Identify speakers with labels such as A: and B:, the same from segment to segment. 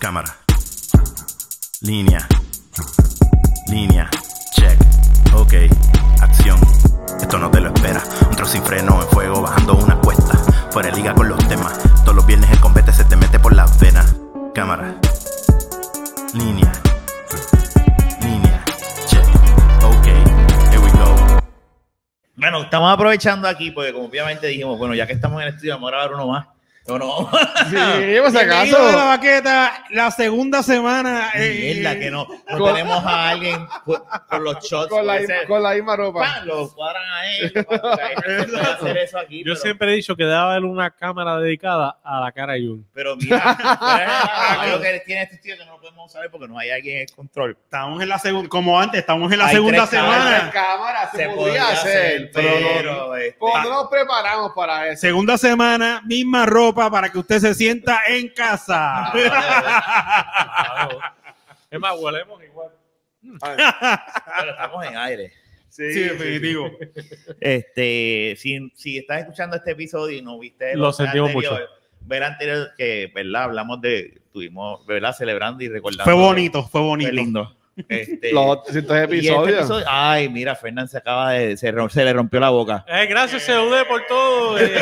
A: Cámara. Línea. Línea. Check. Ok. Acción. Esto no te lo espera. Un trozo sin freno en fuego bajando una cuesta. Fuera de liga con los temas. Todos los viernes el combate se te mete por las venas. Cámara. Línea. Línea. Check. Ok. Here we go.
B: Bueno, estamos aprovechando aquí porque como obviamente dijimos, bueno, ya que estamos en el estudio, vamos a grabar uno más. No, no.
C: Sí, pues si
D: Bienvenido de la
C: acaso.
D: baqueta, la segunda semana. eh,
B: Mierda, que no, no
C: Con-
B: tenemos a alguien con con los shots.
C: Con la,
B: puede ser.
C: con la misma
B: Pa,
C: ropa.
B: Lo cuadran a él. pa, o sea, él no puede hacer eso aquí.
D: Yo
B: pero,
D: siempre he dicho que debe haber una cámara dedicada a la cara de Jun.
B: pero mira, creo que tiene este tío que no lo podemos saber porque no hay alguien en el control.
D: Estamos en la segunda, como antes, estamos en la
B: Hay
D: segunda
B: tres
D: semana.
C: En cámara se,
B: podría
C: podría hacer, pero no-
B: este,
C: pues no nos preparamos para eso.
D: Segunda semana, misma ropa para que usted se sienta en casa.
B: Ah, este,
D: es más, volemos igual.
B: pero estamos en aire.
D: Sí, definitivo.
B: Este, si, si estás escuchando este episodio y no viste
D: Lo sentimos
B: Ver anterior que, ¿verdad? Hablamos de, tuvimos, ¿verdad? Celebrando y recordando.
D: Fue bonito, fue bonito.
B: Fue lindo. Este,
C: Los 800
B: y este
C: episodios.
B: episodio- ay, mira, Fernández se acaba de, se, rom- se le rompió la boca.
E: Eh, gracias, CUD, por todo. eh.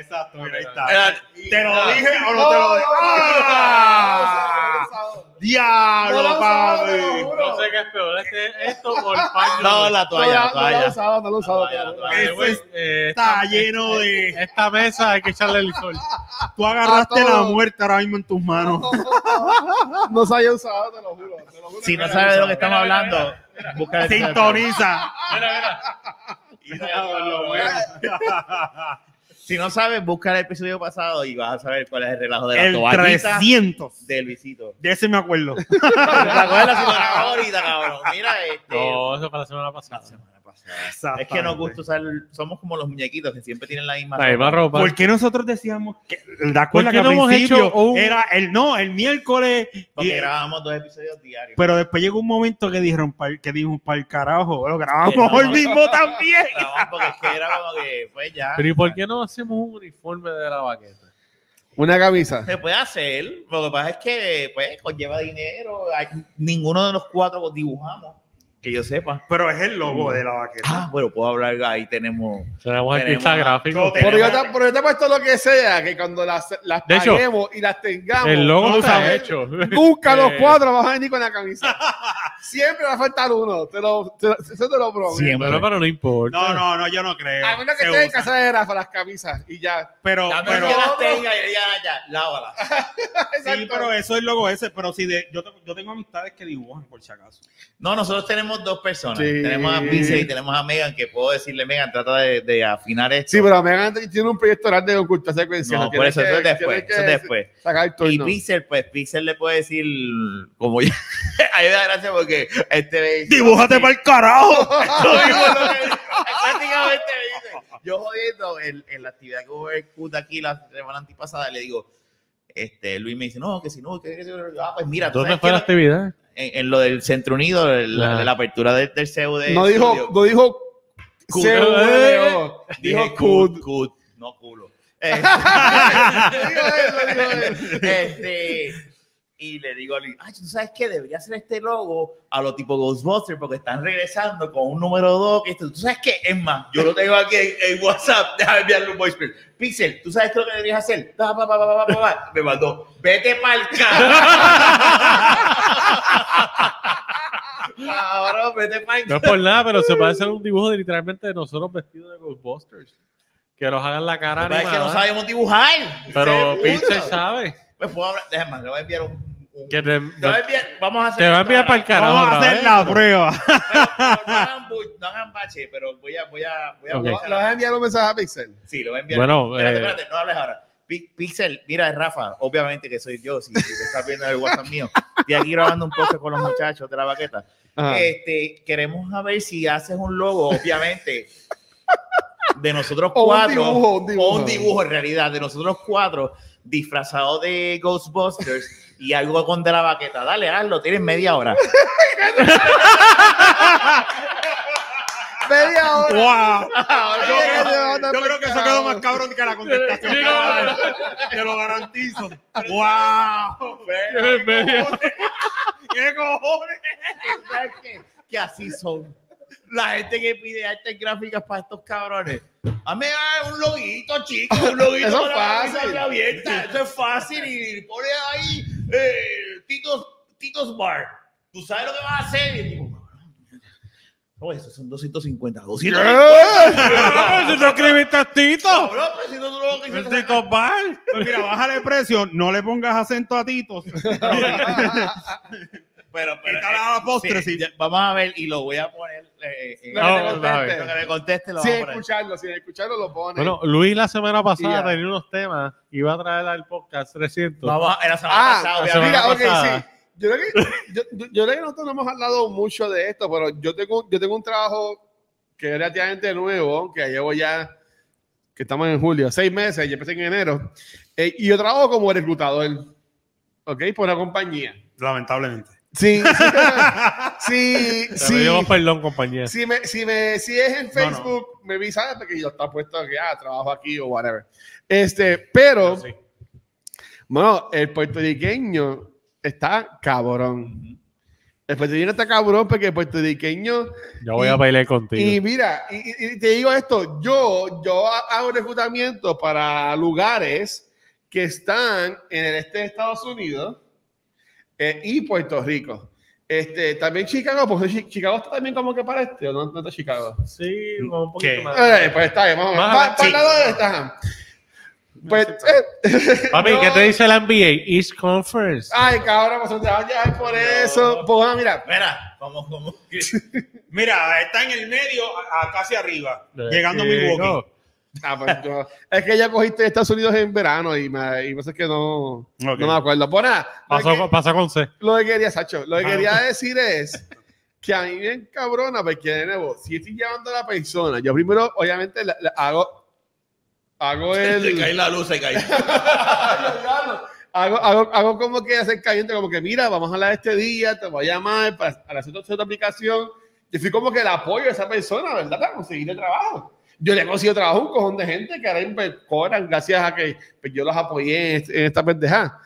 D: Exacto, ahí está.
B: Te
D: Ah, ¿Te lo dije o no te lo dije? ¡Ah!
C: No
D: ¡Diablo,
C: lo usaba, te lo
D: papi!
C: juro.
E: no sé qué es peor, este, esto o el paño.
B: No, la toalla, la
C: No lo
B: toalla.
C: usaba, no lo usaba.
B: Vaya,
C: pero-
B: vaya.
E: By the way,
D: Eso
E: eh,
D: Está lleno de...
E: esta mesa hay que echarle el sol.
D: Tú agarraste
C: A
D: la
C: todos.
D: muerte ahora mismo en tus manos.
C: No se había usado, te lo juro. te lo juro
B: Si
C: que
B: no
C: era
B: sabes de lo que
C: usado.
B: estamos
E: Mira, mira,
B: hablando, busca el
D: Sintoniza.
B: Si no sabes, busca el episodio pasado y vas a saber cuál es el relajo de la
D: El
B: toallita
D: 300.
B: del visito.
D: De ese me acuerdo.
B: La cosa de la semana ahorita, cabrón. Mira, este.
E: No, eso para la semana
B: la
E: pasada.
B: semana pasada. Es que nos gusta usar, somos como los muñequitos que siempre tienen la misma.
E: Ahí va
B: ropa.
E: ropa.
D: ¿Por qué nosotros decíamos que la
E: ¿Por
D: escuela
E: qué
D: que al
E: no hemos
D: principio
E: hecho un-
D: era el no, el miércoles,
B: Porque
D: y-
B: grabamos dos episodios diarios.
D: pero después llegó un momento que dijeron pa'l- que dijimos para el carajo, lo grabamos hoy mismo también.
B: Grabamos porque es que era como que, pues ya.
E: Pero ¿y por qué no hacemos un uniforme de la baqueta?
C: Una camisa.
B: Se puede hacer. Lo que pasa es que, pues, conlleva dinero. Hay- ninguno de los cuatro dibujamos. Que yo sepa.
D: Pero es el logo de la vaqueta.
B: Ah, bueno, puedo hablar. Ahí tenemos.
E: Tenemos
B: Tenemos
E: artista
B: a- Tenemos-
E: gráfico.
C: Pero yo, te, pero yo te he puesto lo que sea, que cuando las, las
E: De hecho,
C: paguemos y las tengamos,
E: El logo
C: no
E: no está
C: sabes.
E: hecho.
C: nunca los
E: Eh.
C: cuatro vas a venir con la camisa. Siempre va a faltar uno, te lo, te, lo- eso te lo prometo.
B: Siempre.
E: Pero, pero no importa.
D: No, no, no, yo no creo.
C: A menos que
D: Se
C: estés en
D: usa.
C: casa de Rafa las camisas y ya.
D: Pero,
B: Ya,
D: pero,
B: que las tenga y ya, ya, lávala.
D: sí, pero eso es el logo ese. Pero sí, de, yo, te- yo tengo amistades que dibujan, por si acaso.
B: No, nosotros tenemos dos personas.
C: Sí.
B: Tenemos a Vince y tenemos a Megan, que puedo decirle, Megan, trata de, de afinar esto.
C: Sí, pero Megan tiene un proyecto grande de oculta secuencia.
B: no, por eso, eso es después. Eso es después.
C: Sacar el
B: Y
C: turno.
B: Pixel, pues Pixel le puede decir, como yo, a mí me da gracia porque este me dice,
D: ¡Dibújate para el carajo!
B: Lo mismo lo que dice, prácticamente me dice. Yo jodiendo en, en la actividad que hubo en CUT aquí la semana antipasada, le digo, este, Luis me dice, no, que si no, que, que si no". ah, pues mira, tú
E: ¿Dónde
B: sabes
E: fue
B: que
E: la
B: no-
E: actividad?
B: en, en lo del Centro Unido, el- la,
E: Ah.
B: la apertura del, del CUD.
C: No dijo, no dijo,
E: Cu-
C: CUDO, E dijo
B: Dije
C: CUD.
B: CUT, CUT, no culo. Eh,
C: Dijo eso, dijo eso.
B: Este, y le digo a Luis, ay, ¿tú sabes qué? Debería hacer este logo a lo tipo Ghostbusters porque están regresando con un número 2. Que esto- ¿Tú sabes qué? Es más, yo lo tengo aquí en, en WhatsApp. Déjame enviarle un voice mail. Pixel, ¿tú sabes qué es lo que deberías hacer? Ta, pa, pa, pa, pa, pa, pa. Me mandó, vete pa'l carajo. Cabrón, vete pa'l
E: No es por nada, pero se puede hacer un dibujo de literalmente de nosotros vestidos de Ghostbusters. Que nos hagan la cara
B: Pero es que no
E: animada.
B: sabemos dibujar.
E: Pero
B: Seguro.
E: Pixel sabe.
B: Pues puedo hablar. Déjame, le voy a enviar un. un-
E: Que
B: le voy a
E: te,
B: enviar- vamos a hacer
E: te va a
B: esto
E: enviar
B: ahora.
E: para el carajo.
D: Vamos a
E: otra
D: hacer
E: vez.
D: la prueba.
B: Pero, pero no, hagan bu- no hagan bache, pero voy a, voy a, voy a,
E: Ok.
C: ¿Lo
B: voy a-
C: lo vas a enviar un mensaje a Pixel?
B: sí, lo voy a enviar.
E: Bueno,
B: espérate,
E: eh,
B: espérate, no hables ahora. Pi- Pixel, mira, Rafa, obviamente que soy yo, si, si te estás viendo en el WhatsApp mío, y aquí grabando un poco con los muchachos de la baqueta.
C: Ajá.
B: Este, queremos saber si haces un logo, obviamente, de nosotros
C: O un
B: cuatro,
C: dibujo, un dibujo.
B: o un dibujo en realidad, de nosotros cuatro, disfrazado de Ghostbusters y algo con de la baqueta. Dale, hazlo, tienes media hora.
C: media hora.
D: ¡Wow!
C: Ahora
D: Yo
C: llega
D: creo-
C: Leonardo
D: Yo creo que eso
C: Mercado.
D: quedó más cabrón que la contestación.
E: Sí,
D: que
E: no,
D: va a dar. Te lo garantizo. ¡Wow!
E: Qué media.
D: ¡Qué cojones!
B: ¿Sabes qué? Que así son. La gente que pide artes gráficas para estos cabrones. A mí ah, un loguito, chico, un loguito
C: Eso es
B: con la
C: fácil.
B: camiseta abierta. Eso es fácil. Y pone ahí eh, Titos, Titos Bar. ¿Tú sabes lo que vas a hacer? Y digo, cabrón, no, esos son 250. 250.
D: ¡Si te escribiste a Tito!
B: Cabrón, pero si no, tú no lo quisiste hacer.
D: Tito Bar. Pues Mira, bájale el precio, no le pongas acento a Tito.
B: Pero, pero, eh,
D: Quítale a la postre,
B: sí,
D: sí.
B: ya, vamos a ver y lo voy a poner. eh, eh,
C: No,
B: eh,
C: no, no,
B: lo que me conteste lo
C: Sin
B: vamos a poner.
C: escucharlo, sin escucharlo lo pone.
E: Bueno, Luis la semana pasada
C: Ya.
E: tenía unos temas y iba a traer al podcast 300.
B: Vamos a, en la semana
C: ah,
B: pasada,
E: la
B: obviamente.
C: mira, ok,
E: pasada.
C: sí. Yo creo, que, yo, yo- yo creo que nosotros no hemos hablado mucho de esto, pero yo tengo, yo tengo un trabajo que es relativamente nuevo, que llevo ya, que estamos en julio, seis meses, yo empecé en enero, eh, y yo trabajo como reclutador, ¿ok? Por la compañía.
D: Lamentablemente.
C: Sí, sí, sí.
E: Te pedimos perdón, compañía.
C: Si me, si me sigues en
D: No, no.
C: Facebook, me vi, ¿sabes? Porque yo está puesto que ah, trabajo aquí o whatever. Este, pero,
E: Sí.
C: bueno, el puertorriqueño está cabrón. El puertorriqueño está cabrón porque el puertorriqueño.
E: Yo voy a bailar contigo.
C: Y mira, y, y- y te digo esto: yo, yo hago reclutamiento para lugares que están en el este de Estados Unidos eh, y Puerto Rico. Este, también Chicago, porque Chi- Chicago está también como que para este, ¿o no, no está Chicago?
E: sí, vamos un
D: ¿Qué?
E: poquito más.
C: Eh, pues está bien, vamos.
E: Ah. Más
C: Para
E: adelante.
C: el lado de Statham. Pues, eh,
E: Papi,
C: no.
E: ¿qué te dice la NBA? East Conference.
C: Ay, cabrón, pues te vas a llevar por eso. Pues, ah, mira.
B: Mira, como, como.
D: Mira, está en el medio, a- a casi arriba, llegando a
E: Chico.
D: Milwaukee.
C: Ah, pues, yo- es que ya cogiste Estados Unidos en verano y me, y me hace que no,
D: Ok.
C: no me acuerdo. Pues nada, lo,
E: Pasó,
C: que,
E: pasó con C.
C: lo que quería, Sacho, lo que
E: Ah.
C: quería decir es que a mí me cabrona, porque de nuevo, si estoy llevando a la persona, yo primero, obviamente, la- la- hago, hago
B: Se
C: el.
B: cae la luz, se cae.
C: hago, hago, hago como que hacer caliente, como que mira, vamos a hablar este día, te voy a llamar para, para hacer otra, otra aplicación. Yo fui como que el apoyo de esa persona, ¿verdad? Para conseguir el trabajo. Yo le he conseguido trabajo a un cojón de gente que ahora me cobran gracias a que pues, yo los apoyé en, en esta pendejada.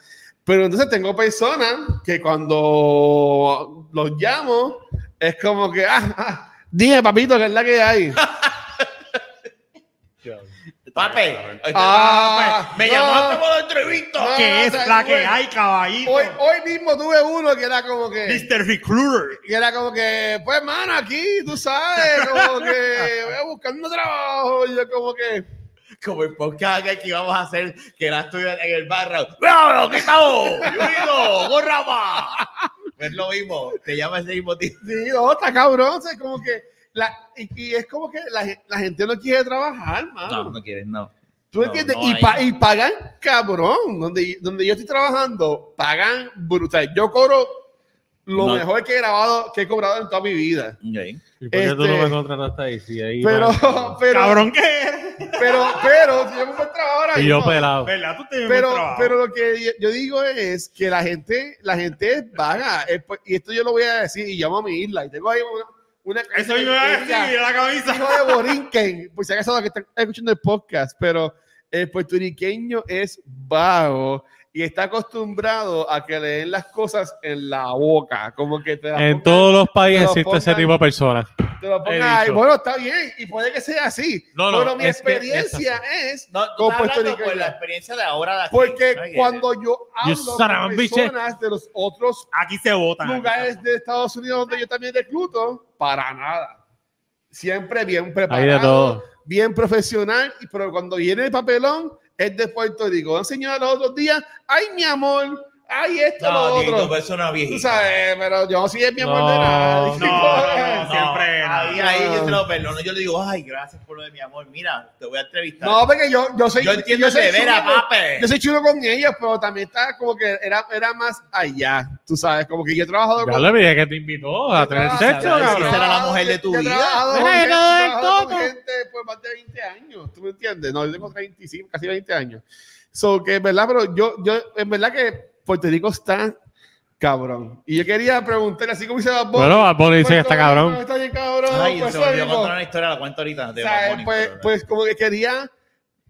C: Pero entonces tengo personas que cuando los llamo es como que, ah, ah, dime papito, que es la que hay.
B: Papi,
C: Ah,
B: me llamó
C: no.
B: hasta por la entrevista.
C: No.
D: Que es
C: Ah,
D: la que
C: bueno.
D: hay, caballito.
C: Hoy, hoy mismo tuve uno que era como que...
D: Mr. Recruiter.
C: Y era como que, pues, mano, aquí, tú sabes, como que voy a buscando trabajo. Y yo, como que,
B: Como el podcast que aquí íbamos a hacer, que era tuya en el barra. ¡Bravo, qué estamos! ¡Unido, gorra más! Es lo mismo, te llama ese mismo tío.
C: sí, no, está cabrón, es como que, la, y, y es como que la, ge- la gente no quiere trabajar, mano.
B: quieres, Ah, no.
C: ¿Tú
B: no,
C: entiendes?
B: no
C: y,
B: hay.
C: pa- y pagan, cabrón, donde, donde yo estoy trabajando, pagan brutal. Yo cobro lo
B: No.
C: mejor que he grabado, que he cobrado en toda mi vida.
E: ¿Y por qué tú no
C: Este-
E: me contrataste ahí? Sí, ahí
C: Pero,
E: va.
C: pero,
D: Cabrón que eres.
C: pero, pero, si yo me encuentro ahora
E: Y yo
C: mismo,
E: pelado.
D: ¿Verdad? Tú te llevas el
C: pero,
D: trabajo.
C: pero lo que yo- yo digo es que la gente, la gente es vaga. Es por- Y esto yo lo voy a decir y llamo a mi isla. Y tengo ahí una, una
D: Eso me
B: eh,
D: iba a decir, mira la
C: hijo
D: camisa.
C: de Borinquen. Pues si acaso los que están escuchando el podcast, pero el puertorriqueño es vago y está acostumbrado a que le den las cosas en la boca. Como que te, las
E: En
C: pongan-
E: todos los países
C: pero
E: existe ese
C: pongan-
E: tipo de personas.
C: te lo pongan
E: he
C: ahí.
E: dicho.
C: Bueno, está bien. Y puede que sea así.
E: No, no,
C: pero mi
E: es que es
C: experiencia es
B: No, tú
C: Con
B: estás hablando
C: puertorriqueño.
B: por la experiencia de ahora de aquí.
C: Porque
B: ¿no? Y-
C: cuando yo hablo con
E: sarambiche.
C: personas de los otros
D: Aquí se votan.
C: lugares de Estados Unidos donde yo también recluto, para nada. Siempre bien
E: Hay de
C: preparado,
E: todo.
C: bien profesional, y- pero cuando viene el papelón es de Puerto Rico. Enseñó los otros días, ay mi amor, ay
B: No,
C: esto, lo
B: Tito,
C: otro.
B: pero eso no es viejito.
C: Tú sabes, pero yo sí es mi amor
E: No,
C: de nadie.
D: No, no, no,
B: No,
D: siempre.
B: Ahí,
D: no.
B: ahí yo te lo perdono. Yo le digo, ay, gracias por lo de mi amor. Mira, te voy a entrevistar.
C: No, porque yo, yo soy
B: yo entiendo
C: soy
B: ese deber a
C: chulo.
B: pape.
C: Yo soy chulo con ellos, pero también está como que era, era más allá, tú sabes, como que yo he trabajado
E: Ya
C: con
E: le dije que te invitó a tener
C: Ah,
E: sexo,
B: sabrá si
E: cabrón.
B: será la mujer de tu
C: Yo he
B: vida.
C: trabajado con
E: Mira,
C: gente-
E: no,
C: yo he
E: del
C: trabajado con
E: todo.
C: gente por más de 20 años, ¿tú me entiendes? No, yo tengo 35, casi 20 años. So, que en verdad, pero yo, yo, en verdad que Puerto Rico está Cabrón. Y yo quería preguntarle, así como hice Bad Bunny.
E: Bueno, Bad Bunny dice que
C: pues,
E: está
C: cabrón,
E: cabrón.
C: Está bien cabrón.
B: Ay,
C: pues,
B: se me olvidó
C: ánimo.
B: contar una historia, la cuento ahorita. de
C: O sea,
B: Bad Bunny,
C: pues,
B: pero-
C: pues como que quería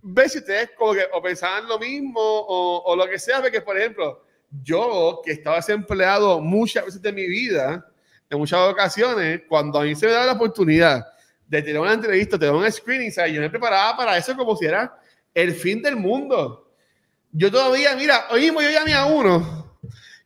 C: ver si ustedes como que o pensaban lo mismo o, o lo que sea, porque por ejemplo, yo que estaba desempleado muchas veces de mi vida, en muchas ocasiones, cuando a mí se me daba la oportunidad de tener una entrevista, tener un screening, o sea, yo me preparaba para eso como si era el fin del mundo. Yo todavía, mira, hoy mismo yo llamé a uno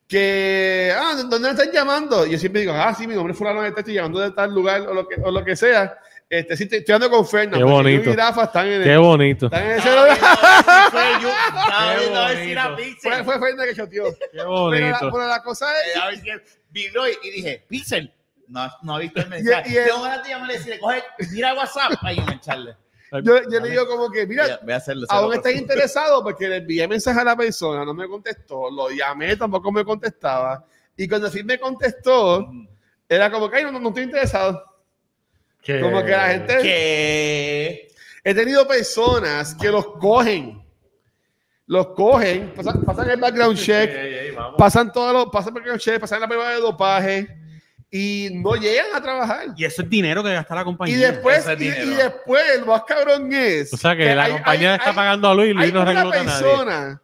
C: que, ah, ¿dó- ¿dónde me están llamando? Y yo siempre digo, ah, sí, mi nombre es fulano de tal, estoy llamando de tal lugar o lo que, o lo que sea. Este, sí, estoy, estoy hablando con Fernando.
E: Qué bonito.
C: Y Rafa pues, están en,
E: Qué
C: el,
E: bonito.
C: están en ese
B: Estaba
C: lugar.
B: viendo a ver si Ah, fue yo- estaba
E: Qué
B: viendo a ver si era
E: bonito.
B: Pixel.
C: Fue, fue Fernández que choteó.
E: Qué
C: Pero la,
E: bonito.
C: pero la cosa es...
B: Eh, a ver quién- vi lo y- y dije, Pixel, no, no ha visto el
C: Y-
B: mensaje.
C: y el-
B: Tengo ganas de llamarle y decirle, coge, mira WhatsApp para engancharle.
C: Yo, yo le digo como que,
B: Voy
C: mira,
B: a, voy a hacerlo. Pues se lo
C: aún estás
B: prometo.
C: interesado porque le envié mensaje a la persona, no me contestó, lo llamé, tampoco me contestaba. Y cuando sí me contestó, era como que, ay, no, no, no estoy interesado.
E: Que-
C: Como que la gente...
B: ¿Qué?
C: He tenido personas que los cogen. Los cogen, pasan, pasan el background check,
E: Ey, ey, vamos.
C: pasan todos los, pasan el background check, pasan la prueba de dopaje y no llegan a trabajar.
D: Y eso es dinero que gasta la
C: Y
D: compañía.
C: después,
B: ese es
C: y,
B: dinero.
C: y después lo más cabrón es.
E: O sea que, la
C: hay-
E: compañía
C: hay-
E: está
C: hay-
E: pagando a Luis y
C: Hay
E: Luis no
C: una
E: recluta a nadie.
C: persona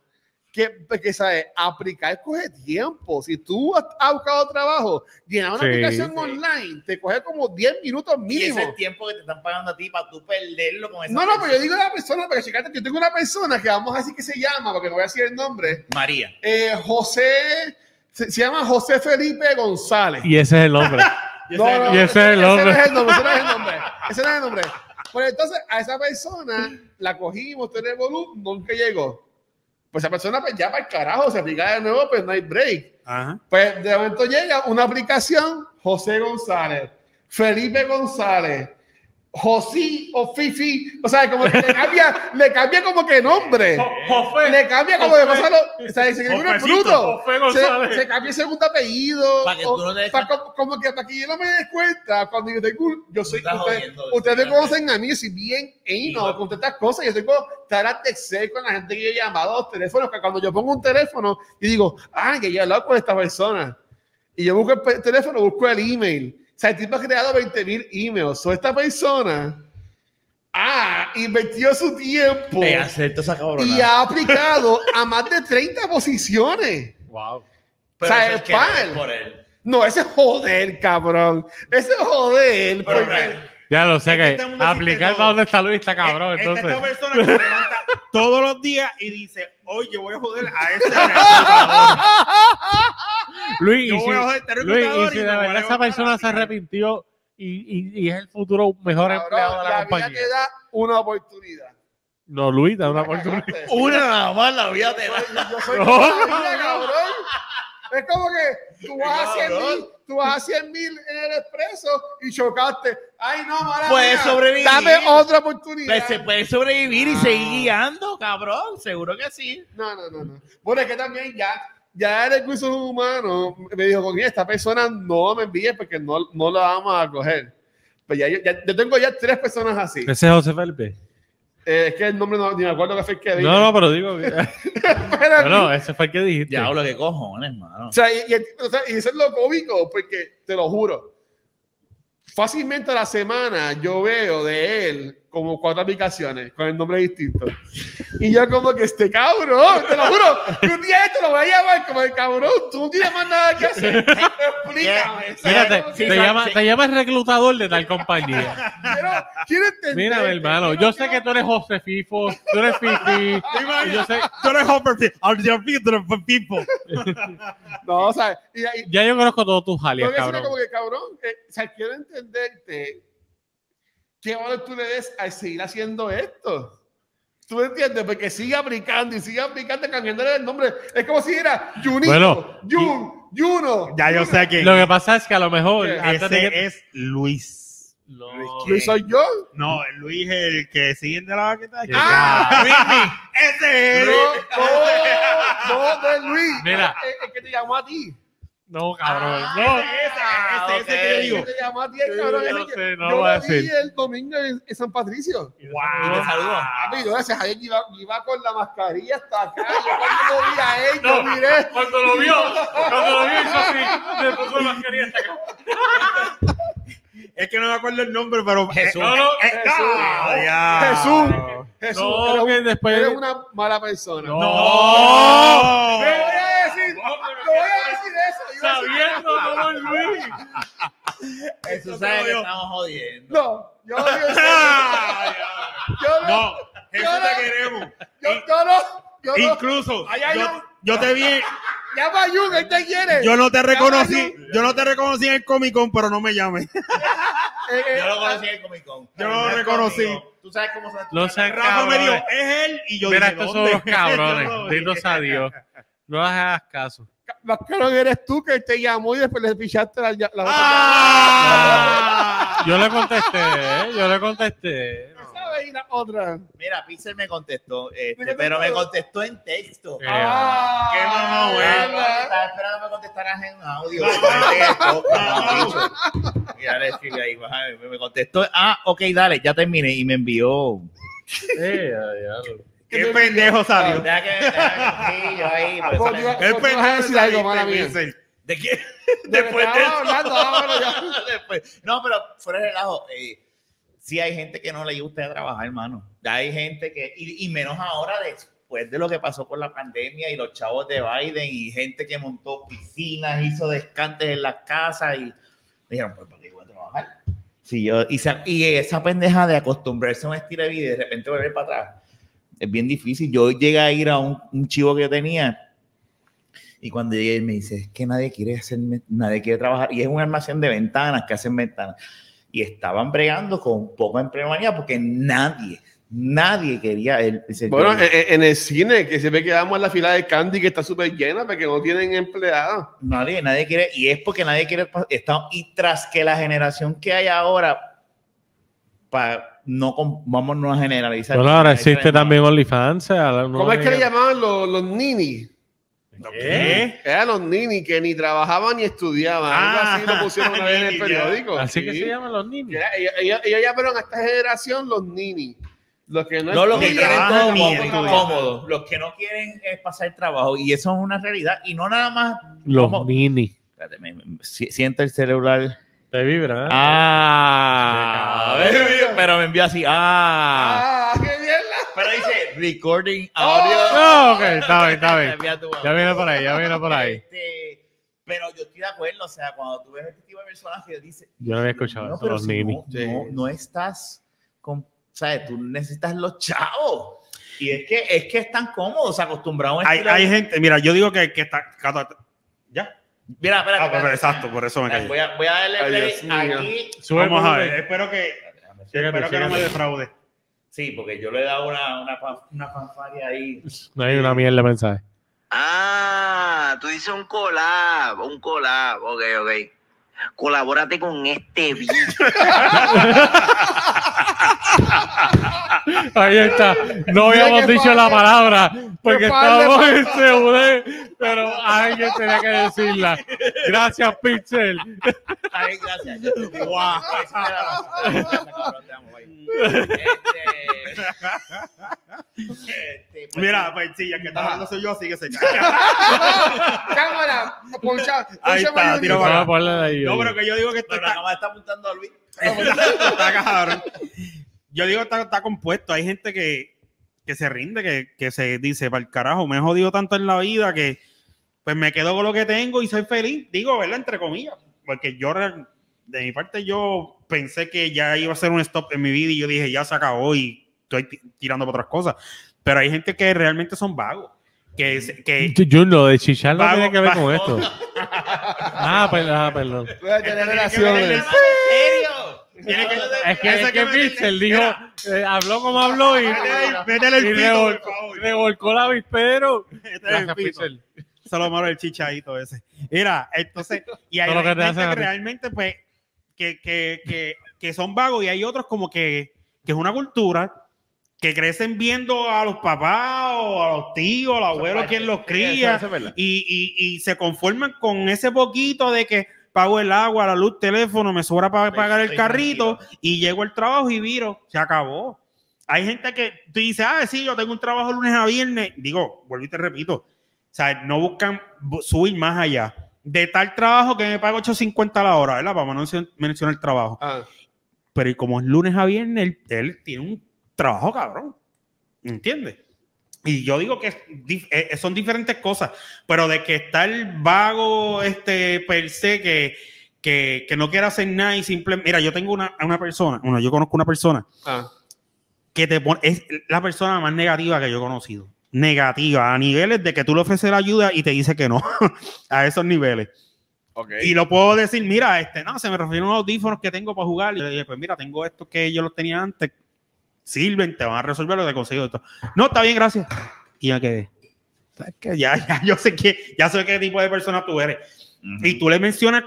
C: que, pues, que sabe, aplicar coge tiempo. Si tú has, has buscado trabajo, llenar una
E: Sí.
C: aplicación
B: Sí.
C: online te coge como 10 minutos
B: Y ese
C: mínimo.
B: es el tiempo que te están pagando a ti para tú perderlo con esa
C: No, no, pero yo
B: persona.
C: digo la persona, porque chicate, yo tengo una persona que vamos a decir que se llama, porque no voy a decir el nombre,
B: María.
C: eh, José, se, se llama José Felipe González.
E: Y ese es el nombre.
C: No, no,
E: y ese es el
C: no
E: hombre.
C: es el nombre, ese no es el nombre, ese no es el nombre. Pues entonces, a esa persona la cogimos, todo el volumen, nunca llegó. Pues esa persona, pues ya para el carajo, se aplica de nuevo, pues no hay break.
D: Ajá.
C: Pues de momento llega una aplicación, José González, Felipe González, José o Fifi, o sea, como que le cambia, le cambia como que nombre. Le cambia como de cosa, lo- o sea, se cree que uno es
E: Jofecito,
C: bruto.
E: Jofe
C: Se,
E: González.
C: se cambia el segundo apellido.
B: Pa' que tú no te des
C: pa' como, como que para que yo no me des cuenta, cuando yo tengo, yo soy,
B: Estás
C: ustedes,
B: jodiendo,
C: ustedes me
B: definitivamente.
C: conocen a mí, yo soy bien hino con tantas cosas, yo tengo taras de Excel con la gente que yo he llamado a los teléfonos, que cuando yo pongo un teléfono y digo, ah, que yo he hablado con esta persona, y yo busco el pe- teléfono, busco el email, o sea, el tipo ha creado 20.000 emails, o esta persona, ah, invirtió su tiempo
B: Te acepto esa cabrona.
C: y ha aplicado a más de 30 posiciones.
E: Wow.
B: Pero
C: o sea,
B: eso
C: es
B: que no
C: pan.
B: es por él.
C: No, ese es joder, cabrón. Ese es joder.
B: Pero,
C: porque-
E: Ya lo sé
D: Es que
E: que
D: este mundo existe todo. Eh, este
E: aplicar para donde está Luis está cabrón.
D: E-, Esta es
E: Entonces,
D: la persona que se levanta todos los días y dice, hoy yo voy a joder a este reclutador.
E: Luis,
D: Yo
E: y si,
D: voy a joder a este
E: Luis, y
D: reclutador y
E: si de
D: me voy a
E: verdad esa
D: levantar
E: persona
D: a
E: se
D: ti".
E: arrepintió y, y- y es el futuro mejor
C: cabrón,
E: empleado de la,
C: la vida
E: compañía.
C: te da una oportunidad.
E: No, Luis, da una
C: La
E: oportunidad.
C: cagaste.
B: Una nada más la vida te da.
C: Yo- yo soy
E: No,
C: toda la
E: no,
C: vida,
E: no.
C: cabrón. Es como que tú vas a 100 mil, tú vas a 100 mil en el expreso y chocaste. Ay, no, mala
B: Puedes
C: mía.
B: sobrevivir.
C: Dame otra oportunidad.
B: Pues se puede sobrevivir y
C: Ah.
B: seguir guiando, cabrón. Seguro que sí.
C: No, no, no, no. Bueno, es que también ya, ya el recurso humano me dijo, con esta persona no me envíes porque no, no la vamos a coger. Pues ya, yo- ya- yo tengo ya tres personas así. Eh,
E: Ese es José Felipe.
C: Es, que el nombre no, ni me acuerdo qué fue el que dije.
E: No, no, pero digo.
C: Pero-
E: no, no, ese fue el que dijiste.
B: Ya hablo que cojones, mano.
C: O sea, y, y- o sea, y eso es lo cómico, porque te lo juro. Fácilmente a la semana yo veo de él como cuatro aplicaciones con el nombre distinto. Y yo como que este cabrón, te lo juro, que un día te lo voy a llamar como el cabrón, tú no tienes más nada que hacer. Explícame. o sea,
E: Mírate,
C: como
E: te,
C: que-
B: sí,
E: llama,
B: sí.
E: te llama el reclutador de tal compañía.
C: quiero, quiero entender.
E: Mira, mi hermano, yo sé que tú eres José Fifo, tú eres Fifi. y yo sé,
D: Tú eres Hopper, I'll just be the people.
C: No, o sea, y, y-
E: ya yo conozco todos tus alias,
C: Tengo que decirle
E: cabrón.
C: como que, cabrón, eh, o sea, quiero entenderte qué valor tú le des al seguir haciendo esto. ¿Tú me entiendes? Porque sigue aplicando y sigue aplicando, cambiándole el nombre. Es como si era Junito,
E: Bueno,
C: Jun, Juno.
D: Ya yo sé quién.
E: Lo que pasa es que a lo mejor.
C: Ese
E: antes de que-
D: Ese es Luis.
E: No.
C: Luis soy yo.
D: No, el Luis es el que sigue de la vaqueta.
C: ¡Ah!
D: ese
C: No,
D: es.
C: no, no, no es Luis. Eh,
E: Mira.
C: Es, es que te llamó a ti.
E: No, cabrón.
B: Ah,
E: no.
D: esa, esa, esa que yo
B: ok.
D: digo.
C: Yo te llamo a ti, cabrón.
E: yo
C: yo- yo
E: sé, no lo voy a
C: lo vi
E: decir.
C: el domingo en, en San Patricio.
D: Wow.
B: Y te saludo.
C: Papi, yo gracias a él iba, iba con la mascarilla hasta acá. Yo cuando lo vi a él, yo miré.
E: Cuando lo vio, cuando lo vio, hizo así. Se puso la mascarilla hasta acá.
D: Es que no me acuerdo el nombre, pero.
B: Jesús.
D: No, no,
C: Jesús.
D: ah, ya.
C: Jesús. Jesús,
E: No,
C: eres, un-
E: que después-
C: eres una mala persona.
E: No.
D: No.
C: Te voy a decir, te voy a decir eso. iba a decir-
E: Sabiendo todo el Luis.
B: Jesús
D: te
B: sabe
D: lo
B: que
D: digo.
B: estamos jodiendo.
C: No, yo lo digo en serio.
D: Ah, ya.
C: Yo lo-
D: No, Jesús
C: Yo no-
D: te queremos.
C: Yo, yo no, yo no.
D: Incluso,
C: Ay, ay, ay.
D: yo, yo te vi,
C: Llama a Jun, él te quiere.
D: yo no te reconocí,
C: Llama
D: yo no te reconocí en el Comic Con, pero no me llames.
C: Eh, eh,
B: Yo lo conocí en el Comic Con.
D: Yo lo
B: No es
D: reconocí.
B: conmigo. Tú sabes cómo son.
E: No sean
D: Rafa me dijo,
E: cabrones.
D: es él, y yo
E: Mira,
D: dije,
E: estos son
D: ¿dónde?
E: los
D: Yo no
E: cabrones.
D: lo
E: Dinos
D: dije.
E: a Dios. No les hagas caso.
C: Más caro que eres tú que él te llamó y después le pichaste la, la
D: Ah.
E: Yo le contesté, ¿eh? yo le contesté.
C: otra. ¿Sabes? Y la otra.
B: Mira, Pixel me contestó, este,
C: contestó.
B: pero me contestó en texto.
E: Eh,
C: Ah,
D: qué mamá, güey.
B: Ah, no,
C: ¿verdad?
B: Estaba esperando que me contestaras en audio.
D: No.
B: No, bicho. Mira, le escribí ahí, baja, me me contestó. Ah, ok, dale, ya terminé. Y me envió.
E: eh, diablo.
D: Qué pendejo salió.
B: Deja que deja que- sí, yo ahí, por eso
C: Pues,
B: le-
C: yo-
D: El
C: ¿Cómo tú vas a
D: pendejo
C: decir algo, mala
D: saliste,
C: mía?
D: Wilson.
B: ¿De qué?
C: De lo que
B: Después de
C: estábamos
B: eso.
C: hablando, vámonos ya.
B: Después- No, pero fuera de relajo. Eh, sí hay gente que no le gusta trabajar, hermano. Ya Hay gente que, y, y menos ahora después de lo que pasó con la pandemia y los chavos de Biden y gente que montó piscinas, hizo descantes en las casas y dijeron, pues, ¿para qué voy a trabajar? Sí, yo, y, esa, y esa pendeja de acostumbrarse a un estilo de vida y de repente volver para atrás, es bien difícil. Yo llegué a ir a un, un chivo que yo tenía y cuando llegué él me dice, es que nadie quiere hacer, nadie quiere trabajar. Y es un almacén de ventanas que hacen ventanas. Y estaban bregando con poca empleomanía porque nadie, nadie quería él. dice,
C: Bueno, eh,
B: yo-
C: en- en en el cine, que se ve que damos la fila de Candy que está súper llena porque no tienen empleados.
B: Nadie, nadie quiere, y es porque nadie quiere pa- está- y tras que la generación que hay ahora, pa- no com- vamos no a generalizar.
E: Bueno, ahora
B: Hay
E: existe
B: tres, ¿no?
E: también OnlyFans. ahora no
C: ¿Cómo es que le
E: diga-
C: llamaban los, los nini?
D: ¿Qué?
C: Eran los nini que ni trabajaban ni estudiaban. Algo
D: Ah,
C: así lo pusieron una vez en el
D: nini, ya.
C: periódico.
E: Así que
C: Sí.
E: se llaman los niños.
C: Ya, Ellos, ellos- ellos llamaron a esta generación los nini. Los que no,
B: No, los que
C: estudian,
B: quieren
D: trabajan
B: todo
D: ni
B: bien,
D: estudian.
B: cómodo, los que no quieren es pasar trabajo, y eso es una realidad, y no nada más. ¿cómo?
E: Los nini.
B: Espérate, me- me- si- siento el celular.
E: Te vibra. ¿eh?
B: Ah,
E: Qué cabrón.
B: baby, pero me envió así. Ah,
C: Ah, qué mierda.
B: pero dice recording audio.
E: Ah, ok, está bien, está
B: Me
E: bien.
B: envía tu-
E: Ya viene por ahí, ya viene por ahí.
B: Este, pero yo estoy de acuerdo, o sea, cuando tú ves este tipo de personajes, dice,
E: Yo no había escuchado
B: no,
E: eso,
B: pero
E: los
B: si
E: nini.
B: no, no, no estás con, sabes, tú necesitas los chavos. Y es que es que están cómodos, acostumbrados. a un
D: Hay,
B: estilo de-
D: hay gente, mira, yo digo que, que está. Ya.
B: Mira, espérate,
D: Ah, pero
B: espérate.
D: exacto, por eso me
B: Dale,
D: callé.
B: Voy a, voy a darle
C: Ay,
B: play
C: Dios mío.
B: aquí.
E: Sube el
D: Vamos a
E: volumen.
D: ver, espero que,
E: Chécate,
D: espero que no me
E: chécate.
D: defraude.
B: Sí, porque yo le he dado una, una, pa- una fanfaria ahí.
E: No hay una mierda de mensaje.
F: Ah, tú dices un collab, un collab, ok, ok. Colabórate con este bicho.
E: Ahí está. No
C: Mira
E: habíamos
C: qué
E: dicho la
C: padre.
E: palabra porque
C: Qué padre,
E: estábamos
C: padre.
E: en CUD, pero alguien tenía que decirla. Gracias, Pixel.
B: Ay, gracias. Yo- Guau. Cabrón, te amo, bye. Este- este, pues,
D: Mira, pues sí, ya que está hablando soy yo, así que se
C: Cámara, poncha, poncha
D: Ahí está,
C: mayor.
D: tira
E: Vamos a ponerle ahí,
D: No,
E: oye.
D: pero que yo digo que esto
B: Pero la
D: está,
B: cámara está apuntando a Luis.
D: está cabrón. Yo digo que está, está compuesto. Hay gente que, que se rinde, que, que se dice, para el carajo, me he jodido tanto en la vida que pues me quedo con lo que tengo y soy feliz. Digo, ¿verdad? Entre comillas. Porque yo, real- de mi parte, yo pensé que ya iba a ser un stop en mi vida y yo dije, ya se acabó y estoy ti- tirando para otras cosas. Pero hay gente que realmente son vagos. Que, se- que,
E: Yo- Yo no, de chichar no
D: Vamos,
E: tiene que ver con
D: vamos.
E: esto. Ah, per- ah, perdón.
C: Voy a tener
B: ¿En
C: relaciones.
D: Tiene que-
E: Es que,
D: Ese
E: es
D: que
E: que
D: me-
E: Pixel dijo,
D: Mira.
E: eh, habló como habló y,
D: Métele el- métele
E: y
D: el pito, por
E: revolcó,
D: favor.
E: revolcó la vispero.
D: Métele el
E: Gracias,
D: pito.
E: Pixel.
D: Solo malo el chichadito ese. Mira, entonces, y hay
E: Todo lo que te
D: gente
E: hacen a
D: que
E: ti.
D: realmente, pues, que, que, que, que son vagos y hay otros como que, que es una cultura que crecen viendo a los papás o a los tíos, a los abuelos, quien los cría, y, y- y se conforman con ese poquito de que pago el agua, la luz, teléfono, me sobra para pagar el
B: estoy
D: carrito, y llego al trabajo y viro, se acabó. Hay gente que tú dices, ah, sí, yo tengo un trabajo lunes a viernes. Digo, vuelvo y te repito, o sea, no buscan bu- subir más allá. De tal trabajo que me pago 8.50 la hora, ¿verdad? Vamos a no mencio- mencionar el trabajo
C: Ah,
D: pero y como es lunes a viernes, él, él tiene un trabajo cabrón. ¿Entiendes? Y yo digo que es dif- eh, eh, son diferentes cosas, pero de que está el vago este per se que, que, que no quiere hacer nada y simplemente. Mira, yo tengo una, una persona, bueno, yo conozco una persona
C: ah.
D: que te pone, es la persona más negativa que yo he conocido. Negativa, a niveles de que tú le ofreces la ayuda y te dice que no, a esos niveles.
C: Ok.
D: Y lo puedo decir, mira, este, no, se me refirieron unos audífonos que tengo para jugar. Y le dije, pues mira, tengo estos que yo los tenía antes. Sirven, te van a resolver lo de conseguir esto. No, está bien, gracias. Y ya quedé. ¿Sabes qué? Ya, ya, yo sé que, ya sé qué tipo de persona tú eres. Y tú le mencionas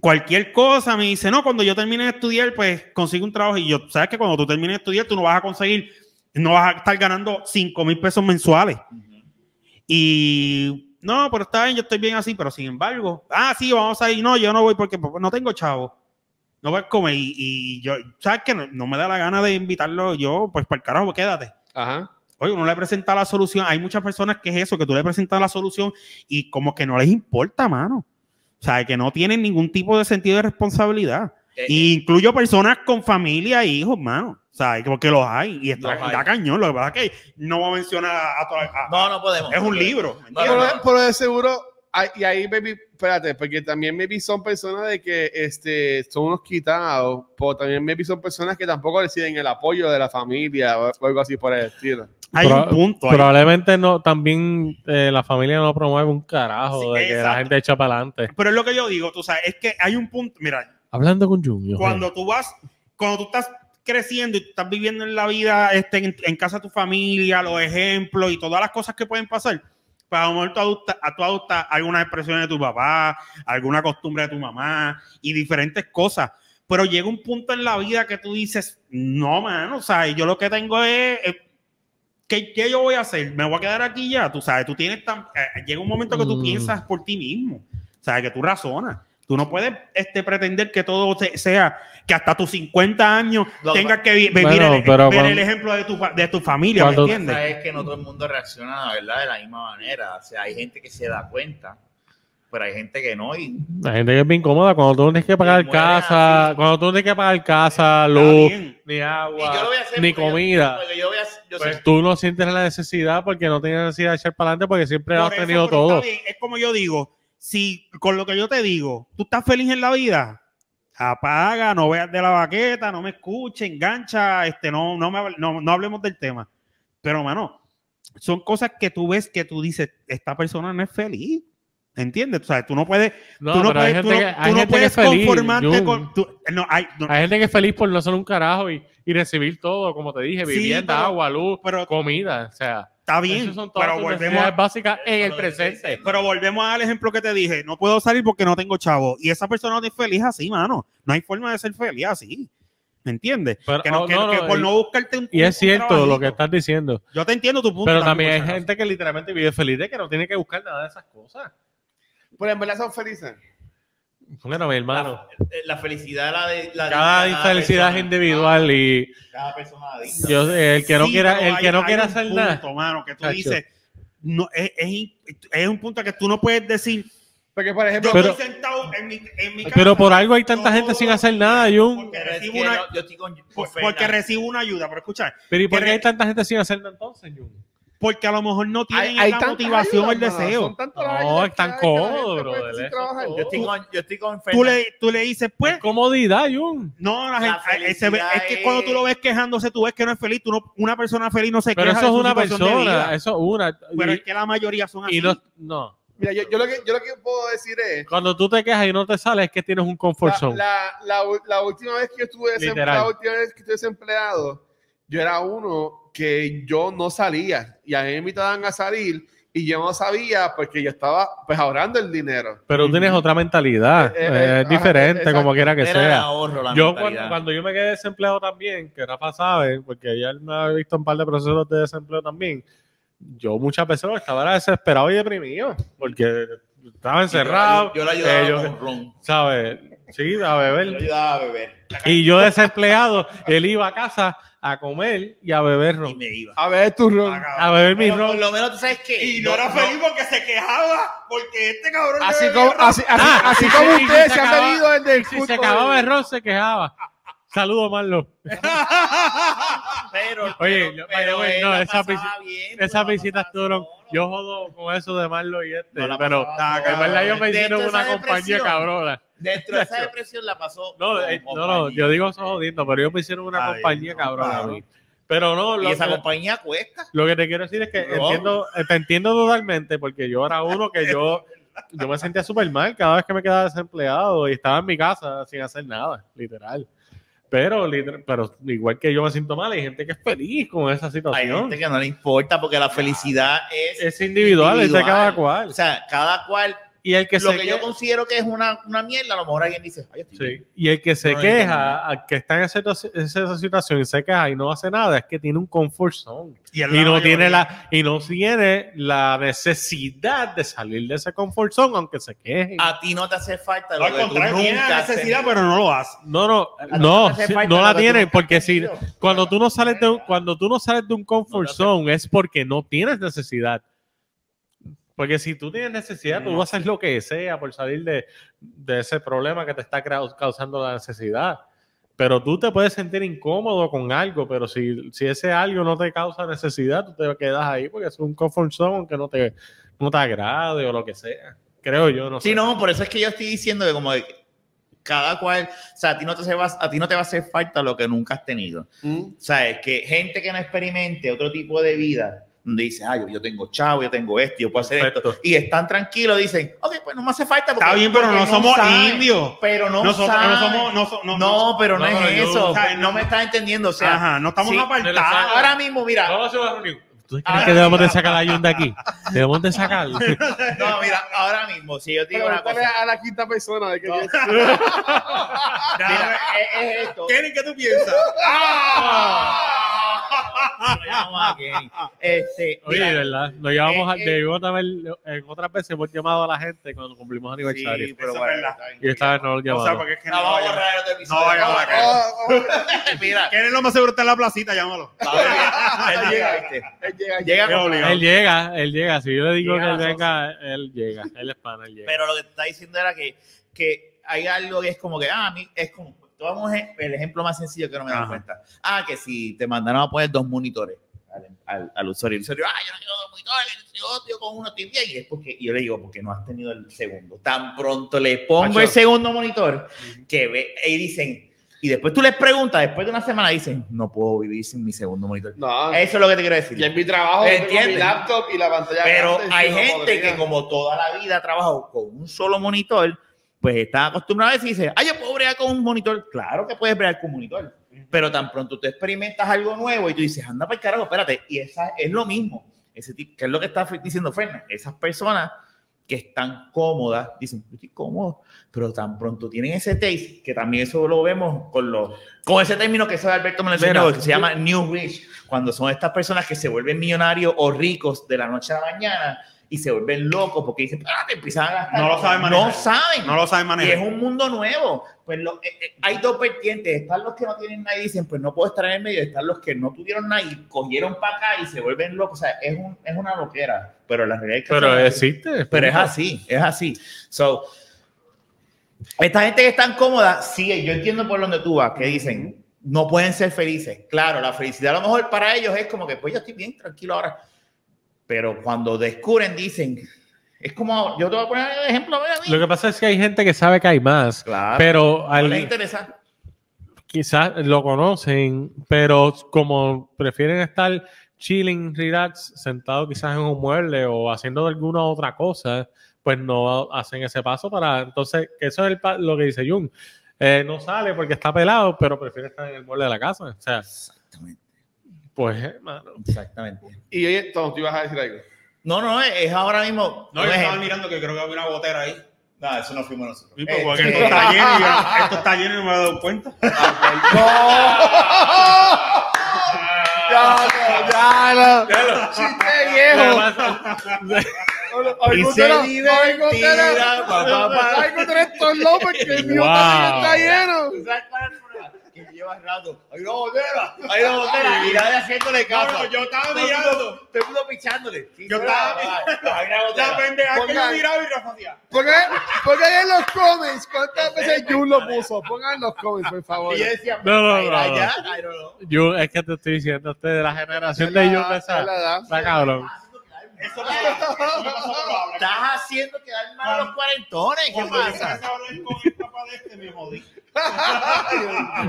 D: cualquier cosa, me dice, no, cuando yo termine de estudiar, pues consigo un trabajo. Y yo, sabes que cuando tú termines de estudiar, tú no vas a conseguir, no vas a estar ganando 5 mil pesos mensuales. Y no, pero está bien, yo estoy bien así, pero sin embargo, ah, sí, vamos a ir. No, yo no voy porque pues, no tengo chavo. No voy a comer. Y, y yo, ¿sabes que no, no me da la gana de invitarlo yo, pues para el carajo, quédate.
C: Ajá.
D: Oye, uno le presenta la solución. Hay muchas personas que es eso, que tú le presentas la solución y como que no les importa, mano. O sea, que no tienen ningún tipo de sentido de responsabilidad.
B: Eh,
D: Y incluyo personas con familia e hijos, mano. O sea, porque los hay. Y está,
B: Los hay.
D: está cañón. Lo que pasa es que no va a mencionar a, a toda- a-
B: No, no podemos.
D: Es un libro. ¿me
B: No,
E: Ah,
D: entiendes?
B: no,
C: Pero,
B: no.
C: pero de seguro, hay- y ahí, baby, espérate, porque también maybe son personas de que este, son unos quitados, pero también maybe son personas que tampoco reciben el apoyo de la familia o o algo así por el estilo.
D: Hay
E: Proba-
D: un punto. ahí.
E: Probablemente no, también eh, la familia no promueve un carajo
D: Sí,
E: de que
D: exacto.
E: la gente echa para adelante.
D: Pero es lo que yo digo, tú sabes, es que hay un punto, mira,
E: Hablando con Junior.
D: cuando tú vas, cuando tú estás creciendo y tú estás viviendo en la vida, este, en, en casa de tu familia, los ejemplos y todas las cosas que pueden pasar, para a lo mejor tú adoptas, a- tú adoptas algunas expresiones de tu papá, alguna costumbre de tu mamá y diferentes cosas. Pero llega un punto en la vida que tú dices, no, mano, o sea, yo lo que tengo es... eh, ¿Qué, qué yo voy a hacer? ¿Me voy a quedar aquí ya? Tú sabes, tú tienes tan- eh, llega un momento que tú
E: Mm.
D: piensas por ti mismo. O sea, que tú razonas. Tú no puedes este, pretender que todo se- sea, que hasta tus 50 años
B: Lo que
D: tengas que vi- vivir
E: Bueno,
D: el,
E: pero
D: ver
E: cuando-
D: el ejemplo de tu, fa- de tu familia,
E: Cuando-
D: ¿me
B: pasa
D: entiendes?
B: es que no todo el mundo reacciona la verdad de la misma manera. O sea, hay gente que se da cuenta, pero hay gente que no. Y
E: La gente que es bien incómoda cuando tú tienes que pagar
B: muere
E: casa,
B: así.
E: cuando tú tienes que pagar casa,
D: Está
E: luz,
D: bien.
E: ni
B: y
E: agua,
B: yo lo voy a hacer
E: ni
B: porque yo-
E: comida.
B: porque yo voy a- yo sé-
E: Pues tú no sientes la necesidad porque no tienes necesidad de echar para adelante porque siempre
D: Por
E: has
D: eso,
E: tenido
D: pero está
E: todo.
D: bien. Es como yo digo, si con lo que yo te digo, tú estás feliz en la vida, apaga, no veas de la baqueta, no me escuches, engancha, este, no, no, me hable- no, no hablemos del tema. Pero, mano, son cosas que tú ves que tú dices, esta persona no es feliz. ¿Entiendes? O sea, tú no puedes,
E: No,
D: tú no
E: pero hay
D: puedes, tú
E: gente
D: no-
E: que- hay
D: tú no
E: gente que es
D: puedes
E: feliz.
D: conformarte
E: Jun.
D: con. tú- no, hay, no,
E: Hay gente que es feliz por no ser un carajo y, y recibir todo, como te dije,
D: Sí,
E: vivienda,
D: pero-
E: agua, luz,
D: pero-
E: comida. O sea,
D: está bien,
E: esas son todas
D: pero
E: tus
D: volvemos,
E: necesidades
D: a-
E: básicas en el
B: Eso es lo que
E: presente.
D: pero volvemos al ejemplo que te dije. No puedo salir porque no tengo chavo. Y esa persona no es feliz así, mano. No hay forma de ser feliz así. ¿Me entiendes?
E: Pero-
D: que no,
E: oh,
D: que-
E: no,
D: que
E: no,
D: por
E: y-
D: no buscarte un
E: Y es
D: un
E: cierto lo que
D: trabajito.
E: estás diciendo.
D: Yo te entiendo tu punto.
E: Pero también hay
D: por si acaso.
E: gente que literalmente vive feliz de que no tiene que buscar nada de esas cosas.
C: Pero en verdad son felices.
E: Bueno, mi hermano,
B: eh, la felicidad la de la
E: cada infelicidad es
B: persona.
E: individual y
B: Cada persona adicta.
E: yo, el que no
D: Sí,
E: quiera,
D: pero
E: el
D: hay-
E: que no
D: hay
E: quiera
D: un
E: hacer
D: punto,
E: nada.
D: mano, que tú
E: Chacho.
D: dices, no, es, es- es un punto que tú no puedes decir.
C: Porque, por ejemplo,
D: Yo
E: Pero-
D: estoy sentado en mi, en mi casa.
E: Pero por algo hay tanta
D: no
E: gente sin
D: puedo-
E: hacer nada, Jun.
D: Porque
B: Pero es
D: recibo
B: que
D: una-
B: no, yo estoy con, con
E: pues
D: por-
B: Fernan.
D: Porque recibo una ayuda, pero escucha,
E: Pero ¿y por
D: que
E: qué
D: re-
E: hay tanta gente sin hacer nada entonces, Jun?
D: porque a lo mejor no tienen la
C: tanta
D: motivación o el
C: ayuda, hermano,
D: deseo.
C: son tantas
E: No,
C: las ayudas
E: es tan
C: que hay que la gente
E: cómodo,
C: puede
E: brother,
C: sin
E: es
C: trabajar.
B: Yo estoy con, yo estoy con
D: Tú
B: Fernan.
D: le, tú le dices, pues,
E: Es comodidad, Jun.
D: no, la
B: La
D: gente- eh, se ve- es
B: felicidad
D: que cuando tú lo ves quejándose, tú ves que no es feliz, tú no, una persona feliz no se
E: Pero
D: queja
E: eso es
D: de su
E: una
D: situación de
E: persona,
D: vida.
E: eso es una.
D: Pero es
E: Y,
D: que la mayoría son así.
E: y no, no.
C: Mira, yo, yo lo que, yo lo que puedo decir es.
E: Cuando tú te quejas y no te sales, es que tienes un comfort
C: La,
E: zone.
C: la, la u- la última vez que yo estuve desempleado,
E: Literal.
C: la última vez que estuve desempleado, yo era uno que yo no salía y a mí me invitaban a salir y yo no sabía porque yo estaba pues ahorrando el dinero.
E: Pero tú tienes otra mentalidad,
C: Eh, eh,
E: eh,
C: ajá,
E: es diferente,
C: exacto.
E: como quiera que
B: Era el
E: sea.
B: ahorro, la
E: Yo
B: mentalidad.
E: cuando, cuando yo me quedé desempleado también, que Rafa sabe, porque ya él me ha visto un par de procesos de desempleo también, yo muchas veces lo que estaba era desesperado y deprimido, porque estaba encerrado,
B: Yo, yo la ayudaba
E: eh, yo-
B: con ron.
E: ¿sabes? Sí, a
B: Yo la
E: beber.
B: ayudaba a beber.
E: Y yo desempleado, él iba a casa a comer y a beber
B: Y
E: ron.
B: me iba.
C: A ver, tu ron.
D: Acabado.
E: A beber mi
B: Pero por
E: ron.
B: lo menos tú sabes que.
D: Y no era feliz porque se quejaba porque este cabrón.
C: Así
D: le
C: como,
D: bebía
C: así, así,
E: Ah,
C: así
E: y
C: como
E: si- y si
C: ustedes
E: se
C: se, han
E: acaba-
C: venido desde el
E: Si
C: punto
E: se
C: de-
E: acababa el ron, se quejaba. Saludos, Marlon.
B: Pero, pero-
E: Oye, yo- by the
B: pero
E: way,
B: él
E: no,
B: la
E: esa
B: pasaba bien, pues,
E: Esas
B: la
E: visitas
B: pasaba
E: estuvieron.
B: solo.
E: Yo jodo con eso de Marlon y este.
B: No la
E: pero
B: pasaba
E: en
B: solo.
E: verdad, ellos me
B: De
E: hicieron
B: hecho,
E: una
B: esa
E: compañía
B: depresión-
E: cabrona.
B: Dentro de esa depresión la pasó.
E: No,
B: con
E: eh, no, no,
B: compañía.
E: yo digo eso jodiendo, pero ellos me hicieron una
D: Ay,
E: compañía
D: no,
E: cabrona.
D: claro.
E: güey. Pero no,
B: Y
E: lo,
B: esa
E: que,
B: compañía cuesta.
E: lo que te quiero decir es que
B: No.
E: entiendo, eh, te entiendo totalmente, porque yo era uno que yo, yo me sentía súper mal cada vez que me quedaba desempleado y estaba en mi casa sin hacer nada, literal. Pero, liter- pero igual que yo me siento mal, hay gente que es feliz con esa
B: Hay
E: situación.
B: gente que no le importa porque la felicidad es.
E: Es individual, es de
B: individual.
E: cada cual.
B: O sea, cada cual.
E: Y el que
B: lo
E: se
B: que
E: que-
B: yo considero que es una, una mierda, a lo mejor alguien dice. Ay, estoy bien.
E: Sí. Y el que se
B: No lo
E: queja, al que está en esa, situa- esa situación y se queja y no hace nada, es que tiene un comfort zone.
D: Y, él
E: Y no,
D: mayoría-
E: tiene la, y no tiene la necesidad de salir de ese comfort zone, aunque se queje.
D: Ah,
B: A ti no te hace falta.
D: No,
B: Lo
D: al
B: que tú
D: contrario, tiene
B: nunca
D: la
B: has
D: necesidad,
B: tenido.
D: pero no lo hace.
E: No, no,
B: A ti
E: no,
B: te hace
E: sí,
B: falta
E: no
B: lo
E: la
B: que tú
E: tiene,
B: nunca has
E: porque si
B: tenido.
E: cuando tú no sales de un- cuando tú no sales de un comfort
B: No te
E: zone es porque no tienes necesidad. Porque si tú tienes necesidad, tú
D: No.
E: vas a hacer lo que sea por salir de, de ese problema que te está crau- causando la necesidad. Pero tú te puedes sentir incómodo con algo, pero si, si ese algo no te causa necesidad, tú te quedas ahí porque es un comfort zone que no te, no te agrade o lo que sea. Creo yo, no
B: Sí,
E: sé.
B: no, por eso es que yo estoy diciendo que como que cada cual, o sea, a ti no te, hace- a ti no te va a hacer falta lo que nunca has tenido.
C: Mm.
B: ¿Sabes? Que gente que no experimente otro tipo de vida, donde dice, ay, yo, yo tengo chavo, yo tengo esto, yo puedo hacer
E: Perfecto.
B: esto, y están tranquilos, dicen, ok, pues no me hace falta. porque-
D: Está bien, pero
B: porque
D: no somos
B: saben".
D: indios.
B: Pero no
D: Nosotros no
B: saben.
D: somos. No, so- no,
B: No,
D: no-
B: pero no,
E: no,
B: es
E: yo-
B: eso.
D: o sea,
B: no, me estás entendiendo. O sea,
D: Ajá, no estamos
B: sí,
D: apartados.
B: ahora mismo, mira,
E: Vamos a hacer una reunión. ¿Tú crees
B: Ahora-
E: que debemos de sacar la Yunda aquí? Debemos de sacarla.
B: no, mira, ahora mismo, si yo te digo una
C: Pregúntale
B: cosa,
C: a la quinta persona de que
B: No. mira, es, es esto.
D: Kenny, ¿qué tú piensas?
B: Lo llamamos a Kenny. Este,
E: Oye,
B: mira,
E: de verdad, nos llevamos
B: Eh,
E: a,
B: eh.
E: debimos de haber- en otras veces hemos llamado a la gente cuando cumplimos aniversario.
B: sí, pues, pero
D: Eso es
B: bueno,
D: verdad.
B: está bien.
E: y esta vez no lo
D: O sea,
E: llamamos.
D: porque es que
B: La
D: no
B: vamos a
D: vaya.
B: borrar en otro episodio.
D: No vaya, no vaya.
B: Mira,
D: Kenny lo más seguro está en la placita llamándolo.
B: él llega, ¿viste? Llega
D: Qué
B: como-
D: obligado.
E: él llega, él llega. Si yo le digo
B: Llega a
E: que
B: las
E: venga, él llega. Él es pana, él llega.
B: Pero lo que te está diciendo era que, que hay algo que es como que, ah, a mí es como, tomamos e- el ejemplo más sencillo que no me dan
D: Ajá.
B: cuenta. Ah, que si te mandaron a poner dos monitores al, al, al usuario, el usuario, ah, yo no quiero dos monitores, yo, yo con uno estoy bien. Y es porque, y yo le digo, porque no has tenido el segundo. Tan pronto le pongo
C: Macho.
B: el segundo monitor que ve, y dicen, y después tú les preguntas, después de una semana dicen, no puedo vivir sin mi segundo monitor.
C: No,
B: Eso es lo que te quiero decir.
C: Ah. y en mi trabajo yo tengo mi
B: Eh, ¿Entiendes?
C: laptop y la pantalla.
B: Pero
C: grande,
B: hay
C: yo no
B: gente
C: podría.
B: que como toda la vida ha trabajado con un solo monitor, pues está acostumbrado a decir, dice, ah, yo puedo bregar con un monitor. Claro que puedes bregar con un monitor, pero tan pronto tú experimentas algo nuevo y tú dices, anda para el carajo, espérate. Y esa es lo mismo. Ese tipo, que es lo que está diciendo Fernández. Esas personas que están cómodas, dicen, yo estoy cómodo, pero tan pronto tienen ese taste, que también eso lo vemos con los, con ese término que sabe Alberto me lo enseñó,
E: Mira,
B: que se llama New Rich, cuando son estas personas que se vuelven millonarios o ricos de la noche a la mañana y se vuelven locos porque dicen, espérate, empiezan a gastar.
D: No lo saben
B: No
D: manejar.
B: saben.
D: No lo saben
B: Y
D: manejar.
B: es un mundo nuevo. Pues lo- eh, eh, hay dos vertientes. Están los que no tienen nada y dicen, pues no puedo estar en el medio. Están los que no tuvieron nada y cogieron para acá y se vuelven locos. O sea, es, un- es una loquera. Pero la realidad es que...
E: Pero
B: son-
E: existe.
B: pero es así, es así. So, esta gente que es tan cómoda, sí, yo entiendo por donde tú vas, que dicen, no pueden ser felices. Claro, la felicidad a lo mejor para ellos es como que, pues yo estoy bien, tranquilo ahora. Pero cuando descubren, dicen, es como, yo te voy a poner el ejemplo, mira a mí.
E: Lo que pasa es que hay gente que sabe que hay más.
B: Claro.
E: Pero
B: No
E: al,
B: les interesa.
E: quizás lo conocen, pero como prefieren estar chilling, relax, sentado quizás en un mueble o haciendo alguna otra cosa, pues no hacen ese paso para... Entonces, eso es el pa- lo que dice Jung. Eh, no sale porque está pelado, pero prefiere estar en el mueble de la casa. O sea,
B: Exactamente,
E: pues, hermano.
B: exactamente.
C: Y oye, Tom, tú ibas a decir algo.
B: No, no, es, es ahora mismo.
D: No,
B: un
D: yo estaba
B: ejemplo.
D: mirando que creo que había una gotera ahí.
B: No, eso no fuimos nosotros.
D: Sí,
E: eh,
D: pues, porque
B: Este,
D: esto está lleno y yo- esto está lleno y no me he dado cuenta.
C: Ya, no, ya, no. Chiste viejo. Hoy Gutera- hoy Gutera-
B: Mentira, pa, pa, pa.
C: Hoy Gutera es Thor López, que el mío también está lleno.
B: que lleva rato. Hay una botella, hay una botella. Y nadie haciéndole caso.
D: No, no, yo estaba
B: Todo el mundo-
D: mirando.
B: Todo el mundo pichándole. Sí,
D: Yo
B: sí, va,
D: estaba
B: va, va, Hay una
D: La
B: botella.
D: pendeja que yo
C: Pongan-
D: miraba y Rafa hacía.
C: Pongan, pongan en los comments cuántas veces Jun lo puso. Pongan en los comments, por favor.
B: Y yo decía,
E: No, no,
D: pues,
E: no,
B: allá, I don't know.
E: Yo, es que te estoy diciendo, usted de la generación de
C: Es la-
E: Jun,
C: es la
E: esa,
C: edad.
E: esa cabrón.
B: Eso me- eso me pasó por hablar. Estás haciendo quedar mal a los cuarentones. ¿Qué
D: Cuando yo empecé a
B: pasa?
D: hablar con el papá de este, me jodí.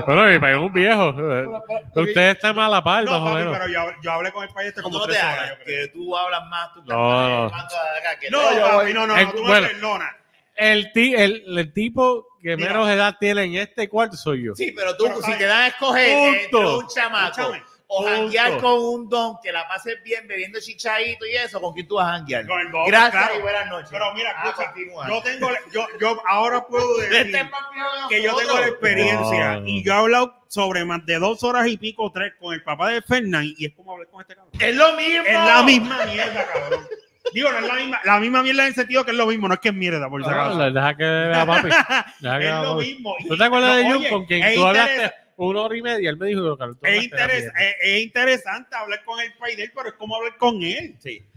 E: Bueno, mi país es un viejo. eh,
C: ok.
E: Usted está mal a la par, más
D: No,
E: o
D: papi,
E: menos.
D: pero yo, hab- yo hablé con el país este
B: Tú
D: como
B: no te
D: tres horas,
B: hagas,
D: yo creo.
B: que tú hablas más, tú estás
E: No, no.
B: llamando a acá, que
D: No,
B: te-
C: yo voy-
D: papi, no, no,
E: Eh,
D: no, tú
E: bueno.
D: me perdonas.
E: El, ti- el, el tipo que
D: Mira.
E: menos edad tiene en este cuarto soy yo.
B: Sí, pero tú,
D: Pero,
B: si
D: ay,
B: te dan a escoger
E: punto.
B: entre un chamaco
D: Escúchame,
B: o
E: punto.
B: janguear con un don que la pases bien bebiendo chichaito y eso, ¿con quién tú vas a janguear?
D: Con el don,
B: Gracias
D: claro.
B: y buenas noches.
D: Pero mira,
B: Ah,
D: escucha,
B: continúa.
D: yo tengo, la- yo, yo ahora puedo
B: Este es
D: decir
B: más viejo que
D: que yo tengo la
B: nosotros.
D: experiencia
E: Wow.
D: y yo he hablado sobre más de dos horas y pico, tres, con el papá de Fernández y es como hablar con este cabrón.
B: Es lo mismo.
D: Es la misma mierda, cabrón. Digo, no es la misma, la misma mierda en el sentido que es lo mismo, no es que es mierda, por si acaso.
E: Ah, Deja que vea papi. Deja que
D: es
E: vea
D: lo
E: papi.
D: mismo. Y-
E: ¿Tú te acuerdas de
D: no,
E: Jun
D: oye,
E: con quien
D: es
E: tú hablaste
D: interes-
E: una hora y media? Él me dijo que lo que
D: Es, interes- es- es interesante hablar con el país de él, pero es como hablar con él.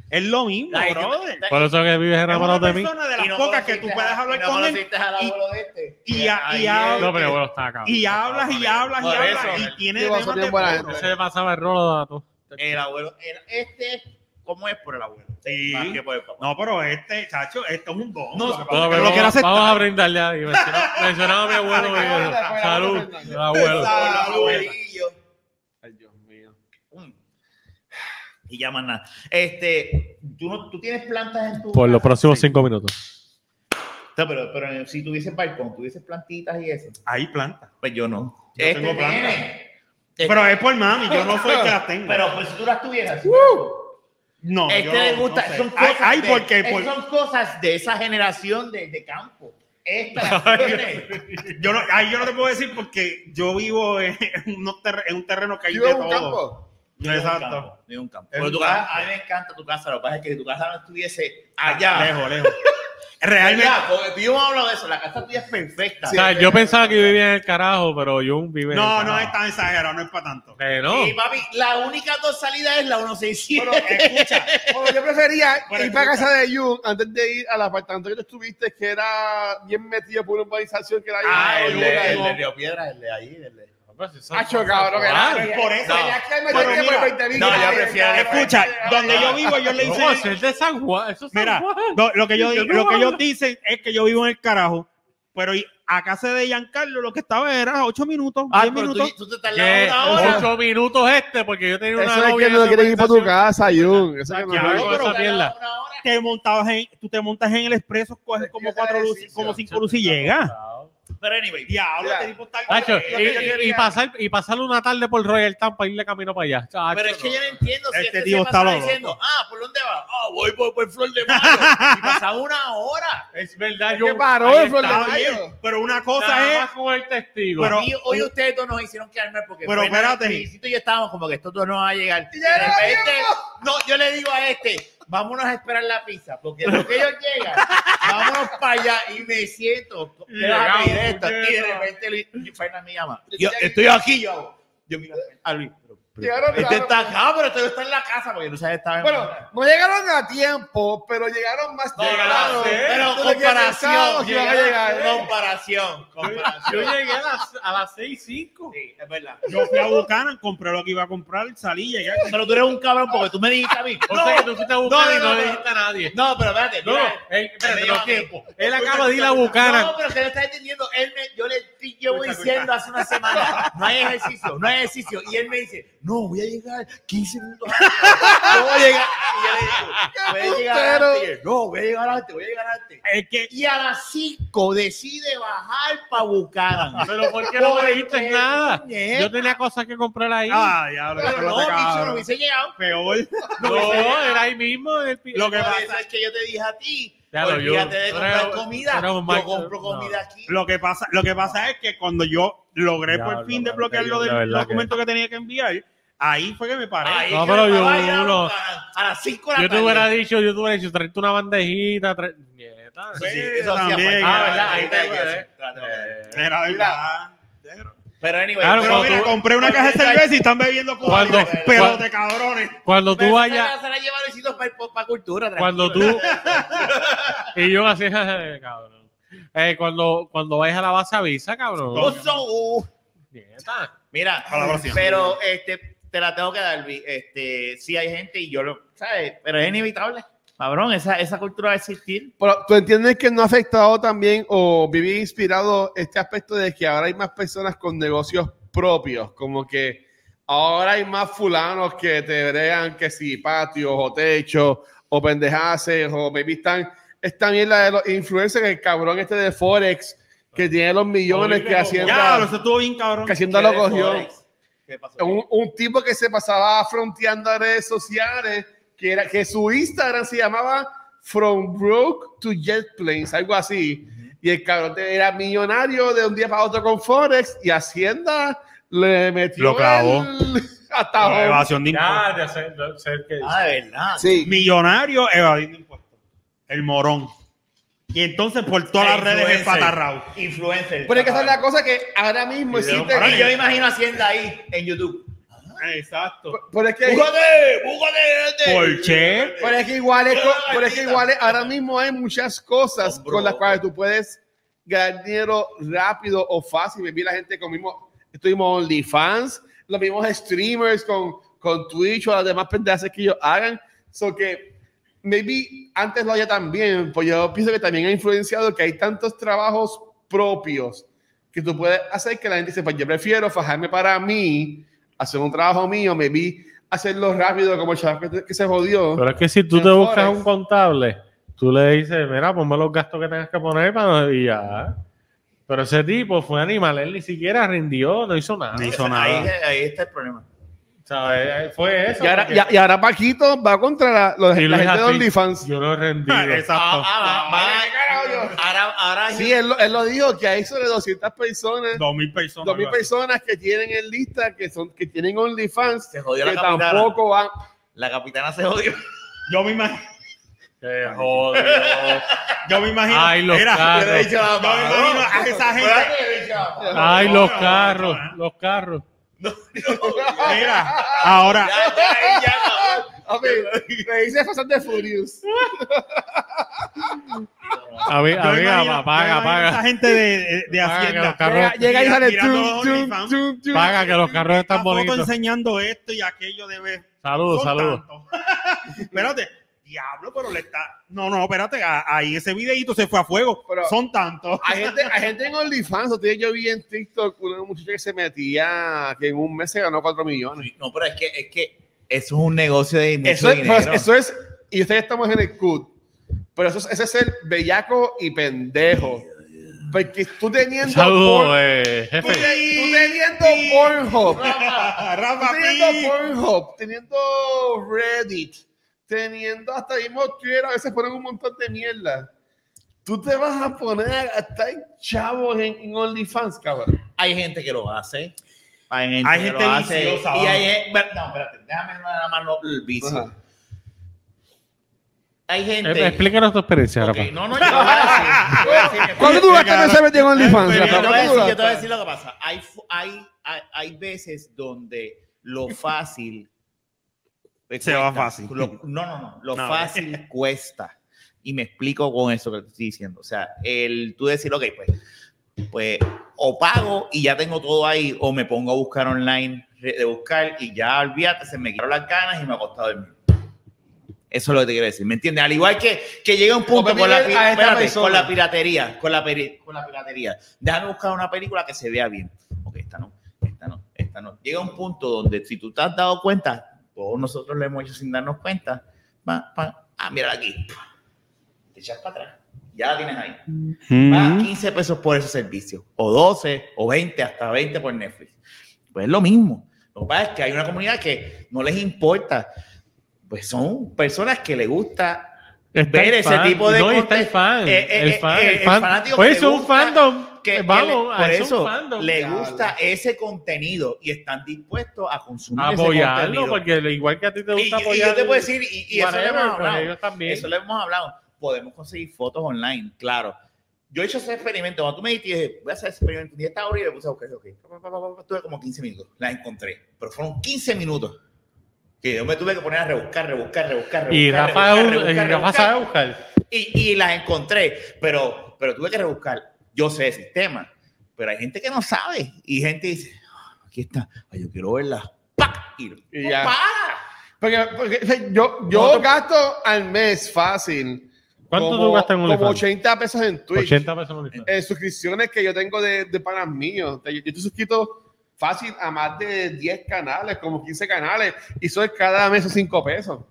D: Es lo mismo,
B: Ay, yo-
D: brother.
E: Por eso que vives
D: Es
E: enamorado
D: una
E: de mí.
D: persona de
B: Y no
D: las pocas que tú
B: conociste
D: puedes
B: a-
D: hablar
B: y no
D: con él
B: conociste al
D: y-
B: abuelo de este.
D: y
B: Que
D: a- y
B: ayer-
D: a-
E: No, pero bueno, está acá.
D: y hablas y hablas y
B: Por
D: hablas
B: eso. eh.
D: y tiene
C: Sí,
D: temas
C: son bien
D: de
C: buena
D: todo.
C: gente.
E: Se pasaba el rolo de datos.
B: El abuelo, el- este, ¿cómo es por el abuelo?
D: Sí.
B: Más que por el papá.
D: No, pero este, chacho, esto es un don.
B: No,
D: Lo que pasa es que
E: Bueno, pero
D: lo quiero
E: vamos,
D: aceptar.
E: vamos a brindarle ahí. Mencionaba, mencionaba a mi abuelo. mi abuelo. Salud, abuelo.
B: Por el
D: Salud.
B: abuelillo.
C: Ay, Dios mío.
B: Mm. Y ya más nada. Este, ¿tú, no, tú tienes plantas en tu.
E: Por los
B: casa?
E: próximos
B: Sí.
E: cinco minutos.
B: No, pero, pero en- si tuvieses balcón, tuvieses plantitas y eso.
D: Hay planta.
B: Pues yo no.
D: Yo tengo plantas.
B: tiene. Este-
D: Pero es por mami, yo no soy el que las tengo.
B: pero pues, si tú las tuvieras.
D: no,
B: este
D: yo
B: le
D: no
B: gusta.
D: sé.
B: Son cosas.
D: Ay, ay,
B: de,
D: porque,
B: es-
D: por-
B: Son cosas de esa generación de, de campo. Esta las tiene.
D: yo no, ay, yo no te puedo decir porque yo vivo en, unos terre- en un terreno que hay
C: ¿Vivo
D: de
C: en un
D: todo.
C: campo?
D: Exacto.
B: Ni un campo.
D: Es
B: Pero
D: un
B: tu
D: campo.
B: casa- a mí me encanta tu casa. Lo que pasa es que si tu casa no estuviese allá.
D: Lejos, lejos. Realmente.
B: allá, porque yo hemos hablado de eso. La casa tuya es perfecta.
E: O sea, yo pensaba que yo vivía en el carajo, pero Jun vive en
D: No,
E: el
D: no
E: carajo.
D: es tan exagerado, no es para tanto.
E: Que no.
B: Y papi, la única dos salidas es la 167.
C: Bueno, escucha. Bueno, yo prefería
D: Bueno,
C: ir para
D: escucha.
C: casa de Jun antes de ir al apartamento que tú estuviste, que era bien metido por una urbanización que era bien
B: Ah, el
C: jodida,
B: de, el
C: digo,
B: de Río Piedra, el de ahí, el de.
E: pues,
C: Hacho, cabrón, que era-
D: Pues por eso.
B: No.
C: Ya que me
D: Pero
C: llegué por
D: mira,
C: 20.000
B: no, yo
C: dólares,
B: prefiero-
C: cabrón.
D: Escucha, donde yo vivo, yo le hice.
E: ¿Cómo es el de San Juan? Eso es San
D: Mira,
E: Juan.
D: lo, lo que yo
E: Yo
D: digo-
E: no
D: lo que ellos
E: hablo.
D: dicen es que yo vivo en el carajo, pero y- a casa de Giancarlo lo que estaba era 8 minutos,
B: Ah,
D: 10
B: pero
D: minutos.
B: tú, tú te tardas
E: Que
B: una hora.
E: ocho minutos este, porque yo tenía una
C: Eso es
E: novia
C: que
E: en
C: no
E: esa
C: quiere ir para tu
E: organización.
C: casa, Jun. Eso es que no-
E: Ya,
D: Claro,
E: con
D: pero-
E: esa mierda.
D: Te montabas en, tú te montas en el expreso, coges
C: Es
D: como
C: que
D: cuatro
C: ese
D: luces,
C: ejercicio,
D: como cinco luces y llegas.
B: Pero anyway,
D: Diablo,
C: Ya.
D: este tipo está-
E: Hacho,
C: Lo que yo
E: y- y, y
C: quería-
E: pasar, y pasar una tarde por Royal Tampa para irle camino para allá. Chacho,
B: pero es que
E: no.
B: yo no entiendo si
D: Este
B: este,
D: tío
B: se
D: está
B: pasaba
D: loco.
B: diciendo, ah, ¿por dónde va? Ah, voy por, por Flor de Mayo. y pasaba una hora.
E: Es verdad, yo.
C: ¿Qué paró
E: ahí
C: el Flor de
E: estaba,
D: Está
C: Mayo?
D: bien, pero una
E: Nada
D: cosa es
E: más con el testigo.
D: Pero-
B: y hoy ustedes dos nos hicieron quedar mal porque
D: Pero
B: Fernan
D: espérate.
B: y Luisito y yo estábamos como que estos dos no van a llegar.
C: Y ya
B: de
C: era
B: repente,
C: tiempo.
B: no, yo le digo a este, vámonos a esperar la pizza, porque lo que ellos llegan, vámonos para allá y me siento.
E: Llegamos,
B: déjame ir esto. Y de
E: puñeta.
B: repente Luis, Fernan me llama. Yo estoy aquí, yo hago. Yo miro a Luis. pero-
C: Llegaron
B: Este
C: tarde.
B: está acá, pero este está en la casa porque no sabes estaba en
C: Bueno, no llegaron a tiempo, pero llegaron más temprano.
B: pero
C: Yo tenía pensado
B: comparación,
C: que iban a llegar. ¿eh?
B: comparación, comparación.
E: Yo llegué a las, a las 6 5.
B: Sí, es verdad.
D: Yo fui a Buchanan, compré lo que iba a comprar, salí, llegué.
B: Pero tú eres un cabrón porque tú me dijiste a mí.
E: O sea que tú fuiste a buscar
B: no,
E: y no,
B: no,
E: le
B: no.
E: dijiste a nadie.
B: No, pero espérate.
E: No,
B: mira,
E: él, espérate,
B: me
E: no,
B: lleva
E: ¿qué?
B: tiempo.
E: Él acaba de ir a Buchanan.
B: No, pero que no estás entendiendo. Él me, yo le yo llevo
D: Escucha,
B: diciendo hace una semana, no hay ejercicio, no hay ejercicio. Y él me dice, no, voy a llegar 15 minutos antes. No voy a llegar. Y yo le digo, voy a llegar
C: Pero-
B: antes. No, voy a llegar antes, voy a llegar antes.
D: Es que
B: Y a las 5 decide bajar para Bucaran.
E: Pero ¿por qué no me dijiste
B: Porque,
E: nada?
B: puñeta,
E: Yo tenía cosas que comprar ahí.
D: ah, ya lo
B: pero no, bicho, no hubiese llegado.
D: peor.
E: no, era ahí mismo. en el pi-
D: Lo que
B: Por
D: pasa-
B: eso es que yo te dije a ti,
E: Ya lo, yo-
B: olvídate de
E: yo
B: comprar
E: era-
B: comida.
E: yo era un
B: yo
E: Mike-
B: compro
E: no.
B: comida aquí.
D: Lo que pasa, lo que pasa es que cuando yo logré por
E: Diablo,
D: fin
E: mano,
D: desbloquear
E: que
D: lo
E: yo, la
D: del
E: verdad
D: documento que... tenía que enviar, ahí fue que me paré.
B: Ahí
E: No,
B: es que
E: pero
B: me
E: yo
B: paraba y era
E: no.
B: a- A las 5 de la
E: Yo te
B: tarde.
E: hubiera dicho, yo te hubiera dicho, traerte una bandejita, traer... Nieta.
B: Sí, sí,
D: Pues,
B: eso hacía
D: también,
B: falta.
E: ah, ¿verdad? Ahí te
B: Ahí te-
E: quedé. Eh,
B: Espérate, espérate.
D: Era verdad. Pero,
B: Pero anyway,
E: Claro,
B: pero
E: cuando
D: mira,
E: tú-
D: compré una caja de cerveza y están bebiendo cuba.
E: Cuando-
D: Pero
E: cuando-
D: de cabrones.
E: Cuando tú
B: pero
E: vayas...
B: esa la lleva Luisito para, el- para cultura. tranquilo.
E: cuando tú y yo así eh, cabrón Eh, cuando cuando vayas a la base avisa
B: Oh,
E: cabrón
B: so, uh.
E: Nieta.
B: Mira,
D: Para la próxima.
B: pero este, te la tengo que dar, Luis. Este, sí hay gente y yo lo, ¿sabes? Pero es inevitable. Cabrón, esa, esa cultura va a existir.
C: Pero, ¿Tú entiendes que no ha afectado también o vivir inspirado este aspecto de que ahora hay más personas con negocios propios? Como que ahora hay más fulanos que te bregan que si patios o techos o pendejaces o baby están. Esta mierda de los influencers, el cabrón este de Forex que tiene los millones que
D: Ya,
C: Hacienda,
D: eso estuvo bien cabrón.
C: que Hacienda lo cogió.
B: Forex. ¿Qué pasó?
C: Un, un tipo que se pasaba fronteando a redes sociales, que, era, que su Instagram se llamaba From Broke to Jet Planes, algo así. Y el cabrón te- era millonario de un día para otro con Forex y Hacienda le metió
D: Lo clavó.
C: el- hasta
D: Con
C: abajo.
D: evasión de impuestos.
E: Ya, ya sé, no sé qué dice.
B: Ah, de verdad.
C: Sí.
D: Millonario evadiendo impuestos. El morón. Y entonces por todas las redes es
B: Influencer.
D: patarrao.
B: Influencer.
C: Pero es que esa es la cosa que ahora mismo existe.
B: Y yo imagino Hacienda ahí en YouTube.
D: Exacto.
C: Pero es que
B: ¡Búgate! ¡Búgate!
D: ¿Por qué?
C: Pero es que igual, es co- pero es que igual es- ahora mismo hay muchas cosas
B: Hombro,
C: con las cuales tú puedes ganar dinero rápido o fácil. Me vi la gente con mismo, estuvimos OnlyFans, los mismos streamers con, con Twitch o las demás pendejas que ellos hagan. So que maybe antes lo haya también, pues yo pienso que también ha influenciado que hay tantos trabajos propios que tú puedes hacer que la gente sepa, yo prefiero fajarme para mí, hacer un trabajo mío, maybe hacerlo rápido como el chaval que- que se jodió.
E: pero es que si tú
C: En
E: te buscas
C: Forex.
E: un contable tú le dices mira ponme los gastos que tengas que poner para y ya pero ese tipo fue animal él ni siquiera rindió no hizo nada
D: Ni hizo
B: Ahí,
D: nada.
B: ahí está el problema.
E: ¿sabes? Eh, fue eso
C: Y ahora,
E: porque-
C: y- y ahora Paquito va contra la, los-
E: y
C: la
E: Luis
C: gente de
E: Atil,
C: OnLifans.
E: yo no he rendido
D: Exacto.
B: Ah, ah, va- va- ahora, ahora,
C: Sí, él, lo- él lo dijo, que hay sobre 200 personas,
D: Dos mil personas.
C: 2.000 personas que tienen en lista, que, son, que tienen OnlyFans,
B: Se
C: que
B: jodió la capitana.
C: tampoco van...
B: La capitana se jodió.
D: Yo me imagino.
E: Qué jodido.
D: Yo me imagino.
E: Ay, los
D: Mira,
E: carros.
D: yo me imagino a esa gente.
E: ay
D: No,
E: los
D: no, no,
E: carros
D: no, no.
E: los carros
D: Mira, ahora.
B: Ya, ya, cabrón.
C: Ok, me dice Fast and the Furious.
E: a ver a
D: yo me
E: ver
D: imagino- yo
E: apaga
D: me imagino
E: aija
D: Esa gente de, de, de
E: Paga, que
D: Hacienda.
E: los carros-
C: Llega- Llega y
D: Mira,
C: sale
D: mirando
C: tum,
D: los
C: tum,
D: OnlyFans.
C: tum, tum.
E: paga que los carros
D: Esta
E: están
D: foto
E: bonitos
D: enseñando esto y aquello debe.
E: saludos saludos
D: espérate. Diablo, pero le está. No, no, espérate. a- Ahí ese videito se fue a fuego.
C: Pero-
D: Son tantos.
C: Hay gente, hay gente en OnlyFans, o sea, yo vi en TikTok una muchacha que se metía, que en un mes se ganó 4 millones.
B: No, pero es que, es que eso es un negocio de mucho
C: Eso es,
B: dinero.
C: pues, eso es, y ustedes estamos en el CUT, pero eso es, ese es el bellaco y pendejo. Porque tú teniendo,
E: Saludos,
C: Porn-
E: eh,
C: tú,
E: jefe.
C: te- tú teniendo Pornhub, tú
D: Rafa,
C: teniendo
D: please.
C: Pornhub, teniendo Reddit, teniendo hasta mismo Twitter, a veces ponen un montón de mierda. Tú te vas a poner a gastar chavos en, en OnlyFans, cabrón.
B: Hay gente que lo hace. Hay gente,
D: Hay
B: que
D: gente
B: lo hace.
D: viciosa,
B: Y hay
D: vamos.
B: gente. No, espérate, déjame nada más lo- el vicio.
C: Ajá.
B: Hay
E: Eh,
B: gente.
E: explícanos tu experiencia,
B: Ok,
E: Rafa.
B: No, no, yo te voy a
C: Ah,
B: decir, yo te voy a decir mi
C: ¿Cuánto tú gastaste ese metido en OnlyFans,
B: Yo te voy
C: Rafa?
B: a
C: ¿Cuánto
B: decir,
C: tú
B: yo te voy a
C: gastas?
B: decir lo que pasa. Hay, fu- hay, hay, hay veces donde lo fácil te
D: Se va
B: cuesta.
D: fácil.
B: Lo- no, no, no. Lo
D: No.
B: fácil cuesta. Y me explico con eso que te estoy diciendo. O sea, el tú decir, ok, pues, pues, o pago y ya tengo todo ahí, o me pongo a buscar online re- de buscar y ya olvídate, se me quitaron las ganas y me ha costado dormir. Eso es lo que te quiero decir, ¿me entiendes? Al igual que, que llega un punto
C: Hombre,
B: con la,
C: Miguel,
B: pi-
C: a esta
B: espérate,
C: persona.
B: con la piratería, con la, peri- con la piratería. Déjame buscar una película que se vea bien. Ok, esta no, esta no, esta cuenta. ¿no? Llega un punto donde si tú te has dado cuenta, todos nosotros lo hemos hecho sin darnos cuenta, pa, pa, ah, mírala aquí, te echas para atrás, ya la tienes ahí. Pagas 15 pesos por ese servicio, o 12, o 20, hasta 20 por Netflix. Pues es lo mismo. Lo que pasa es que hay una comunidad que no les importa. Pues son personas que le gusta
E: Está
B: ver
E: el
B: ese
E: fan.
B: tipo de
E: No, y está el
B: conte-
E: fan.
B: Eh, eh,
E: el
B: eh,
E: fan,
B: eh,
E: el
B: el
E: fan.
B: fanático
E: Pues
B: que
E: eso es un
B: gusta
E: fandom. Eh,
B: que
E: Pues Vamos, ah,
B: le- por
E: es un
B: eso
E: fandom.
B: le
C: Diablo.
B: gusta ese contenido y están dispuestos a consumir ese
E: apoyarlo,
B: contenido.
E: porque igual que a ti te
B: Y-
E: gusta
B: y, y
E: apoyar.
B: yo te puedo decir, y, y eso lo
E: whatever,
B: hemos
E: pues
B: hablado.
E: ellos también.
B: Eso lo hemos hablado. Podemos conseguir fotos online, claro. Yo he hecho ese experimento. Cuando tú me dijiste, dije, voy a hacer ese experimento, un día estaba ahora y le puse a buscar. ok. Pa, pa, pa, pa, pa, Tuve como 15 minutos. Las encontré. Pero fueron 15 minutos que yo me tuve que poner a rebuscar, rebuscar, rebuscar.
E: y
B: rebuscar,
E: Rafa,
B: rebuscar,
E: es un-
B: rebuscar,
E: eh, Rafa
B: rebuscar
E: sabe buscar.
B: y, y las encontré, pero, pero tuve que rebuscar. Yo sé el sistema, pero hay gente que no sabe y gente dice, "Ah, aquí está, Ay, yo quiero verla. ¡Pac! Y,
C: Y ya.
B: ¡Para!
C: Porque, porque, o sea, yo, yo
E: Nosotros-
C: gasto al mes fácil.
E: ¿Cuánto
C: como-
E: tú gastas en
C: Como
E: OnlyFans?
C: 80 pesos en Twitch.
E: 80 pesos en OnlyFans.
C: En eh, suscripciones que yo tengo de, de panas míos. O sea, Yo, yo estoy suscrito fácil a más de 10 canales, como 15 canales. Y eso es cada mes 5 pesos.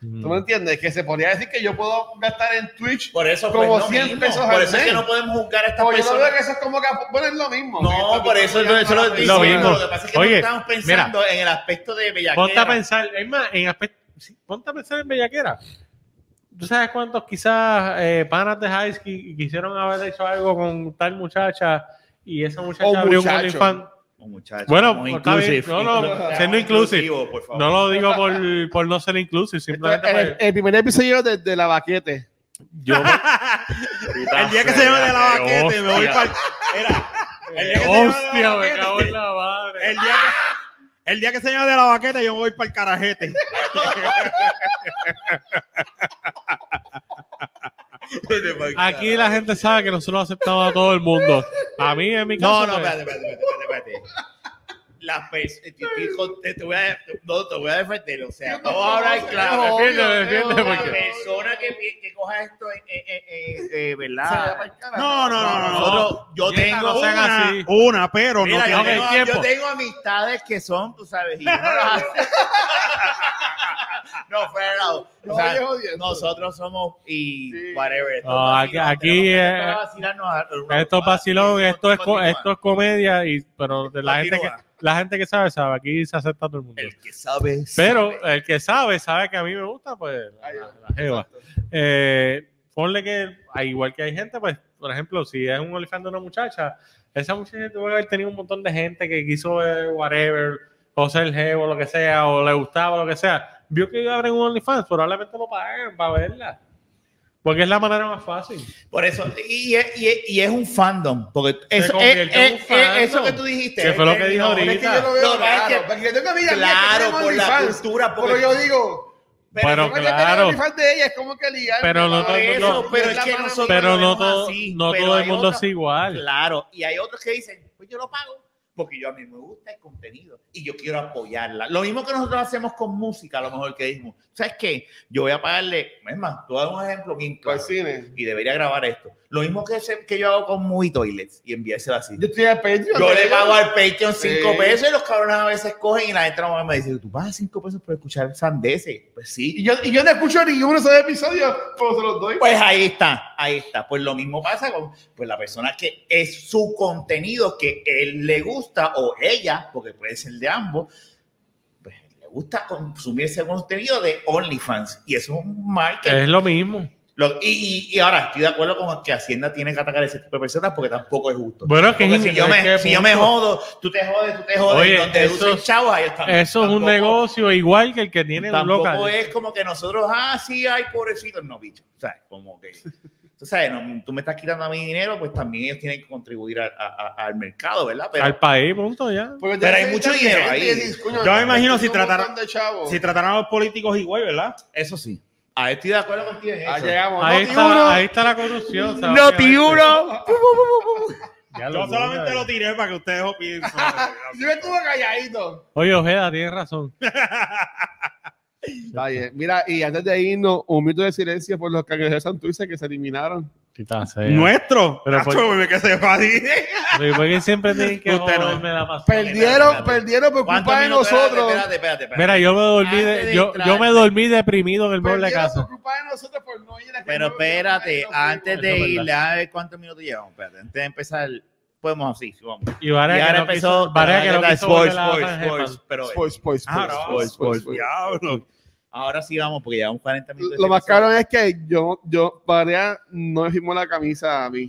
C: ¿Tú me
E: Mm.
C: entiendes? Que se podría decir que yo puedo gastar en Twitch.
B: Por eso, pues,
C: Como
B: no
C: 100
B: mismo.
C: pesos
B: Por
C: al
B: eso es que
C: mes.
B: no podemos juzgar a estas
C: Como yo no veo
B: personas.
C: que eso es como que bueno, es lo mismo.
B: No, por eso yo eso lo estoy
E: Lo
B: diciendo.
E: mismo.
B: Lo que pasa es que
E: Oye,
B: no estamos pensando en el aspecto de
E: Ponte a
B: bellaquera.
E: pensar, es más, en aspecto, sí, ponte a pensar en Bellaquera. ¿Tú sabes cuántos quizás eh, panas de High que quisieron haber hecho algo con tal muchacha y esa muchacha
C: O
E: abrió un
C: muchacho.
E: OnlyFans?
B: Oh, muchachos,
E: Bueno,
B: somos
E: está bien.
B: inclusive.
E: No, no,
B: Seamos
E: siendo inclusive.
B: inclusivos, por favor.
E: No lo digo por, por no ser inclusive,
C: Esto
E: simplemente
C: es El,
E: por-
C: el primer episodio de, de la baquete.
E: yo
D: El día que se llame de la baquete, me voy
E: Hostia.
D: para. Era. El día que
E: Oh,
D: se llame de la baquete,
E: Hostia, me cago en la madre.
D: El día que, el día que se llame de la baqueta, yo me voy para el carajete.
E: Aquí la gente sabe que nosotros aceptamos a todo el mundo. A mí en mi
B: No,
E: caso.
B: no,
E: pues,
B: espérate, espérate, espérate. espérate. Las pers- eh, te, te- con- te- te voy a, no, te voy a defender, o sea, vamos a hablar claro.
E: Defiende, defiende,
B: La
E: porque-
B: persona que, pi- que coja esto, eh, eh, eh, eh, eh,
C: Ah,
B: ¿verdad?
D: No, no, no, no. no.
B: Nosotros- yo
E: Nieta,
B: tengo
E: no sean
B: una-
E: así.
D: Una, una, pero
B: Mira, yo,
D: no tiene.
E: ok,
B: tengo,
E: tiempo.
B: yo tengo amistades que son, tú sabes, y no las No, fuera de lado. O sea, nosotros somos y
C: Sí.
B: whatever. estos
E: No, aquí-
B: vacilones,
E: aquí,
B: tenemos que
E: eh,
B: empezar a vacilarnos a- a-
E: Esto es vacilón, esto es, co-
B: Continúa.
E: esto es comedia, y, pero de la, gente que,
B: Continúa.
E: la gente que sabe, sabe. Aquí se acepta todo el mundo.
B: El que sabe.
E: Pero
B: sabe.
E: el que sabe, sabe que a mí me gusta, pues la,
C: Ahí va.
E: la jeva. Eh, ponle que, a igual que hay gente, pues, por ejemplo, si es un olifán de una muchacha, esa muchacha tuvo que haber tenido un montón de gente que quiso ver whatever, o ser jevo, lo que sea, o le gustaba, lo que sea. Vio que iba a abrir un OnlyFans, probablemente lo pagaron para verla. Porque es la manera más fácil.
B: Por eso, y, y, y- y es un fandom, porque eso,
E: convirtió en
B: es-
E: un
B: es-
E: fandom.
B: es- eso que tú dijiste.
E: Que fue lo que dijo
B: no,
E: ahorita.
C: Es que yo lo veo
B: No,
C: raro,
B: es que-
C: porque yo tengo amigas mías que
B: Claro,
C: tienen
B: por la
C: OnlyFans,
B: cultura,
C: Pero
B: porque-
C: yo digo,
B: pero
E: Pero
C: tengo que tener
E: claro.
C: OnlyFans de ella es como que ligar.
E: Pero no todo-
B: por eso,
E: no,
B: pero es
C: la
B: que
C: mano
B: nosotros
E: Pero
B: lo
E: no
B: vemos
E: todo,
B: así,
E: no
B: pero
E: todo el
B: hay
E: mundo
B: otros-
E: es igual.
B: Claro, y hay otros que dicen, pues yo lo pago, porque yo a mí me gusta el contenido y yo quiero apoyarla. Lo mismo que nosotros hacemos con música, a lo mejor que dijimos, ¿sabes qué? Yo voy a pagarle, es más, tú dar un ejemplo bien
C: Para
B: claro,
C: el cine.
B: y debería grabar esto. Lo mismo que, se- que yo hago con Movie Toilets y enviárselo así.
C: Yo estoy a Patreon.
B: Yo le
C: ¿no?
B: pago al Patreon 5
C: Sí.
B: pesos y los cabrones a veces cogen y la gente no me dice, tú pagas 5 pesos por escuchar sandeces. Pues sí.
C: Y yo, y yo no escucho ninguno de esos episodios, pero se los doy.
B: Pues ahí está, ahí está. Pues lo mismo pasa con pues la persona que es su contenido que él le gusta o ella, porque puede ser de ambos, pues le gusta consumir ese contenido de OnlyFans. Y eso es un marketing.
E: Es lo mismo.
B: Lo- y, y- y ahora estoy de acuerdo con que Hacienda tiene que atacar a ese tipo de personas porque tampoco es justo.
E: Bueno, es que
B: Porque
E: es
B: si, yo
E: es que
B: me, si yo me
E: punto.
B: jodo, tú te jodes, tú te jodes,
E: Oye,
B: y donde
E: eso-
B: usen chavos, ahí están.
E: Eso es un
B: Tampoco-
E: negocio igual que el que tiene un
B: tampoco
E: local.
B: es como que nosotros, ah, sí, ay, pobrecitos, no, bicho. O sea, como que, tú sabes, no, tú me estás quitando a mi dinero, pues también ellos tienen que contribuir a- a- a- al mercado, ¿verdad? Pero,
E: Al país, punto, ya.
C: Porque
B: pero hay
C: yo soy
B: mucho dinero
C: inteligente y
B: ahí.
C: dices, coño,
D: Yo me imagino si
C: tengo un montón
D: trataran-
C: de chavos.
D: Si trataran a los políticos igual, ¿verdad?
B: eso sí, ahí estoy de acuerdo contigo en
C: Ah,
B: eso.
C: llegamos.
E: Ahí
C: Noti uno.
E: está, ahí está la corrupción. ¿sabes? Ya
D: Yo
E: lo
D: solamente
E: voy a-
D: lo tiré para que ustedes opinen.
C: Yo me estuve calladito.
E: Oye, Ojeda, tienes razón.
C: Está bien. Mira, y antes de irnos, un minuto de silencio por los cangrejeros de Santurce que se eliminaron.
E: Tita sea.
D: Nuestro.
E: Pero
D: Cacho,
E: por-
D: me que se va así.
E: Pero ¿y por qué siempre tienen que
D: Usted no.
E: joderme la pasión?
C: Perdieron,
B: espérate.
C: perdieron por
B: ¿Cuántos
C: culpa de
B: minutos?
C: nosotros.
B: Espérate, espérate, espérate, espérate.
E: Mira, yo me dormí, de-
B: Antes de
E: yo,
B: entrar-
E: yo me dormí deprimido en el mueble de
C: Perdieron
E: casa.
C: por culpa de nosotros por no ir a-
B: Pero espérate, antes de
E: Eso es
B: irle, a ver cuántos minutos llevamos. Espérate, antes de empezar, podemos así, vamos.
E: Y Varea
B: Y
E: que
B: ahora
E: no
B: empezó.
E: quiso, Varea que no
B: Spoilers,
E: quiso volver a la
B: spoilers,
E: Pan
B: spoilers,
E: Germán.
B: pero, eh,
C: Spoilers, spoilers,
D: Ah, no,
C: spoilers,
B: pues,
C: spoilers, spoilers.
D: Diablo.
B: Ahora sí vamos, porque llevamos 40 minutos. de
C: pues. Lo más
B: episodio.
C: caro es que yo, yo, Varea no me firmó la camisa a mí.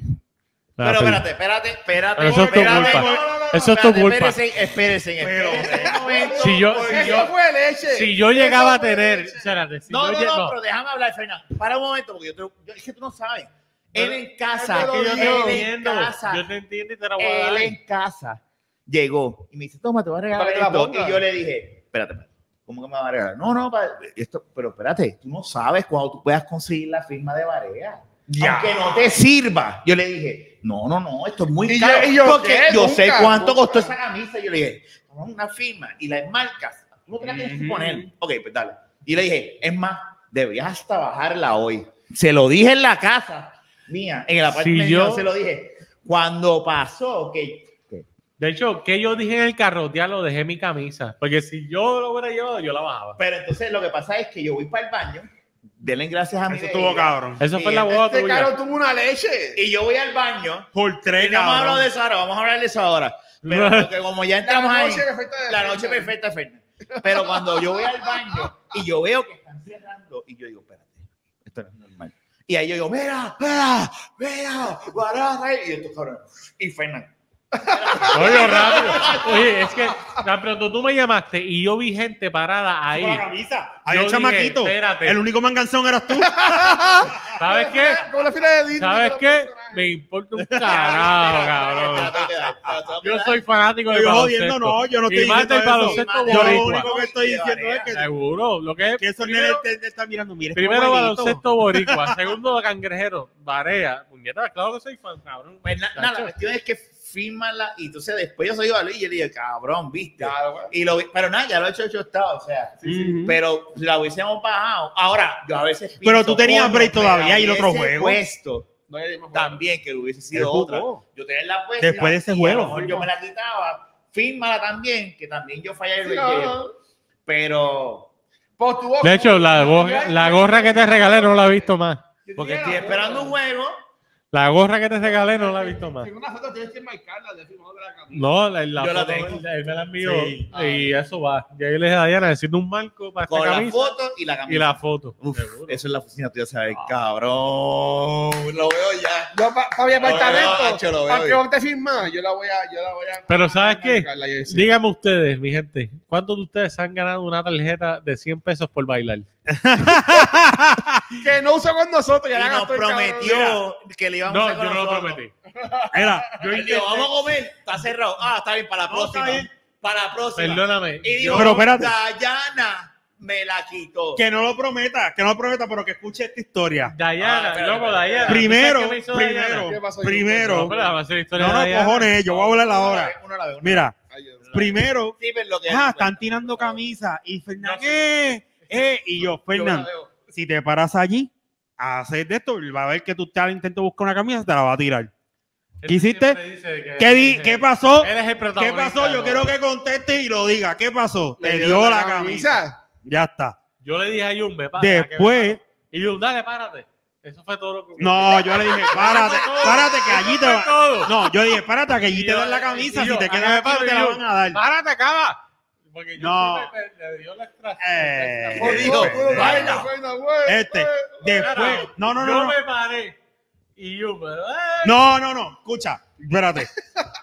B: Pero espérate, espérate, espérate.
E: Ah, Pero eso es tu
B: espérate,
E: culpa.
B: no, no, no, no,
E: Eso es tu
B: espérate,
E: culpa.
B: Espérense, espérense, espérense. un este momento.
E: Si yo, si
C: Eso
E: yo,
C: fue leche.
E: si yo llegaba a tener, espérate, si
B: No,
E: yo
B: no,
E: lle-
B: no,
E: no.
B: pero déjame hablar, Fernando. Para un momento, porque yo, te- yo- es que tú no sabes. Él
E: Pero-
B: en casa,
C: pero
B: él
C: yo te
B: en casa, Eh,
E: Yo te entiendo y te la voy a
B: él
E: dar.
B: en casa llegó y me dice, toma, te voy a regalar
C: Para que la
B: esto".
C: pongas.
B: Y yo le dije, espérate, espérate, ¿cómo que me va a regalar? No, no, pa- esto, pero espérate, tú no sabes cuándo tú puedas conseguir la firma de Varea.
D: Ya.
B: Aunque no te sirva. Yo le dije, no, no, no, esto es muy
C: Y yo-
B: caro.
C: y yo,
B: porque
C: ¿qué?
B: yo
C: Nunca,
B: sé cuánto
C: nunca.
B: costó esa camisa. Yo le dije, "Cabrón, una firma y la enmarcas. Tú no te la tienes que
D: Ujú.
B: poner. Ok, pues dale. Y le dije, es más, deberías hasta bajarla hoy. Se lo dije en la casa mía, en el apartamento. yo
E: yo-
B: se lo dije. Cuando pasó, que
E: De hecho, que yo dije en el carro, ya lo dejé mi camisa. Porque si yo lo hubiera llevado, yo la bajaba.
B: Pero entonces lo que pasa es que yo voy para el baño, denle gracias a mi
D: Eso estuvo
B: bebida,
D: cabrón.
E: Eso
B: Sí,
E: fue la boda
C: Este
E: tuya.
C: caro tuvo una leche.
B: Y yo voy al baño.
D: Por
B: Y
D: tres,
B: no vamos a hablar de
D: cabrón.
B: eso ahora, vamos a hablar de eso ahora. Pero porque como ya entramos ahí,
C: perfecta de
B: la noche perfecta, Fernández. Pero cuando yo voy al baño y yo veo que están cerrando, y yo digo, espérate, esto no es normal. Y ahí yo digo, mira, mira, mira, barata. Y estos cabrones, y Fernández.
E: Oye, rápido. Oye, es que tan pronto tú me llamaste y yo vi gente parada ahí.
D: Con la camisa. Había
E: Yo
D: un
E: dije,
D: chamaquito.
E: espérate.
D: El único manganzón eras tú.
E: ¿Sabes qué?
C: Como la fila de Disney.
E: ¿Sabes
C: con los
E: qué?
C: personajes.
E: Me importa un carajo, Ah, cabrón. Yo soy fanático de
D: Yo jodiendo, no, yo no estoy
E: Y más del
D: diciendo eso.
E: baloncesto
D: Yo lo
E: boricua.
D: único que estoy diciendo es que,
E: Seguro, lo que es
D: que esos nenes te, te están mirando. Mira, este
E: Primero
D: huevito.
E: baloncesto boricua, segundo cangrejero, Varea, puñeta, claro que soy fan, cabrón.
B: Pues na- nada, la cuestión es que firmanla y entonces después yo soy a Luis y yo le dije, cabrón, viste.
C: Claro, güey.
B: Y lo, vi- pero nada, ya lo he hecho, hecho está, o sea.
D: Ujú.
B: Pero la hubiésemos bajado. Ahora, yo a veces.
D: Pero
B: pienso,
D: tú tenías
B: coño,
D: break
B: pero
D: todavía y el otro
B: hubiese
D: juego.
B: puesto
C: No, ya dimos juego.
B: también que hubiese
D: Él
B: sido
D: jugó.
B: otra. Yo tenía la puesta.
D: Después de ese
B: y a
D: juego,
B: lo mejor yo me la quitaba. Fírmala también, que también yo fallé el
C: Sí,
B: relleno.
C: no, no.
B: Pero.
C: Pues tuvo-
E: De hecho, la gorra, la gorra que te regalé no la he visto más.
B: Porque estoy esperando un juego.
E: La gorra que te regalé no la he visto más.
C: Si una foto tienes que marcarla, de firmar otra camisa.
E: No, la, la
B: Yo la
E: foto,
B: tengo. Ah.
E: Él me la envió
D: Sí.
E: y eso va. Ya yo le dije a Diana, necesito un marco para
B: Con
E: esta
B: la
E: camisa
B: foto y la camisa.
E: y la foto.
B: Uf,
E: Seguro.
B: eso es la oficina, tú ya sabes, cabrón. Lo veo ya.
C: Yo, pa- para mi
B: Lo veo,
C: apartamento,
B: Nacho, lo veo.
C: aunque no te firmas, yo la voy a. Yo la voy a
E: Pero ¿sabes qué?
C: marcarla, yo sí.
E: Díganme ustedes, mi gente, ¿cuántos de ustedes han ganado una tarjeta de 100 pesos por bailar?
C: Que no usa con nosotros, ya la
B: Y nos
C: gastó el cabrón.
B: prometió que le íbamos a
E: No,
B: hacer
E: yo
B: con
E: no lo
B: nosotros.
E: prometí.
D: Era, yo
B: Él dijo,
D: intenté-
B: vamos a comer, está cerrado. Ah, está bien, para la
D: No,
B: próxima.
D: está bien.
B: Para la próxima.
E: Perdóname.
B: Y dijo,
D: Pero espérate.
B: Dayana me la quitó.
D: Que no lo prometa, que no lo prometa, pero que escuche esta historia.
B: Ah,
E: Dayana,
B: espérate,
E: loco,
B: espérate.
E: Dayana. ¿tú
D: Primero,
E: sabes qué me hizo Dayana?
D: primero,
C: ¿Qué pasó ahí?
D: primero.
E: No, pero vamos a hacer la historia
D: No,
E: de
D: no,
E: Dayana.
D: cojones, yo voy a hablar ahora.
B: Uno la ve, uno la ve.
D: Mira,
C: Ay, Dios.
D: primero,
B: Sí, pero lo que
D: ah, están tirando camisas y Fernan,
E: No, sí.
D: eh, eh, y yo,
C: Yo la
D: Fernán,
C: veo.
D: si te paras allí a hacer de esto, va a ver que tú estás intentando buscar una camisa, te la va a tirar.
E: Él
D: ¿Qué hiciste?
E: siempre dice que-
D: ¿Qué, di- qué pasó?
E: Él es el
D: ¿Qué
E: protagonista.
D: pasó? Yo
E: ¿no?
D: quiero que conteste y lo diga. ¿Qué pasó? Te dio la camisa. Ya está.
E: Yo le dije a Jun, me para.
D: Después,
E: Y Jun, dale, párate. Eso fue todo lo que.
D: no, yo le dije, párate, párate que allí te va.
E: Todo.
D: No, yo dije, párate que allí
E: Y
D: te
E: yo-
D: dan la camisa,
E: y yo,
D: si te
E: hágame
D: quedas aquí
E: paro,
D: no te
E: y
D: la
E: yo,
D: van a dar.
E: ¡Párate, acaba! Porque yo
D: No.
E: sí me- le dio la extra.
D: Eh,
E: la extra-
B: dijo,
E: Yo
B: puro baila.
D: Este, después, no, no, no, no.
E: Eh, me paré. Y Jun, me- ¡eh!
D: No, no, no, escucha, espérate.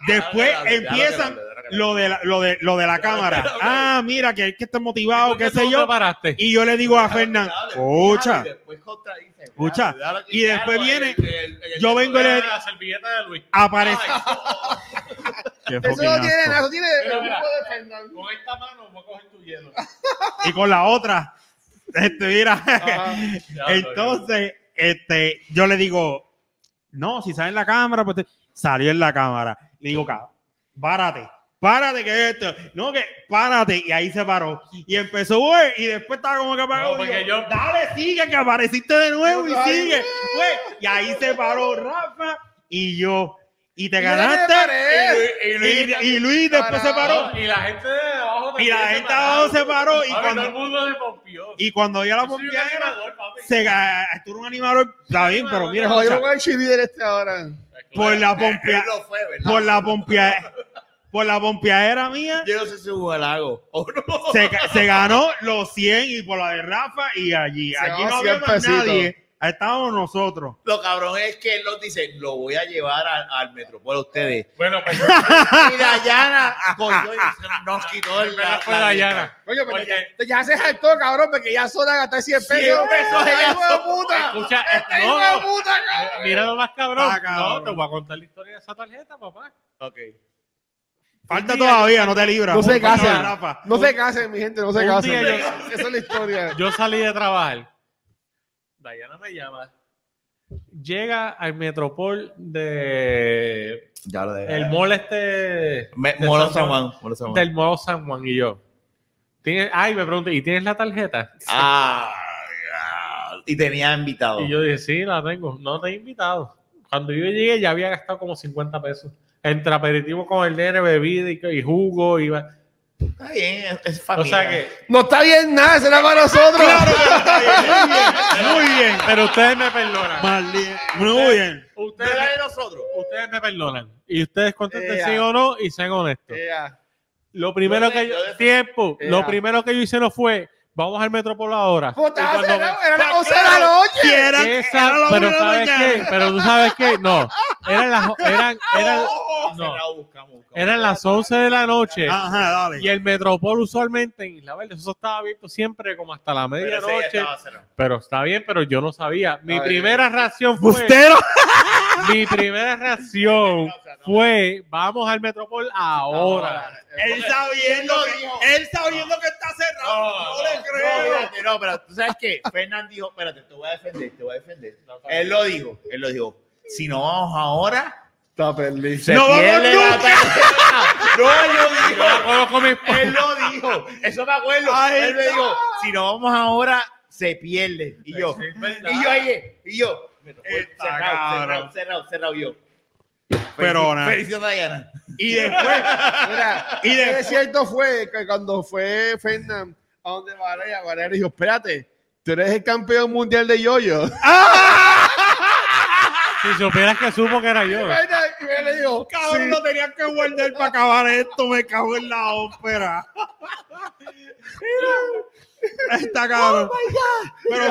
D: Después
B: Dale, dale, dale,
D: empiezan
B: dale, dale, dale.
D: lo de la, lo de, lo de la cámara. Ah, mira, que es que está motivado,
E: ¿Por
D: qué
E: qué tú
D: sé
E: no
D: yo.
E: te paraste?
D: Y yo le digo a Fernán, escucha,
B: Escucha.
D: Escucha. Y después viene, yo vengo y le-
E: la servilleta de Luis.
D: aparece. Qué
C: Eso
D: fucking
C: no tiene
D: asco.
C: nada, eso tiene el
E: Mira, mira.
C: grupo de Fernando.
E: Con esta mano voy a coger tu hielo.
D: Y con la otra, este, mira.
C: Ajá.
D: Entonces, este, yo le digo, no, si sale en la cámara, pues te- salió en la cámara. Le digo, cabrón, bárate. párate que esto, no que párate, y ahí se paró. Y empezó, güey, y después estaba como que apagado.
E: No, porque
D: Y
E: yo-
D: Dale, sigue, que apareciste de nuevo y
C: Ay,
D: sigue. Güey, y ahí se paró Rafa y yo. Y te
C: Y yo le
D: ganaste.
C: paré.
D: Y, Luis- y Luis después se paró.
E: Y la gente de abajo.
D: Y la gente abajo se paró. Y cuando,
E: mundo se pompió.
D: y cuando ya la bombearon, se ga- tú eres un animador, está bien, pero mira,
C: No, yo me
D: escucha,
C: voy al cheerleader este ahora.
D: por la pompea,
B: Él lo fue, ¿verdad?
D: por la pompea, por la pompeadera mía,
B: Yo no sé si hubo el lago o no.
D: se, ga- se ganó los 100 y por la de Rafa y allí.
C: Se
D: Aquí
C: ganó
D: no había
C: 100
D: más
C: pesitos.
D: nadie. Ahí estábamos nosotros.
B: Lo cabrón es que él nos dice, lo voy a llevar al, al Metropol a ustedes.
E: Bueno, pues
B: Y Dayana cogió y se- nos quitó el
E: primero fue Dayana.
C: Oye, pero
E: Porque-
C: ya- ya se saltó, cabrón, porque ya sola gastar 100 pesos.
B: 100 pesos,
C: ¡Ay,
B: ella
C: hijo de
B: sola.
C: puta!
E: Escucha,
C: ¡Este hijo de
E: no,
C: puta, cabrón!
E: mira lo más cabrón.
D: Ah, cabrón.
E: No, te voy a contar la historia de esa tarjeta, papá.
D: Falta todavía, no te libras.
C: No se
D: Por favor,
C: casen.
D: Rafa.
C: No se casen, mi gente, no se
E: Un
C: casen.
E: día
C: Esa es la historia.
E: Yo salí de trabajar. Dayana me llama. Llega al Metropol de
B: Ya lo dejé.
E: el mall este
B: Me-
E: de
B: Molo
E: San
B: San
E: Juan.
B: Juan. Molo San Juan.
E: del mall San Juan y yo. ¿Tienes? Ay, me pregunté, ¿y tienes la tarjeta?
B: Ah, ah, y tenía invitado.
E: Y yo dije, sí, la tengo. No te he invitado. Cuando yo llegué ya había gastado como 50 pesos. Entre aperitivo con el nene, bebida y, y jugo. Y... va-
B: Está bien, es- es
E: O
B: familia.
E: sea que...
C: No está bien nada, será para nosotros.
D: Muy bien.
E: Pero ustedes me perdonan.
D: Maldi- Muy bien.
E: Ustedes,
B: nosotros.
E: ustedes me perdonan. Y ustedes contesten
C: Ea.
E: sí o no y sean honestos.
C: Ea,
E: Lo primero
B: Yo de-
E: que yo...
B: yo de-
E: Tiempo.
C: Ea.
E: Lo primero que yo hice no fue... Vamos al Metropol ahora.
C: puta,
E: Y cuando-
C: será- era las
D: Claro.
C: 11 de la noche.
D: Si era-
E: Esa-
D: era la
E: pero,
D: una de la
E: ¿sabes
D: mañana.
E: qué? pero tú sabes que no. Eran las, eran, eran, no.
B: Cerrado, buscamos, buscamos.
E: Eran las 11 de la noche.
D: Ajá, dale.
E: Y el Metropol usualmente en Isla Verde, eso estaba abierto siempre como hasta la
B: Pero ese ya
E: medianoche.
B: estaba cerrado.
E: Pero está bien, pero yo no sabía. Mi
C: Ay.
E: primera reacción fue,
D: Bustero.
E: mi primera reacción fue, vamos al Metropol ahora.
D: Él sabiendo que, él sabiendo que está cerrado. No, le
B: No,
D: creo.
B: espérate, no, pero tú sabes qué, Fernán dijo, espérate, te voy a defender, te voy a defender. Él lo dijo, él lo dijo. Si no vamos ahora,
C: Está perdido.
B: se
D: No vamos
B: pierde la
D: nunca.
B: tarjeta. No, él lo dijo.
E: Conozco mis-
B: Él lo dijo. Eso me acuerdo.
D: Ay,
B: él me dijo, si no vamos ahora, se pierde. Y yo, y yo, oye, y yo. eh,
D: Está
B: Cerrado,
D: cabrón.
B: cerrado, cerrado, cerrado, yo.
D: Pero nada.
B: Felicidades, Dayana.
D: Y después,
C: Mira,
D: Y de-
C: qué cierto fue que cuando fue Fernan a donde Varela, Varela dijo, espérate, tú eres el campeón mundial de yoyo.
E: Si supieras que supo que era
C: Y
E: yo.
C: Fernan y Varela dijo,
D: cabrón,
C: sí.
D: lo tenía que guardar para acabar esto. Me cago en la ópera. Está
C: Oh
D: cabrón. Pero,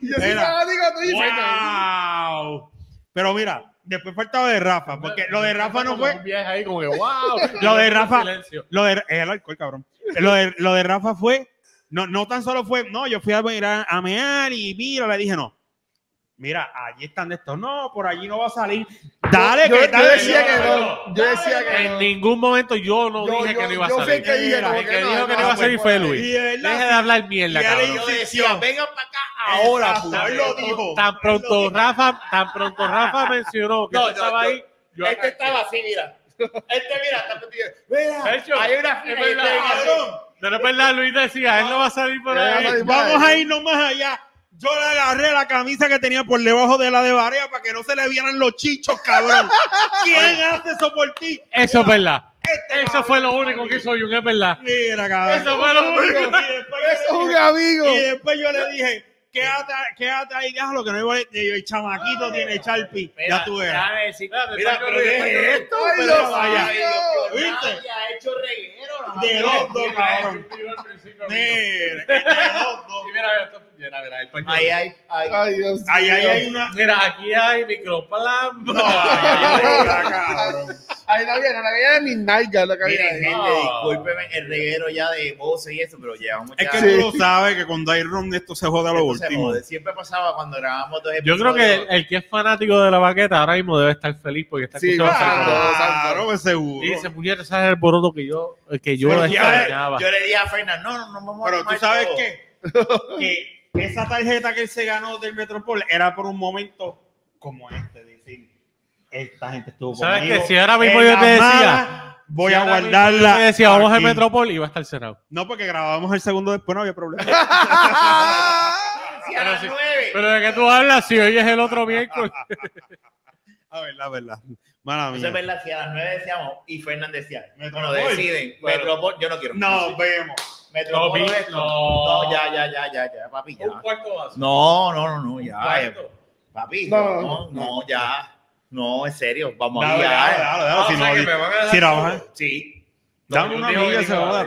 C: Y yo sí
D: Mira.
C: estaba, digo, tú dices,
D: wow. Pero mira, después faltaba de Rafa, porque lo de Rafa no
E: Como
D: fue.
E: un viaje ahí como que, wow.
D: Lo de Rafa-
E: Silencio.
D: Lo de, es el alcohol, cabrón. Lo de, lo de Rafa fue, no, no tan solo fue, no, yo fui a ir a, a mear y mira, le dije, no. Mira, allí están estos. No, por allí no va a salir. Dale,
C: Yo,
D: que
C: yo
D: dale,
C: decía
D: yo-
C: que no. Yo decía que
E: En
C: no.
E: ningún momento yo no
C: Yo-
E: dije
C: yo-
E: que no iba a
C: yo fui
E: salir.
C: el que dije
E: El
C: como
E: que
C: que no,
E: dijo que no
C: no,
E: iba a
C: pues,
E: salir fue Luis.
D: Y de verdad,
E: Deja de hablar mierda,
D: Y ahora
E: cabrón.
D: yo-
B: Yo decía,
D: Sección.
B: vengan para acá ahora.
D: Exacto,
B: puta".
D: él lo dijo.
E: Tan pronto Rafa, tan pronto Rafa mencionó que
B: No,
E: no,
B: no,
E: estaba
B: yo-
E: ahí. yo
B: Este
E: arranqué.
B: estaba así, mira. Este, mira, está contigo. Mira,
E: De hecho,
B: hay una
E: es
B: fila y
E: verdad,
B: este-
E: cabrón. Pero es verdad, Luis decía, él no va a salir por
C: No va a
E: ahí.
C: salir.
D: Vamos a irnos más allá. Yo le agarré la camisa que tenía por debajo de la de Barea para que no se le vieran los chichos, cabrón. ¿Quién hace eso por ti?
E: Eso es verdad.
D: Este
E: Eso
D: cabrón,
E: fue lo único que hizo Jun, es verdad.
D: Mira, cabrón.
E: Eso fue lo único.
D: Y después yo
C: Es
D: le
C: un
D: dije-
C: amigo.
D: Y después yo le dije, quédate, quédate ahí, déjalo que no hay boleto. Y yo, el chamaquito tiene Charpi.
B: Mira,
D: Ya tú verás.
B: déjame decir-
E: Mira,
B: Mira,
E: pero
B: pero ¿qué es esto?
C: Ay,
B: Pero
C: Dios
B: vaya,
D: mío.
B: Dios mío,
D: ¿Viste?
B: nadie ha hecho reguero, la
D: De
B: madre.
D: dos, dos, cabrón. Mira, que de dos, dos.
B: Ay, ay, ay.
C: Ay, Dios
D: Ahí ahí
C: mío.
D: hay una.
E: Mira, aquí hay microplan.
D: Ay, mira, cabrón.
C: Ahí la viene, la viene de Midnight Girl, lo que había
B: Miren,
C: ahí.
B: gente,
E: no.
B: discúlpeme el reguero ya de voces y eso, pero llevamos
D: Es
B: ya.
D: que
C: Sí.
D: tú lo sabes que cuando hay ron de esto se jode a lo
B: Esto se
D: último.
B: jode. Siempre pasaba cuando grabamos dos
E: Yo creo que
B: episodios.
E: el que es fanático de la baqueta ahora mismo debe estar feliz porque está
C: Sí,
E: escuchando
C: claro.
E: esa cosa.
D: Claro, pues seguro.
E: Y dice, puñeta, ese es el alboroto que yo, que yo
D: Pero tú sabes-
E: extrañaba.
B: Yo le
D: é
B: dije a Fernan, no, no, no vamos a
D: Pero tú
B: tomar
D: sabes
B: todo.
D: qué? que esa tarjeta que él se ganó del Metropol era por un momento como este, decir, esta gente estuvo
E: ¿Sabes
D: conmigo
E: qué? Si ahora mismo
D: en
E: yo
D: las
E: te decía,
D: malas, voy
E: Si
D: a
E: ahora mismo
D: guardarla.
E: yo te decía, vamos al
D: aquí.
E: Metropol y va a estar cerrado.
D: No, porque grabamos el segundo después, no había problema.
B: Sí, a las
E: Pero sí.
B: nueve.
E: Pero de qué tú hablas si hoy es el otro miércoles.
D: A ver, la verdad. Mala
B: Entonces,
D: mía.
B: ¿verdad? Si a las 9 decíamos, y Fernández decía, bueno,
D: Metropol.
B: deciden,
D: Bueno.
B: Metropol, yo no quiero.
D: Nos vemos.
B: Metropol
E: No, vi-
B: esto.
E: no.
B: No, ya, ya, ya, ya, ya, papi, ya.
E: cuarto vaso.
B: No, no, no, no, ya. eh,
E: Cuarto.
B: Papi,
C: No,
B: no,
C: no,
B: no, ya. No, en serio, vamos a
D: Dale, dale,
B: guiar.
D: dale, dale,
E: Ah,
D: si
E: o sea
D: no-
E: que me van a dejar
D: si no,
E: solo.
D: ajá.
B: Sí.
D: Dame una amiga se joda.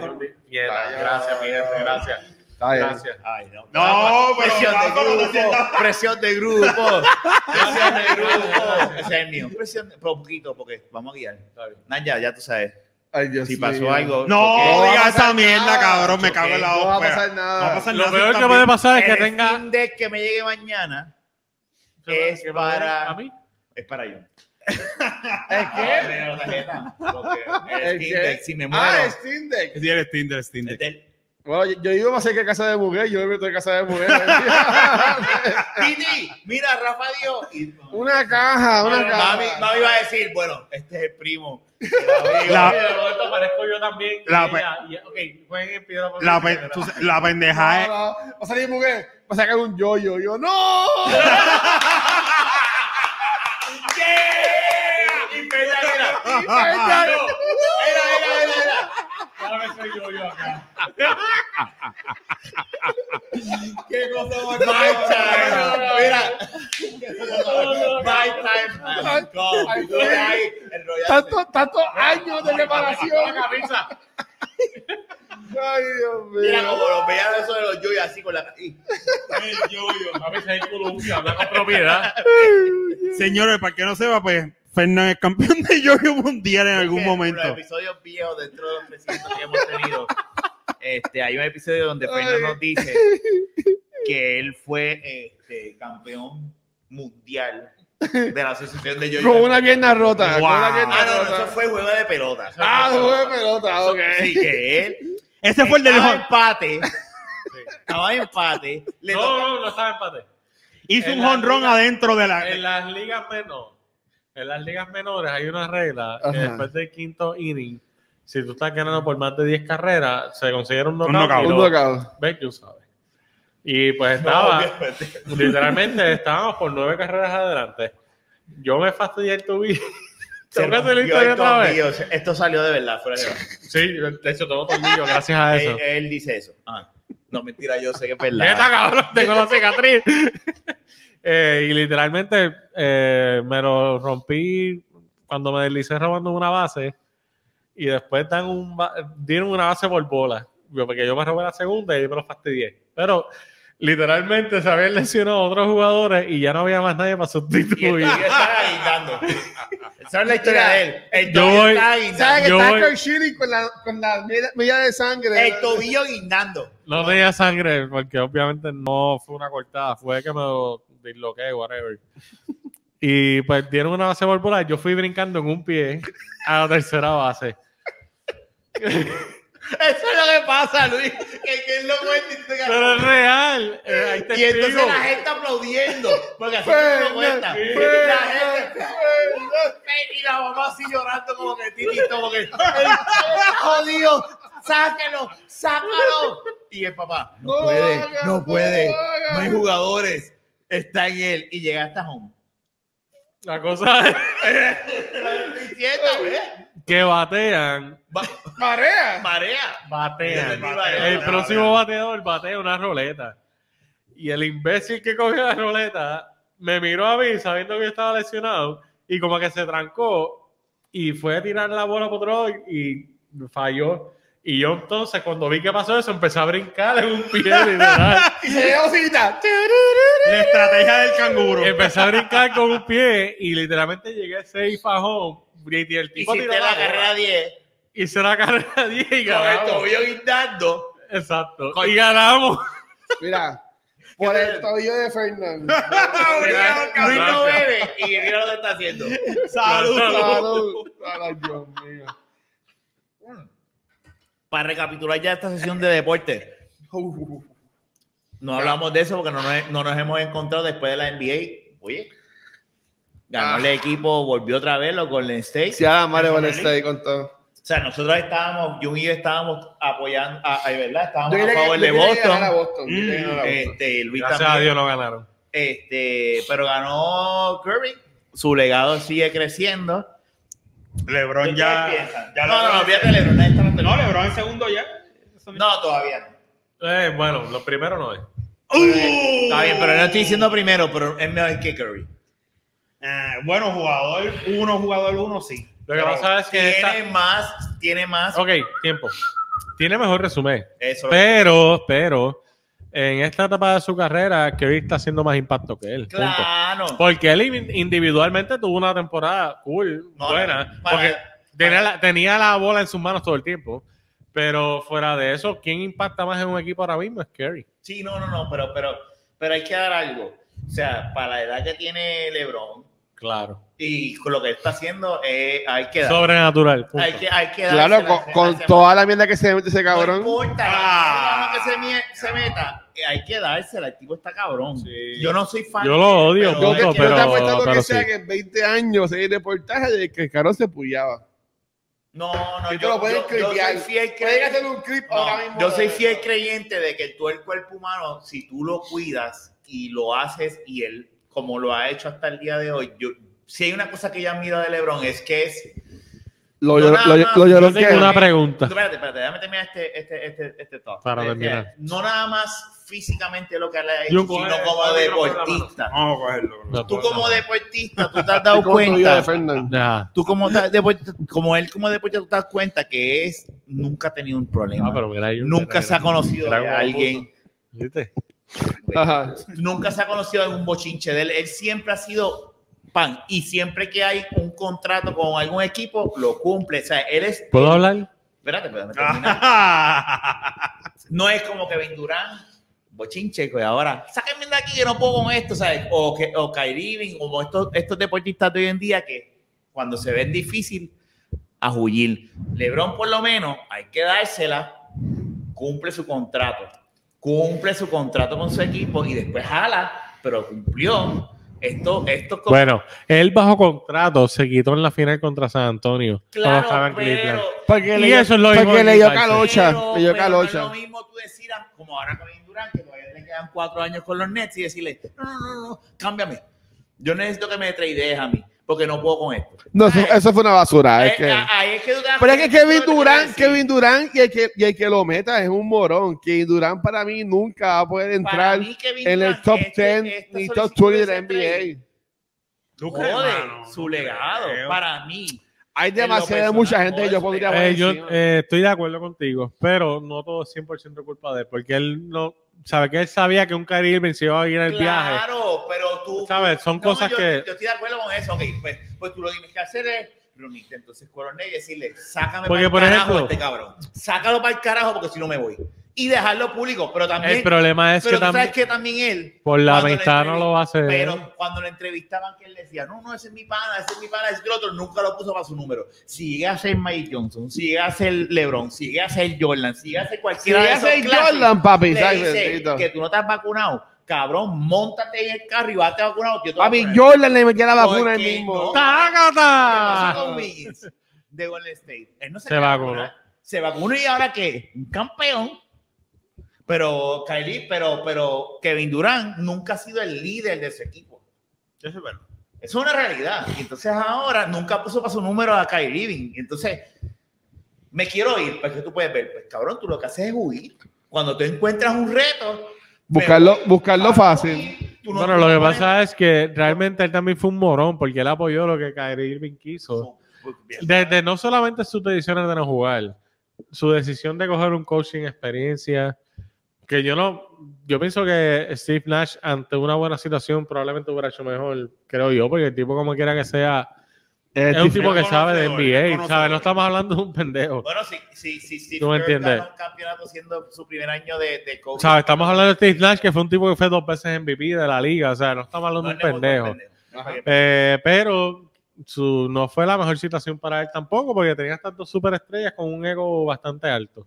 E: Mierda,
C: Vaya.
E: Gracias, mi jefe, gracias.
C: Está bien.
E: Gracias.
B: Ay, no,
D: No, pero
B: presión de
D: Paco, no te sientas
B: grupo, presión de grupo, presión de grupo. Ese es el mío. Presión de, pero un poquito, porque vamos a guiar.
E: Está bien.
B: Naya, ya tú sabes.
C: Ay, Dios
B: Si
C: mío.
B: pasó algo.
D: No,
C: va a
D: diga
C: pasar
D: esa mierda,
C: nada.
D: cabrón. Me
B: Ok,
D: cago en la
C: No va a
D: ópera.
C: pasar
D: No va a
C: nada.
D: pasar
E: Lo
D: nada.
E: peor
D: sí,
E: que
D: también.
E: puede pasar es que
B: el
E: tenga.
B: Steam Deck que me llegue mañana es
E: ¿Que me va a llegar
B: para-
E: A mí.
B: es para yo.
C: ¿Es
B: No,
C: que?
B: pero la tarjeta, porque el Steam
C: ¿El qué?
B: Deck, si me
C: Ah,
B: muero.
C: es Steam Deck.
D: Sí, el Steam Deck, el Steam Deck.
B: Del-
C: Bueno, yo, yo iba a ser que casa de mujer, yo me meto en casa de mujer.
B: Titi, mira, Rafa Dios. Y-
C: una caja, una
B: Bueno,
C: caja.
B: mami, mami va a decir, bueno, este es el primo.
D: La-
E: Oye, de momento aparezco yo también. y
D: La
E: ella- y- ok, jueguen en piedra, papel,
D: La, pe-
E: piedra.
D: tú sa- la pendeja eh.
C: No,
D: es.
C: no, Va a salir mujer, va a sacar un yoyo. Yo, no.
B: ¡Yeah! Y Peña, mira.
C: Venga,
B: Era, era, era, era.
E: Ahora soy yo, yo acá.
B: ¿Qué cosa más? My time. Mira. My time. has come.
C: Ay,
B: Yo ahí, enrollándose.
C: Tanto, tantos años de preparación. Ay, Dios
B: Mira
C: mío.
B: como los veían eso de los yoyos así con la. y-
E: A veces hay Columbia, habla con propiedad.
D: Señores, para que no sepa, pues Fernán es campeón de yoyo mundial en algún
B: que Los
D: momento.
B: episodios viejos dentro de los 300 que hemos tenido. Este, hay un episodio donde
C: Ay.
B: Fernando nos dice que él fue este, campeón mundial de la asociación de yo
C: Con una pierna rota. Con una
D: Wow.
C: pierna
B: Ah, no, no,
C: rota.
B: eso fue juego de pelota.
C: Ah, juego de pelota, ok.
B: Sí, que él
D: Ese fue el del
B: estaba
D: Hon-
B: empate. Estaba en empate. Le
E: No,
B: tocó-
E: no, no está empate.
D: Hizo un
E: en la
D: jonrón
E: liga-
D: adentro de
B: Ah,
D: la.
E: En las ligas menores, en las ligas menores hay una regla que
C: Ajá.
E: después del quinto inning, si tú estás ganando por más de 10 carreras, se considera un knockout.
D: knockout.
E: y
C: Un
E: lo-
C: knockout.
E: Ves, tú sabes. Y pues estaba,
B: obviamente.
E: literalmente estábamos por nueve carreras adelante. Yo me fastidié el tobillo.
B: Se
E: Tengo que hacer la
B: rompió
E: historia
B: el
E: otra vez.
B: tobillo. Esto salió de verdad. Fuera de broma.
E: Sí, de hecho tengo tobillo gracias a eso.
B: él, él dice eso. Ah, no, mentira, yo sé que es
E: Neta,
B: verdad.
E: cabrón, tengo la cicatriz. Eh, y literalmente eh, me lo rompí cuando me deslicé robando una base y después dan un ba- dieron una base por bola. Yo- Porque yo me robé la segunda y me lo fastidié. Pero literalmente se habían lesionado otros jugadores y ya no había más nadie para
B: Y el
E: sustituir.
B: tobillo estaba gritando. Esa es la historia de él. El
E: Yo
B: tobillo
E: voy-
B: estaba guindando.
C: ¿Sabes que
E: Yo
C: está
E: voy-
C: con Shiri con la, con la media, media de sangre?
B: El tobillo guindando.
E: No tenía sangre porque obviamente no fue una cortada, fue que me lo disloqué, whatever. Y pues dieron una base por bola, yo fui brincando en un pie a la tercera base.
B: Eso es lo que pasa, Luis. Que, que él lo cuenta y se
E: Pero es real. eh, hay
B: Y entonces
E: testigos.
B: la gente aplaudiendo. Porque así
C: Fernan,
B: no lo cuenta.
C: sí.
B: Y la
C: Fernan,
B: gente. Y la mamá así llorando como que titito. Como que. "Él está jodido! ¡Sáquelo! ¡Sácalo! Y el papá. No,
C: No
B: puede,
C: lo hagas, no
B: no puede.
C: lo hagas".
B: No hay jugadores. Está en él. Y llega hasta home.
E: La cosa es
B: Diciendo, ¿eh?
E: que batean.
B: Ba-
C: Marea.
B: Marea.
E: Batean.
B: Bateo,
E: El
B: bateo,
E: próximo bateador batea una roleta. Y el imbécil que cogió la roleta me miró a mí sabiendo que yo estaba lesionado y como que se trancó y fue a tirar la bola por otro lado y falló. Y yo entonces cuando vi que pasó eso empecé a brincar en un pie literal.
C: Y se dio cita.
D: La estrategia del canguro.
E: Empecé a brincar con un pie y literalmente llegué safe a home. Y el tipo tiró
B: Hiciste la
E: bola.
B: carrera 10.
E: Hice la carrera 10 y
B: Con el
E: ganamos.
B: tobillo guindando.
E: Exacto. Y ganamos.
C: Mira, por el tobillo de Fernando.
B: Luis no bebe y mira lo que está haciendo.
C: Salud. Ay, Dios mío.
B: Para recapitular ya esta sesión de deporte, no hablamos de eso porque no nos, no nos hemos encontrado después de la NBA. Oye, ganó el equipo, volvió otra vez lo Golden State.
C: ah. Si a la madre Golden State con todo.
B: sea, nosotros estábamos, Jun y yo estábamos apoyando, a, a- ¿verdad? Estábamos
C: Yo
B: a
C: quería que-
B: favor
C: yo
B: de
C: quería que
B: Boston.
C: ganara Boston. yo quería que ganara Boston.
B: Este, Luis
E: Gracias a
B: también.
E: Dios no ganaron.
B: Este, pero ganó Curry. Su legado sigue creciendo.
D: LeBron
B: ¿Ustedes
D: ya.
B: piensan?
D: ya
B: no, no, no,
D: LeBron-
B: fíjate, Lebron. ahí está la
D: no,
B: pelota.
D: LeBron en segundo ya. Eso mismo.
B: No, todavía no.
E: Eh, bueno, lo primero no es. Uh.
B: Está bien, pero no estoy diciendo primero, pero es mejor que Curry.
D: Ah, bueno, jugador uno, jugador uno, sí.
E: Lo que pasa es que
B: Tiene
E: esta-
B: más, tiene más.
E: Ok, tiempo. Tiene mejor resumen.
B: Eso.
E: Pero, pero, en esta etapa de su carrera, Curry está haciendo más impacto que él. punto.
B: claro.
E: Porque él in- individualmente tuvo una temporada cool,
B: No,
E: buena.
B: para-
E: porque tenía, la, tenía la bola en sus manos todo el tiempo. Pero fuera de eso, ¿quién impacta más en un equipo ahora mismo? Es Curry.
B: Sí, no, no, no, pero, pero, pero hay que dar algo. O sea, para la edad que tiene LeBron
E: Claro.
B: y con lo que está haciendo, eh, hay que dar.
E: Sobrenatural. punto.
B: Hay que, hay que
C: Claro,
B: dársela,
C: con,
B: se-
C: con
B: dársela.
C: toda la mierda que se mete ese cabrón.
B: No importa la mierda
D: Ah.
B: que se, mie- se meta, eh, hay que dársela. El tipo está cabrón. Yo no soy fan.
E: Yo lo odio,
B: Pero
C: Yo
E: punto,
C: te,
E: pero,
C: yo te apuesto lo
E: pero
C: que
E: sí.
C: sea que en 20 años hay reportajes de que el cabrón se pullaba.
B: No, no,
C: Y
B: yo,
C: tú lo puedes
B: yo- yo
C: clipear.
B: soy fiel
C: Pueden
B: creyente.
C: hacer un clip
B: No,
C: ahora mismo.
B: yo soy fiel creyente de que tú el cuerpo humano, si tú lo cuidas y lo haces y él, como lo ha hecho hasta el día de hoy, yo, si hay una cosa que yo admiro de Lebron es que es...
C: Lo,
B: No,
C: lloro-
B: nada
C: lo,
B: más.
C: lo lloró
E: Yo tengo
C: que-
E: una pregunta.
B: Espérate, espérate, déjame terminar este, este, este, este top.
E: Para
B: Eh,
E: terminar.
B: eh, no nada más físicamente lo que le ha hecho,
E: Yo
B: sino
E: coge-
B: como
E: coge el micrófono en la
B: deportista.
D: Vamos a cogerlo. bro.
E: No,
B: Tú
E: no,
B: como
E: no.
B: deportista, tú te has
C: Estoy
B: dado
C: con tu vida
B: cuenta...
C: de Fernan.
E: Ajá.
B: Tú como, ta- deportista- como él como deportista, tú te das cuenta que es nunca ha tenido un problema.
E: Ah, pero mira, yo-
B: nunca se ha conocido
E: Era
B: de
E: como
B: alguien
E: ¿Viste?
C: Ajá.
B: nunca se ha conocido algún bochinche de él. Él siempre ha sido pan y siempre que hay un contrato con algún equipo, lo cumple. O sea, él es.
E: ¿Puedo hablar?
B: Espérate, espérate, termina. No es como que Durán, bochinche, que ahora, sáquenme de aquí que no puedo con esto, ¿sabes? O, que, o Kyrie Irving, como estos, estos deportistas de hoy en día que cuando se ven difícil, a huir. Lebron, por lo menos, hay que dársela, cumple su contrato, cumple su contrato con su equipo y después jala, pero cumplió. Esto, esto es como-
E: Bueno, él bajo contrato se quitó en la final contra San Antonio. cuando estaba
B: claro,
E: en
B: pero,
E: Cleveland. Y
C: Porque le,
E: eso es lo mismo
C: porque
E: que
C: le dio
E: Tyson.
C: calocha.
B: pero-
C: le dio
B: pero no es lo
C: calocha.
B: mismo tú decir, a- como ahora con Durán, que todavía le quedan cuatro años con los Nets, y decirle, no, no, no, no, cámbiame. Yo necesito que me traidees a mí, porque no puedo con esto.
C: No, eso, eso fue una basura.
B: Ahí-
C: Ah, es que-
B: ahí- ahí es que tú te das
C: Pero es que
B: cuenta de
C: Kevin
B: lo te
C: Durant,
B: quiero decir.
C: Kevin Durant y el, que, y el que lo meta es un morón. Kevin Durant para mí nunca va a poder
B: Para
C: entrar
B: mí, Kevin
C: en el
B: Durant,
C: top
B: este-
C: 10
B: esta
C: ni top
B: solicitud
C: 20 de
B: ese
C: la
B: trade
C: NBA.
D: ¿Tú crees, mano?
B: Jode
D: No
B: su
D: creo.
B: legado.
D: Eh,
B: Para mí,
C: Hay
B: lo
C: demasiada
B: personal,
C: mucha gente que
B: joder,
C: yo podría
B: su
E: Eh,
C: poner
E: yo
C: encima.
E: eh, estoy de acuerdo contigo, pero no todo es 100% culpa de él, porque él no sabe que él sabía que un Kyrie Irving se iba a ir en el viaje.
B: Claro, pero tú.
E: ¿Sabes? Son cosas
B: yo,
E: que-
B: Yo estoy de acuerdo con eso. Ok, pues, pues tú lo que tienes que hacer es reunirte entonces coronel y decirle, sácame
E: Porque,
B: para
E: por
B: el carajo
E: ejemplo-
B: este cabrón. Sácalo para el carajo porque si no me voy. Y dejarlo público, pero también.
E: El problema es
B: pero
E: que
B: tú sabes
E: también
B: que también él.
E: por la
B: cuando le
E: amistad no lo va a hacer.
B: Pero cuando le entrevistaban, que él decía, no, no, ese es mi pana, ese es mi pana, ese es el otro, nunca lo puso para su número. Si llega a ser Mike Johnson, si llega a ser LeBron, si llega a ser Jordan, si llega a ser
C: Si
B: cualquiera de
C: ya
B: esos
C: soy
B: clásicos,
C: Jordan, papi,
B: le
C: Pues, ¿sabes?
B: dice
C: Bendito.
B: que tú no te has vacunado, cabrón, montate en el carro y vate vacunado. Yo te voy a
C: Papi,
B: poner.
C: Jordan le metió la
B: ¿Por
C: vacuna él
B: qué
C: mismo.
B: eh. no? ¿Qué pasó
E: ¡Tácata!
B: con Wiggins de Golden State? Él no se,
E: Se
B: quería
E: vacunó.
B: vacunar. Se vacunó y ahora qué? Un campeón. Pero Kylie, pero, pero Kevin Durant nunca ha sido el líder de su equipo.
D: Eso es verdad.
B: Es una realidad. Y entonces ahora nunca puso para su número a Kyrie Living. Entonces, me quiero ir, porque tú puedes ver, pues cabrón, tú lo que haces es huir. Cuando tú encuentras un reto,
C: Buscarlo, buscarlo
B: lo
C: fácil.
E: Bueno, lo que pasa es que realmente él también fue un morón, porque él apoyó lo que Kyrie Irving quiso. Desde no solamente sus decisiones de no jugar, su decisión de coger un coaching experiencia, que yo no, yo pienso que Steve Nash ante una buena situación probablemente hubiera hecho mejor, creo yo, porque el tipo como quiera que sea, es un
C: Este-
E: tipo que sabe de
D: conocedor,
E: NBA,
D: conocedor.
E: ¿sabes? No estamos hablando de un pendejo.
B: Bueno, sí, sí, sí, sí.
E: Tú me entiendes.
B: un campeonato siendo su primer año de, de coach.
E: ¿Sabes? Estamos hablando de Steve Nash, que fue un tipo que fue dos veces MVP de la liga, o sea, no estamos hablando de un pendejo. Eh, pero su, no fue la mejor situación para él tampoco, porque tenía estas dos superestrellas con un ego bastante alto.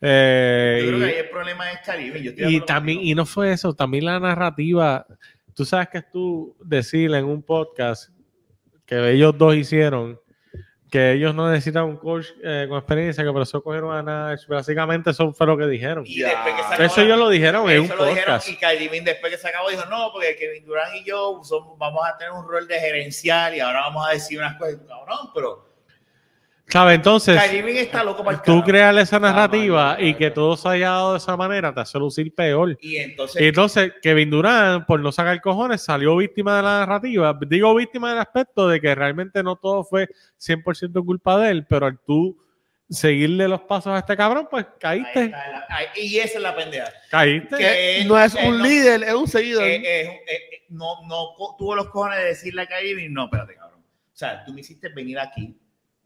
E: Eh,
B: Yo creo
E: y-
B: que ahí el problema es Caribe. Yo estoy de
E: y,
B: acuerdo
E: también,
B: contigo.
E: y no fue eso, también la narrativa. Tú sabes que tú decirle en un podcast que ellos dos hicieron que ellos no necesitan un coach eh, con experiencia, que por eso cogieron a Nash. Básicamente eso fue lo que dijeron.
B: Y después que se acabó
E: Eso
B: la-
E: ellos lo dijeron en un
B: Eso lo dijeron
E: podcast.
B: y Kylie Minogue después que se acabó dijo, no, porque Kevin Durant y yo somos- vamos a tener un rol de gerencial y ahora vamos a decir unas cosas, cabrón, pero
E: ¿Sabes? Entonces,
B: Kylie Minogue está loco para el
E: tú
B: carajo.
E: crear esa
C: mal,
E: narrativa
C: mal,
E: y
C: mal.
E: que todo se haya dado de esa manera te hace lucir peor.
B: Y entonces,
E: Y entonces, Kevin Durant, por no sacar cojones, salió víctima de la narrativa. Digo víctima del aspecto de que realmente no todo fue 100% culpa de él, pero al tú seguirle los pasos a este cabrón, pues
B: ahí
E: caíste.
B: está la- ahí- y esa es la pendeja.
E: Caíste.
B: Que él-
C: Eh, no es
B: él
C: un
B: no-
C: líder, es un seguidor.
B: Eh, eh, eh, eh, no, no co- tuvo los cojones de decirle a Kylie Irving, no, espérate, cabrón. O sea, tú me hiciste venir aquí,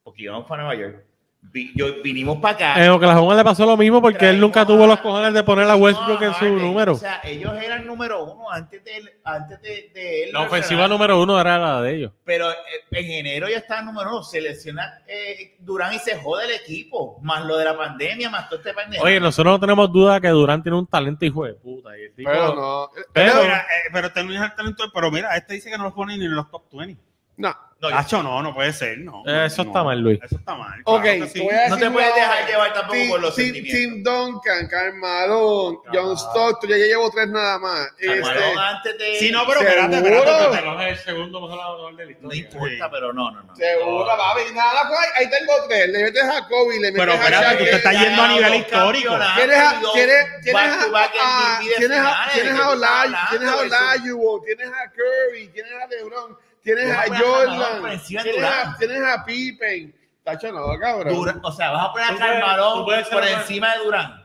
B: porque yo no fui a Nueva York. Vi- yo, vinimos para acá.
E: En Oklahoma le pasó lo mismo porque él
B: Traemos
E: nunca tuvo
B: a-
E: los cojones de poner a Westbrook
B: No,
E: en
B: no,
E: su
B: eh,
E: número.
B: O sea, ellos eran número uno antes de él. Antes de, de él
E: La ofensiva
B: Nacional.
E: número uno era la de ellos.
B: Pero eh, en enero ya estaba número uno. Se lesiona eh, Durán y se jode el equipo. Más lo de la pandemia, más todo este pandemia.
E: Oye, nosotros no tenemos duda que Durant tiene un talento hijo de puta. Y el tipo-
C: pero no. eh,
E: Pero-
D: Mira, eh, pero tenía el talento, pero mira, este dice que no los pone ni en los top 20.
C: no.
B: no, yo-
E: ah,
D: Hacho, no, no puede ser, no.
E: Eh, eso
D: No,
E: está mal, Luis.
D: Eso está mal.
C: Ok,
D: claro que sí.
C: te voy a
B: no
C: decir
B: te puedes
C: una-
B: dejar llevar tampoco
C: Tim,
B: por los
C: Tim-
B: sentimientos.
C: Tim Duncan, Carmalón, John Stockton, ya yo llevo tres nada más.
B: Camarón
C: Este,
B: antes de.
D: Sí, no, pues, pero
C: Seguro.
D: espérate, espérate, espérate.
E: es el segundo mejor jugador de la
B: No importa, pero no, no, no.
C: seguro, papi, nada, pues, ahí, ahí tengo tres. Le metes a Kobe, le metes
D: Pero
C: a
D: espérate,
C: Shaq,
D: tú te estás
C: le-
D: yendo a nivel histórico.
C: Tienes a, tienes, tienes a, a- tienes a, tienes a Olay- tienes a Olajuwon, tienes a Curry, tienes a LeBron, tienes
B: Vamos
C: a
B: a poner a Carmelo por
C: Jordan,
B: encima de
C: tienes a,
B: Durant.
C: tienes a Pippen. Tacho, no, cabrón.
B: o sea, vas a poner
E: Tú
B: a
E: puedes-
B: Carmarón
E: tú puedes ser
B: por
E: una-
B: encima de Durán.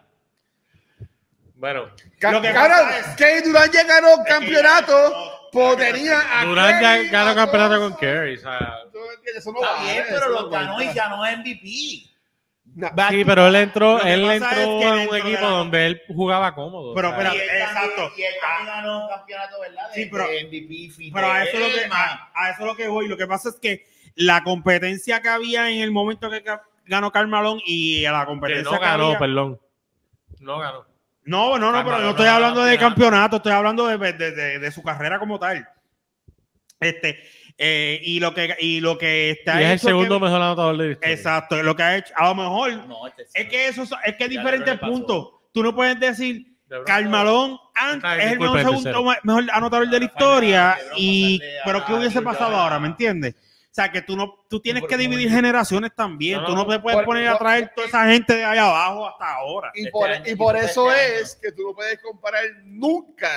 E: Bueno,
C: Ca-
D: Lo que
C: cabrón,
D: pasa es-
C: que Durant ya ganó campeonato,
D: no,
C: pues
D: claro que
C: tenía a
E: Durant ya
C: Curry,
E: ganó
C: a
E: campeonato
C: Thompson.
E: con Kerry. O sea.
C: Tú entiendes, eso no
B: Está
C: vale,
B: bien,
C: eso
B: pero
C: no
B: lo ganó y
C: cuenta.
B: ganó MVP.
C: No,
E: Sí, pero él entró,
D: Lo que
E: él
D: pasa
E: entró
D: es que
E: a
D: dentro
E: un
D: de
E: equipo
D: la-
E: donde él jugaba cómodo.
D: Pero,
E: o sea,
D: espera,
B: Y él también-
D: exacto.
B: Y él también ganó un campeonato, ¿verdad? De,
D: Sí, pero-
B: de MVP, Fidel,
D: Pero a eso, lo que,
B: man.
D: a, a eso lo que voy. Lo que pasa es que la competencia que había en el momento que ca- ganó Carmalón y a la
E: que
D: competencia
E: no ganó,
D: que había-
E: perdón. No ganó.
D: No, no, no, pero
E: Carmelo
D: no
E: no
D: estoy
E: ganó
D: hablando
E: la
D: de
E: final.
D: campeonato, estoy hablando de, de- de- de su carrera como tal. Este, eh, y lo que y lo que está
E: Y es el
D: hecho que-
E: segundo mejor anotador de la historia.
D: Exacto, lo que ha hecho, a lo mejor
B: No, este sí.
D: es que eso son- es que hay
B: Ya
D: diferentes
B: le pasó.
D: puntos. Tú no puedes decir
E: LeBron-
D: Carmalón antes
E: Está bien,
D: es el mejor,
E: disculpa, el
D: segundo- mejor anotador de la
B: Ah, falta
D: historia
B: de Lebron
D: y
B: pasarle a-
D: pero qué
B: a
D: hubiese
B: Jordan.
D: pasado ahora, ¿me entiendes? O sea, que tú no tú tienes
B: No,
D: que
B: pero-
D: dividir generaciones también,
E: No,
D: tú no
E: no,
D: te puedes
C: por-
D: poner a
C: por-
D: traer toda esa gente de allá abajo hasta ahora.
C: Y
B: Este
C: por,
B: año,
C: y por
B: este
C: eso
B: año.
C: es que tú no puedes comparar nunca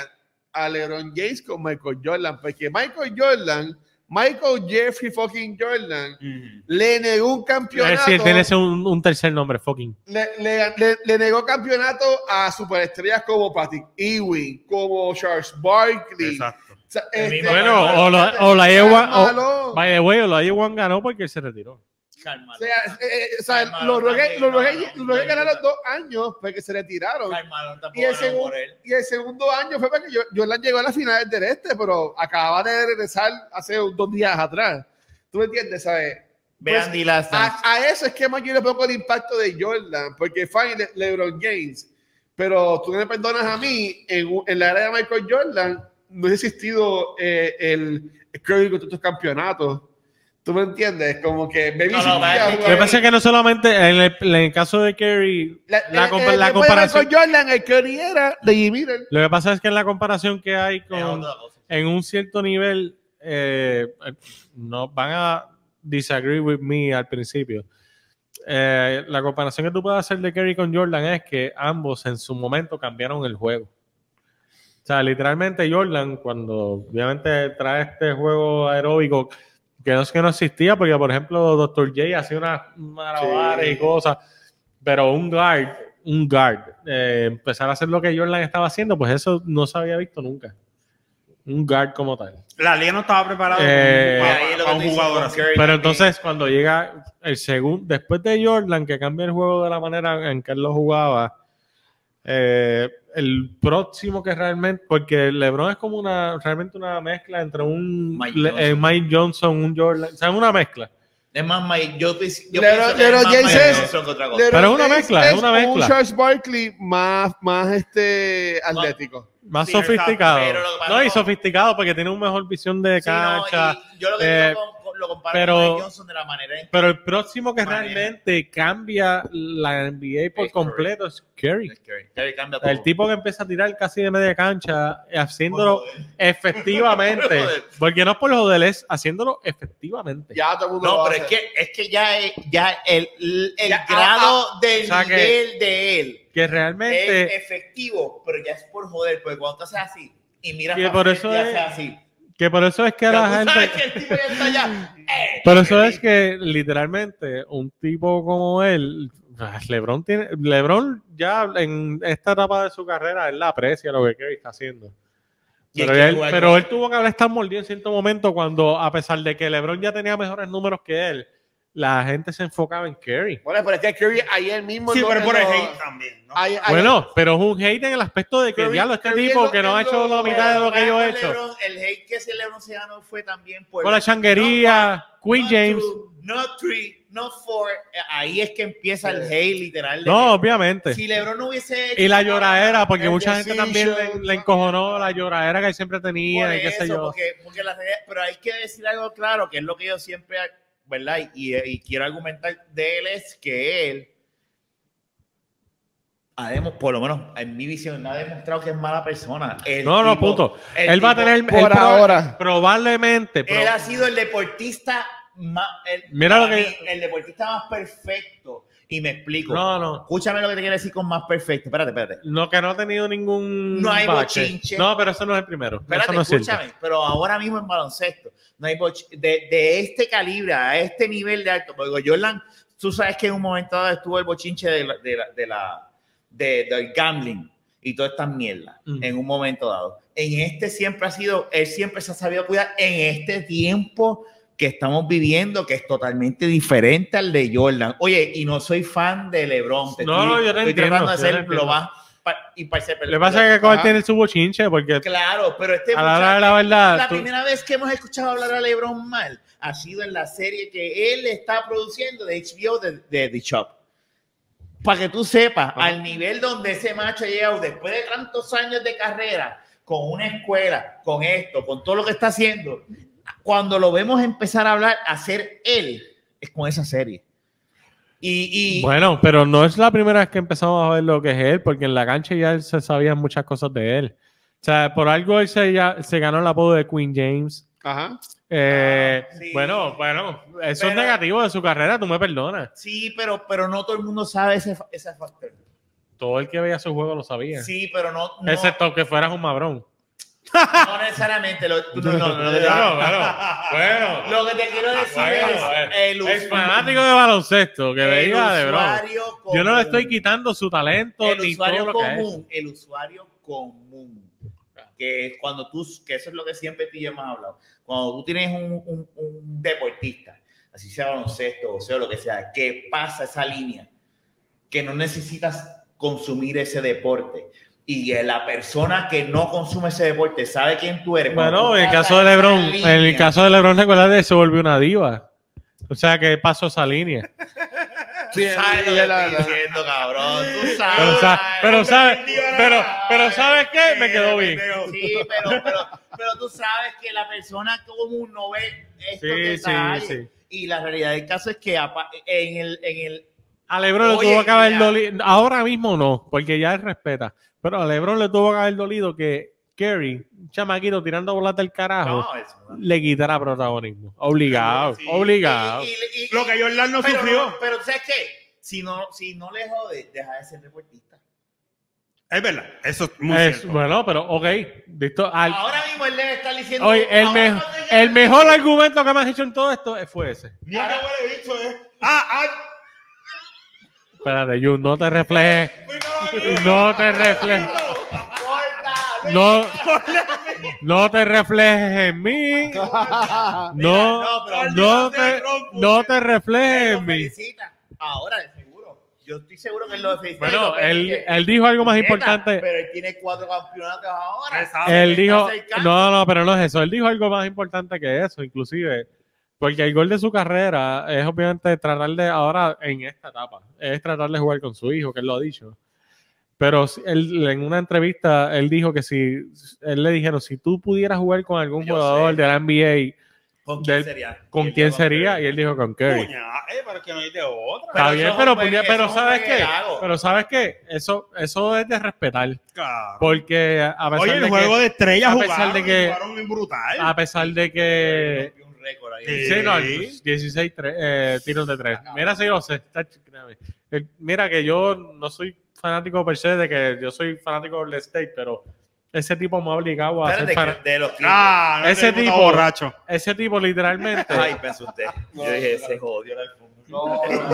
C: a LeBron James con Michael Jordan, porque Michael Jordan, Michael Jeffrey fucking Jordan,
D: Ujú.
C: le negó un
E: Es
C: campeonato.
E: decir, tiene ese un, un tercer nombre, fucking.
C: le, le- le- le negó campeonato a superestrellas como Patrick Ewing, como Charles Barkley.
D: Exacto.
C: O sea, este
B: El mismo
E: Bueno, o la, o la Iowa.
C: Carmelo.
E: o- By the way, o la Iowa ganó porque él se retiró.
B: Carmelo.
C: O sea, eh, eh, o sea,
B: Carmelo
C: los Rockets
B: también,
C: los
B: no,
C: Rockets-
B: no,
C: los Rockets
B: no,
C: ganaron
B: no.
C: dos años porque se retiraron.
B: Carmelo tampoco
C: Y el,
B: ganó
C: segundo,
B: por él.
C: y el segundo año fue porque yo, Jordan llegó a las finales del este, pero acababa de regresar hace un- dos días atrás. ¿Tú me entiendes? ¿Sabes?
B: Vean
C: Pues,
B: Di Last Dance.
C: A, a eso es que más yo le pongo el impacto de Jordan, porque fine, Le- LeBron James, pero tú no me perdonas a mí, en, u- en la era de Michael Jordan no ha existido eh, el Curry con todos estos campeonatos. ¿Tú me entiendes? Como que Baby
B: No, no,
C: Sofía,
B: vale.
C: güey.
E: Lo que pasa es que no solamente en el, en el caso de Kerry,
C: La-
E: la,
C: en-
E: compa-
C: en el
E: la
C: tiempo de
E: comparación.
C: Michael Jordan, el Curry era de Jimmy Miller.
E: Lo que pasa es que en la comparación que hay
B: Es
E: con,
B: otra cosa.
E: en un cierto nivel, eh, eh, no van a disagree with me al principio. Eh, la comparación que tú puedes hacer de Kerry con Jordan es que ambos en su momento cambiaron el juego. O sea, literalmente Jordan, cuando obviamente trae este juego aeróbico, que no es que no existía, porque por ejemplo Dr. J hacía unas malabares
C: Sí.
E: y cosas, pero un guard, un guard, eh, empezar a hacer lo que Jordan estaba haciendo, pues eso no se había visto nunca. Un guard como tal.
D: La liga no estaba preparada
E: Eh,
D: para,
B: Ahí es lo que
D: para
B: tú
D: un
B: dices
D: jugador
B: con
D: así.
B: Curry
E: Pero
B: también.
E: entonces cuando llega el segundo, después de Jordan, que cambia el juego de la manera en que él lo jugaba, eh, el próximo que realmente, porque LeBron es como una, realmente una mezcla entre un
B: Mike
E: le-
B: Johnson.
E: eh, Mike Johnson, un Jordan, o sea, es una mezcla.
B: Es más, Mike, yo, yo
C: Lebron-
B: pienso que es
C: Lebron
B: más
C: James
B: Mike
C: es-
B: Johnson que otra cosa.
C: LeBron
E: es una
C: James
E: mezcla, es una
C: Un
E: mezcla.
C: Charles Barkley más, más este atlético.
E: Más
D: Sí,
E: sofisticado.
B: exacto, pero lo que pasa
E: no, y
B: es-
E: sofisticado porque tiene una mejor visión de
B: Sí, no,
E: cancha.
B: y yo lo que
E: eh,
B: digo con- con- lo comparo
E: Pero-
B: con Mike Johnson de la manera en
E: Pero el próximo que
B: Manera.
E: realmente cambia la NBA por
B: Es Curry.
E: completo es Curry.
B: que Curry- Curry cambia todo.
E: El tipo que empieza a tirar casi de media cancha, haciéndolo
B: Por joder.
E: efectivamente.
B: Joder.
E: Porque no es por joder, es haciéndolo efectivamente.
C: Ya todo el mundo lo
B: No, pero
C: hace.
B: es que, es que ya, eh, ya el, el
D: ah,
C: Ya,
B: grado del
E: o sea que-
B: nivel de él
E: Que
B: es Eh,
E: realmente
B: efectivo, pero ya es por joder, porque cuando tú haces así y miras
E: Y
B: para
E: por
B: frente,
E: eso
B: ya
E: es-
B: haces así.
E: Que por eso es que
B: Pero
E: la
B: tú sabes
E: gente.
B: que el tipo ya está allá. ¡Eh!
E: Por eso es que literalmente un tipo como él. ah, Lebron tiene. Lebron ya en esta etapa de su carrera, él la aprecia lo que Curry está haciendo.
B: Y es
E: Pero,
B: que
E: él,
B: juega
E: pero
B: con-
E: él tuvo que haber estado mordido en cierto momento cuando, a pesar de que Lebron ya tenía mejores números que él, la gente se enfocaba en Curry.
C: Bueno, pero es que Curry ayer mismo.
D: Sí,
C: no-
D: pero por el
C: no-
D: hate también, ¿no?
C: ayer- ayer-
E: Bueno, pero es un hate en el aspecto de que,
C: Curry-
E: diablo, este
C: Curry es
E: tipo
C: lo-
E: que no ha
C: es lo-
E: hecho la mitad de lo que yo he hecho.
B: LeBron, el hate que ese LeBron se ganó fue también por...
E: Con la changuería, Queen
B: not
E: James.
B: two, not three, not four. Eh, Ahí es que empieza el
C: Sí.
B: hate, literal. de-
E: No, obviamente.
B: Si LeBron no hubiese hecho
E: Y la lloradera, porque
C: El
E: mucha gente también le,
C: decision,
E: le encojonó la lloradera que él siempre tenía
B: Por
E: y qué sé
B: eso,
E: yo.
B: Porque, porque la realidad- pero hay que decir algo claro, que es lo que yo siempre, ¿verdad? Y, y quiero argumentar de él es que él, ha demo- por lo menos en mi visión, ha demostrado que es mala persona. El
E: No, no,
B: tipo-
E: punto.
B: el
E: Él va a
B: tipo-
E: tener. él
C: por
E: proba-
C: ahora.
E: Probablemente.
B: Él
E: pero-
B: ha sido el deportista más. el-
E: Mira lo
B: para
E: que-
B: mí, el deportista más perfecto. Y me explico.
E: No, no.
B: Escúchame lo que te quiero decir con más perfecto. Espérate, espérate.
E: No, que no ha tenido ningún.
B: No hay
E: bache.
B: bochinche.
E: No, pero eso no es el primero.
B: Espérate,
E: eso no sirve.
B: escúchame, pero ahora mismo en baloncesto, no hay boch- de, de este calibre, a este nivel de alto, porque Jordan, tú sabes que en un momento dado estuvo el bochinche de la, de la, de la- de- del gambling y todas estas mierdas
E: Ujú.
B: en un momento dado. En este siempre ha sido, él siempre se ha sabido cuidar en este tiempo que estamos viviendo, que es totalmente diferente al de Jordan. Oye, y no soy fan de LeBron. te
E: No,
B: estoy,
E: yo te
B: estoy
E: entiendo,
B: tratando de
E: yo te
B: ser lo
E: entiendo.
B: más pa- imparcial.
E: Lo que pasa es que con él
C: Ajá.
E: tiene su bochinche, porque
B: Claro, pero este
E: a la hora de
B: muchacho-
E: la verdad.
B: la
E: tú-
B: primera vez que hemos escuchado hablar a LeBron mal ha sido en la serie que él está produciendo de HBO de, de The Shop. Para que tú sepas,
E: Ajá.
B: al nivel donde ese macho ha llegado después de tantos años de carrera, con una escuela, con esto, con todo lo que está haciendo, cuando lo vemos empezar a hablar, a ser él, es con esa serie. Y, y
E: Bueno, pero no es la primera vez que empezamos a ver lo que es él, porque en la cancha ya él se sabían muchas cosas de él. O sea, por algo él se, ya, se ganó el apodo de Queen James.
C: Ajá.
E: Eh,
B: Ah, sí.
E: Bueno, bueno, eso es
B: Pero-
E: negativo de su carrera, tú me perdonas.
B: sí, pero, pero no todo el mundo sabe ese, fa- ese factor.
E: Todo el que veía su juego lo sabía.
B: Sí, pero no, no,
E: Excepto que fueras un mabrón.
B: no necesariamente. Lo, no, no, no, no.
E: Claro, claro. Bueno,
B: Lo que te quiero decir
E: Ah, bueno,
B: es el,
E: el
B: usu-
E: fanático de baloncesto que
B: el
E: veía de bro.
B: usuario
E: Yo no
B: común.
E: le estoy quitando su talento
B: el
E: ni
B: usuario
E: todo lo que es.
B: común, el usuario común, que es cuando tú, que eso es lo que siempre tú y yo hemos hablado, cuando tú tienes un, un- un deportista, así sea baloncesto o sea lo que sea, que pasa esa línea, que no necesitas consumir ese deporte. Y eh, la persona que no consume ese deporte sabe quién tú eres. Cuando tú
E: Bueno, en el
B: pasas
E: caso de
B: esa
E: LeBron, en el
B: línea,
E: caso de LeBron, recuerda que se volvió una diva. O sea que pasó esa línea.
B: Tú sabes lo
C: Sí,
B: que
C: la-
B: estoy
C: la-
B: diciendo, cabrón. Tú
E: Pero,
B: sabes.
E: sa- pero sabes,
B: Entendió la-
E: pero, pero sabes qué, me quedó bien.
B: Sí, pero, pero, pero tú sabes que la persona común no ve esto
E: Sí,
B: que está
E: sí,
B: ahí.
E: sí.
B: Y la realidad del caso es que apa- en el, en el
E: A Lebron
B: Oye,
E: le tuvo que haber
B: mira.
E: dolido. Ahora mismo no, porque ya él respeta. Pero a Lebron le tuvo que haber dolido que Kerry, un chamaquito tirando bolas del carajo,
B: no, eso no.
E: le quitara protagonismo. Obligado,
D: Sí.
E: obligado.
B: Y- y- y-
D: Lo que Jordan no
B: pero,
D: sufrió.
B: pero tú sabes qué, si no, si no le jode, deja de ser deportista.
D: Es verdad, eso es muy
E: Es-
D: cierto.
E: bueno, pero ok. listo, al-
B: Ahora mismo él debe estar diciendo.
E: oye, el,
B: ahora
E: me-
B: cuando llegue-
E: el mejor argumento que me has hecho en todo esto fue ese.
D: Mira qué huele bicho, eh. Ah, ah,
E: Espérate, Jun, no te reflejes. No te reflejes.
B: Corta,
E: No, no te reflejes en mí. No,
B: no, pero-
E: no te, no te reflejes
B: Él lo
E: en mí.
B: felicita. Ahora, de seguro. Yo estoy seguro que él lo felicita.
E: Bueno,
B: Pero
E: él,
B: es que-
E: él dijo algo más
B: Neta,
E: importante.
B: Pero él tiene cuatro campeonatos ahora.
D: Exacto.
E: Él dijo,
B: acercando.
E: no, no, pero no es eso. Él dijo algo más importante que eso, inclusive. Porque el gol de su carrera es obviamente tratar de, ahora en esta etapa, es tratar de jugar con su hijo, que él lo ha dicho. Pero si- él, en una entrevista, él dijo que si, él le dijeron, si tú pudieras jugar con algún
B: Yo sé.
E: jugador de la NBA,
B: ¿Con quién
E: Del-
B: sería?
E: ¿Con
B: Él
E: quién
B: dijo,
E: sería?
B: Curry.
E: Y él dijo con Curry.
D: Puña, eh, pero es que no hay de otra.
E: Está
B: Pero
E: bien,
B: eso es
E: pero,
B: un
E: puña-
B: pegue-
E: pero
B: eso es un
E: ¿sabes qué?
B: peguerago.
E: Pero ¿sabes qué? Eso, eso es de respetar.
D: Cabrón.
E: Porque a pesar
D: Oye,
E: de
D: el juego
E: que...
D: de estrellas
E: a pesar
D: jugaron,
E: de que-
D: jugaron bien brutal.
E: A pesar de que...
B: Rompió un récord ahí.
D: Sí.
E: eh, Sí, no, el 16 tre- eh, tiros de tres. Mira, sí, lo sé, está ch- grave. El- Mira que yo no soy fanático per se de que yo soy fanático del state, pero ese tipo me ha obligado a
B: Espérate,
E: hacer
B: que de los
D: Ah, no
E: Ese
D: tenemos
E: tipo-
D: nada borracho.
E: Ese tipo literalmente...
B: Ay, me asusté. Yo dije, se jodió la alfombra.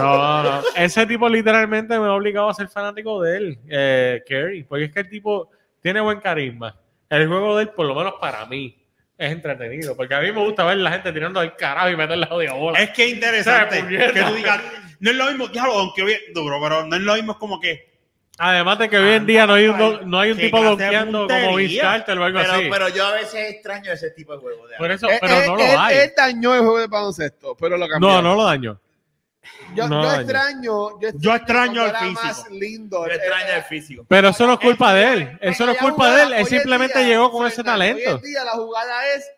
E: No, no. Ese tipo literalmente me ha obligado a ser fanático de él, eh, Kerry. Porque es que el tipo tiene buen carisma. El juego de él, por lo menos para mí, es entretenido. Porque a mí me gusta ver la gente tirando el carajo y meter la jodida bola.
D: Es que es interesante
E: Sabe, puñeta.
D: que tú digas, no es lo mismo, diablo, aunque bien duro, pero no es lo mismo, es como que
E: Además de que hoy en día no hay un, do- no hay un
D: Qué
E: tipo
D: clase de
E: donkeando como Vince
D: puntería.
E: Carter o algo
B: Pero,
E: así.
B: pero yo a veces extraño ese tipo de juego. de
E: Por eso,
D: eh,
C: Él-
E: pero
C: él-
E: no lo
C: él-
E: hay.
C: Él dañó el juego de baloncesto, pero lo cambió.
E: No, no lo daño.
C: Yo,
E: no
C: yo
E: dañó.
C: extraño. Yo
D: Yo extraño
C: cuando
D: al
C: era
D: físico.
C: más lindo.
B: Yo
C: era-
B: extraño el físico.
E: Pero eso no es culpa de él.
C: Pero
E: Eso no es
C: la
E: culpa de
C: jugada
E: él. Él
C: hoy en
E: simplemente
C: día,
E: llegó con ese
C: Fernando, Hoy
E: talento.
C: en día la jugada es,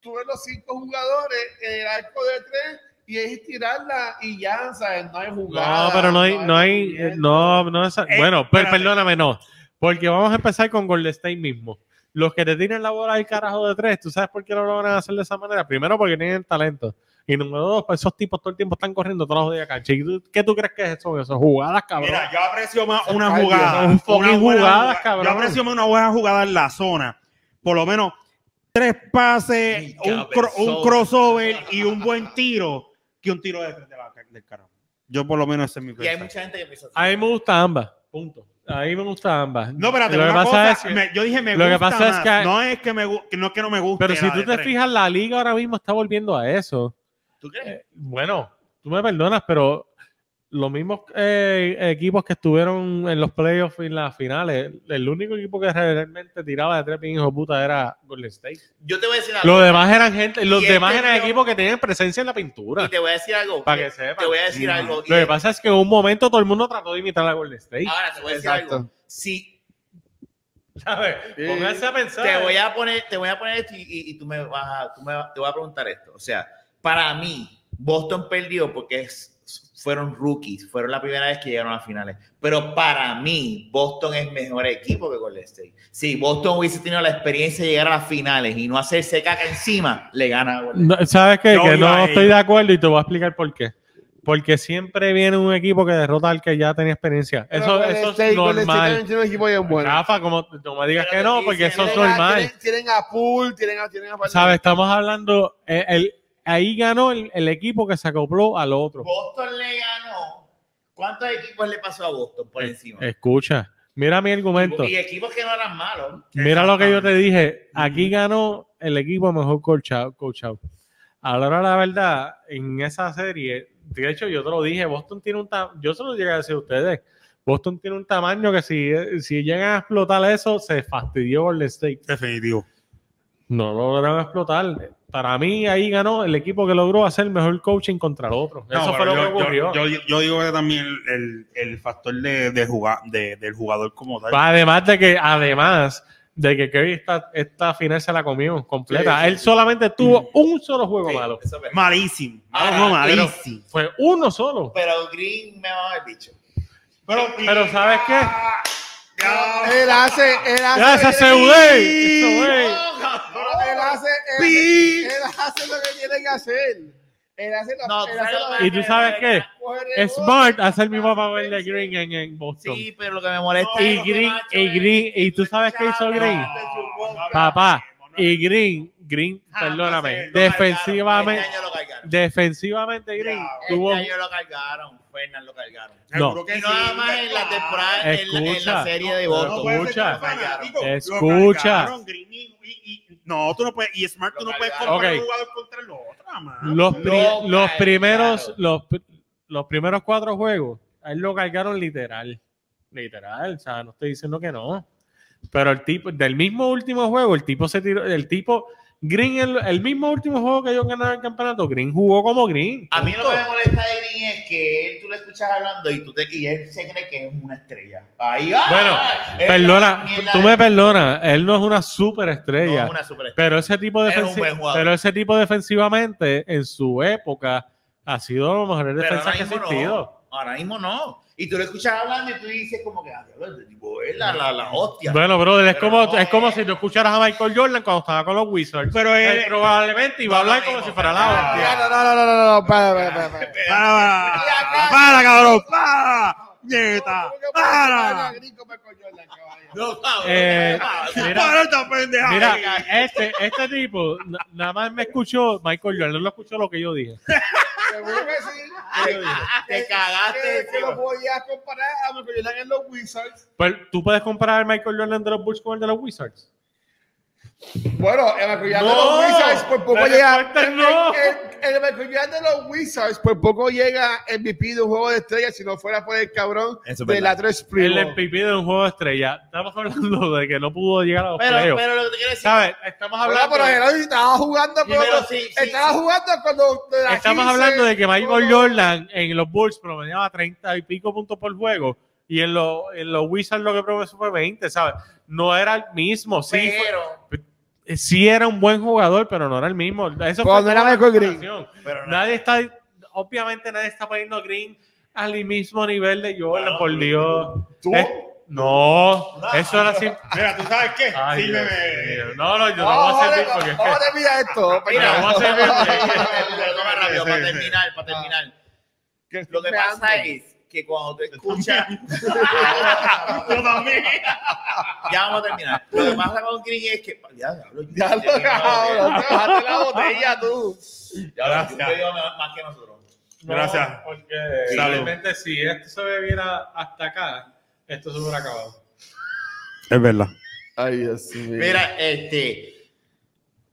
C: tú ves los cinco jugadores en el arco de tres y es tirarla y ya, ¿sabes? No hay jugada.
E: No, pero no hay, no hay, eh, no, no es,
D: Eh,
E: bueno, per-
D: espérate.
E: perdóname, no, porque vamos a empezar con Golden State mismo. Los que te tiran la bola al carajo de tres, ¿tú sabes por qué lo logran hacer de esa manera? Primero, porque tienen el talento. Y número dos, pues esos tipos todo el tiempo están corriendo todos los días cancha. ¿Y tú- qué tú crees que es eso? Eso, jugadas, cabrón.
D: Mira, yo aprecio más una
C: Ay,
D: jugada.
E: Dios, un fucking
D: una buena
E: jugada,
D: jugada. Yo
E: cabrón.
D: aprecio más una buena jugada en la zona. Por lo menos tres pases,
B: Mi
D: un, cro-
B: cabezón.
D: un crossover y un buen tiro que un tiro de frente de la- del carajo. Yo por lo menos ese es mi
B: Y hay
D: pensar.
B: mucha gente que piensa así.
E: a mí me gustan ambas, punto. A mí me gustan ambas.
D: No, espérate,
E: Lo que
D: una
E: pasa
D: cosa,
E: es que-
D: me- yo dije me
E: lo que
D: gusta
E: pasa es
D: más.
E: que-
D: no es que me gu- que no es que no me guste.
E: Pero si
D: la
E: tú
D: de
E: te
D: tres.
E: fijas, la liga ahora mismo está volviendo a eso.
B: ¿Tú crees?
E: Eh, bueno, tú me perdonas, pero los mismos eh, equipos que estuvieron en los playoffs y en las finales, el único equipo que realmente tiraba de tres bien hijo de puta era Golden State.
B: Yo te voy a decir algo.
E: Los demás eran gente, los
B: Y este
E: demás eran
B: tío-
E: equipos que tenían presencia en la pintura.
B: Y te voy a decir algo.
E: Para que
B: Te-
E: sepan.
B: Te voy a decir
D: Mm.
B: algo. Y
E: Lo que pasa es que en un momento todo el mundo trató de imitar a Golden State.
B: Ahora te voy a decir
C: Exacto.
B: algo. Si
E: ¿Sabes?
C: Sí.
E: Pónganse a pensar.
B: te voy a poner, te voy a poner esto y, y- y tú me vas a, tú me, vas- te voy a preguntar esto. O sea, para mí, Boston perdió porque es- fueron rookies, fueron la primera vez que llegaron a finales. Pero para mí, Boston es mejor equipo que Golden State. Si Boston hubiese tenido la experiencia de llegar a las finales y no hacerse caca encima, le gana a Golden State.
E: No, ¿Sabes qué?
D: Yo
E: que
D: iba
E: no
D: a
E: estoy
D: ello.
E: de acuerdo y te voy a explicar por qué. Porque siempre viene un equipo que derrota al que ya tenía experiencia. Eso, eso es normal.
C: Tiene un equipo bien bueno.
E: Rafa, como no me digas
B: Pero
E: que
B: te
E: no,
B: estoy
E: porque eso
B: diciendo
E: es
C: Tienen a-
E: normal.
C: Tienen, tienen a Pool, tienen a. Tienen a
E: ¿Sabes? Estamos hablando. eh, el- ahí ganó el, el equipo que se acopló al otro.
B: Boston le ganó. ¿Cuántos equipos le pasó a Boston
E: Eh,
B: por encima?
E: Escucha, mira mi argumento.
B: Y equipos que no eran malos.
E: Mira lo que yo te dije. Aquí ganó el equipo mejor coachado. coachado. A la hora de la verdad, en esa serie, de hecho, yo te lo dije, Boston tiene un tamaño, yo se lo llegué a decir a ustedes, Boston tiene un tamaño que si, si llegan a explotar eso, se fastidió Golden State.
D: Definitivo.
E: No lo lograron explotar. Para mí, ahí ganó el equipo que logró hacer mejor coaching contra el otro.
D: No,
E: eso fue
D: pero
E: lo que
D: yo,
E: ocurrió.
D: Yo, yo- yo digo que también el, el- el factor de, de jugar, de- del jugador como tal.
E: Además de que, además de que Kerry esta, esta final se la comió completa.
C: Sí, sí,
E: Él solamente
D: Mm.
E: tuvo un solo juego malo.
B: eso es verdad.
D: Malísimo.
B: Ah,
D: no,
E: pero-
D: malísimo.
E: Fue uno solo.
B: Pero Green me va a haber dicho.
D: Pero,
E: Pero ¿sabes qué?
B: Ah,
E: Ah,
C: Él hace. Él hace.
E: Gracias,
D: sí.
E: CUD.
C: No, él hace.
D: Pi.
C: Él, él hace lo que tiene que hacer. Él hace lo
B: No,
C: él hace
B: pero-
C: lo
E: Y tú sabes qué?
C: coge
E: Es
C: rebote,
E: Smart hace el mismo papel de Green en, en Boston.
B: Sí, pero lo que me molesta
E: y
B: es que
E: Green,
B: Nacho
E: y
B: es-
E: Green, y tú sabes qué hizo
B: Chaval,
E: Green. Ah, Papá, y Green, Green, perdóname,
B: Ah, Lo cargaron,
E: defensivamente,
B: Este año lo cargaron.
E: defensivamente Green
B: Este
E: tuvo...
B: año lo cargaron. Fernan lo cargaron.
E: No,
B: Y no nada más en la temporada, en la, en la
E: Escucha.
B: serie de
E: No, no
B: votos.
E: puede ser
B: Lo cargaron.
E: Escucha.
D: No, tú no puedes. Y Smart, tú no puedes
B: Ok.
D: comparar un jugador contra el otro, man.
E: los, pri-
B: Lo
E: los
B: cargaron.
E: primeros, los, pri- los primeros cuatro juegos, a él lo cargaron literal. Literal, o sea, no estoy diciendo que no. Pero el tipo, del mismo último juego, el tipo se tiró, el tipo Green, el, el mismo último juego que ellos ganaron el campeonato, Green jugó como Green.
B: A mí lo que me molesta de Green es que él, tú le escuchas hablando y, tú te, y él se cree que es una estrella. Ahí va.
E: Bueno,
B: Él
E: Perdona,
B: es una
E: tú
B: mierda
E: me perdonas, él no es una
B: de- no
E: superestrella.
B: es una superestrella.
E: Pero ese tipo
B: Era un
E: defensi-
B: buen jugador.
E: pero ese tipo defensivamente en su época ha sido de los mejores
B: Pero
E: defensas que ha
B: ahora mismo
E: existido.
B: no. Ahora mismo no. Y tú lo escuchas hablando y tú dices como que, ah, diablo, este tipo es la, la, la hostia.
E: Bueno, brother, es
B: Pero
E: como,
B: no
E: es como
C: eh.
B: es.
E: si tú escucharas a Michael Jordan cuando estaba con los Wizards.
D: Pero
E: Él
D: él.
E: probablemente iba a
B: no lo
E: hablar como
B: mismo,
E: si fuera
B: pero-
C: Ah,
E: la hostia.
C: No, no, no, no, no, no, no, para, para, para, para.
D: Para, para, para, cabrón, para, nieta,
C: ¿Cómo que puede
D: para,
C: comparar a Green con Michael Jordan, caballo?
B: no, cabrón,
E: Eh,
B: ¿qué pasa?
E: mira,
D: para esta pendeja.
C: eh,
E: mira, este, este tipo na- nada más me escuchó, Michael Jordan no escuchó lo que yo dije.
C: Te voy a decir
B: Te- Te cagaste.
C: que- que
B: encima.
C: lo podías comparar a Michael Jordan en los Wizards.
E: Pues, ¿Tú puedes comparar al Michael Jordan de los Bulls con el de los Wizards?
C: Bueno, el Michael Jordan
E: No,
C: de los Wizards por poco
E: la
C: llega.
B: este
E: respuesta es no.
C: El, el, el Michael Jordan de los Wizards por poco llega MVP de un juego de estrellas si no fuera por el cabrón
B: Eso es
C: de
B: verdad.
C: la 3
E: El
C: Primo.
E: MVP de un juego de estrella. Estamos hablando de que no pudo llegar a los
B: Pero,
E: playoffs.
B: pero lo que te quiero decir.
E: ¿Sabes? Estamos
C: Ahora,
E: hablando
C: pero Gerardo estaba jugando
B: Primero,
C: cuando-
B: sí, sí,
C: estaba
B: sí.
C: jugando cuando de la
E: Estamos
C: 15,
E: hablando de que Michael
C: cuando-
E: Jordan en los Bulls promediaba 30 y pico puntos por juego y en los, en los Wizards lo que promedió fue 20, ¿sabes? No era el mismo, sí, fue-
B: Pero,
E: sí era un buen jugador, pero no era el mismo. Eso
C: Pero
E: fue
C: no era
E: toda la
C: Michael Green.
E: comparación.
B: pero no.
E: Nadie está, obviamente nadie está poniendo a Green al mismo nivel de Jordan,
B: Claro.
E: por Dios.
C: ¿Tú?
E: Eh, no, eso era así.
D: Mira, ¿tú sabes qué?
E: Ay,
D: Sírveme.
E: Dios mío. No, no, yo no
C: Ahora,
E: voy a servir porque es que-
C: ahora mira esto.
B: Mira,
E: vamos a hacer-
B: Pero toma rápido, para terminar, para terminar.
C: que
B: Lo que
C: me
B: pasa
C: ande.
B: es que cuando tú escuchas.
D: Yo también.
B: Ya vamos a terminar. Lo que pasa con Green es que. Ya, hablo yo.
C: Ya lo cabrón, te bajaste la botella tú.
B: Ya hablo yo,
D: Gracias.
B: yo veo más que nosotros.
E: No,
D: Gracias.
E: Porque
D: Salud.
E: realmente si esto se bebiera hasta acá, esto se hubiera acabado.
D: Es verdad.
C: Ay, Dios mío.
B: Mira, este.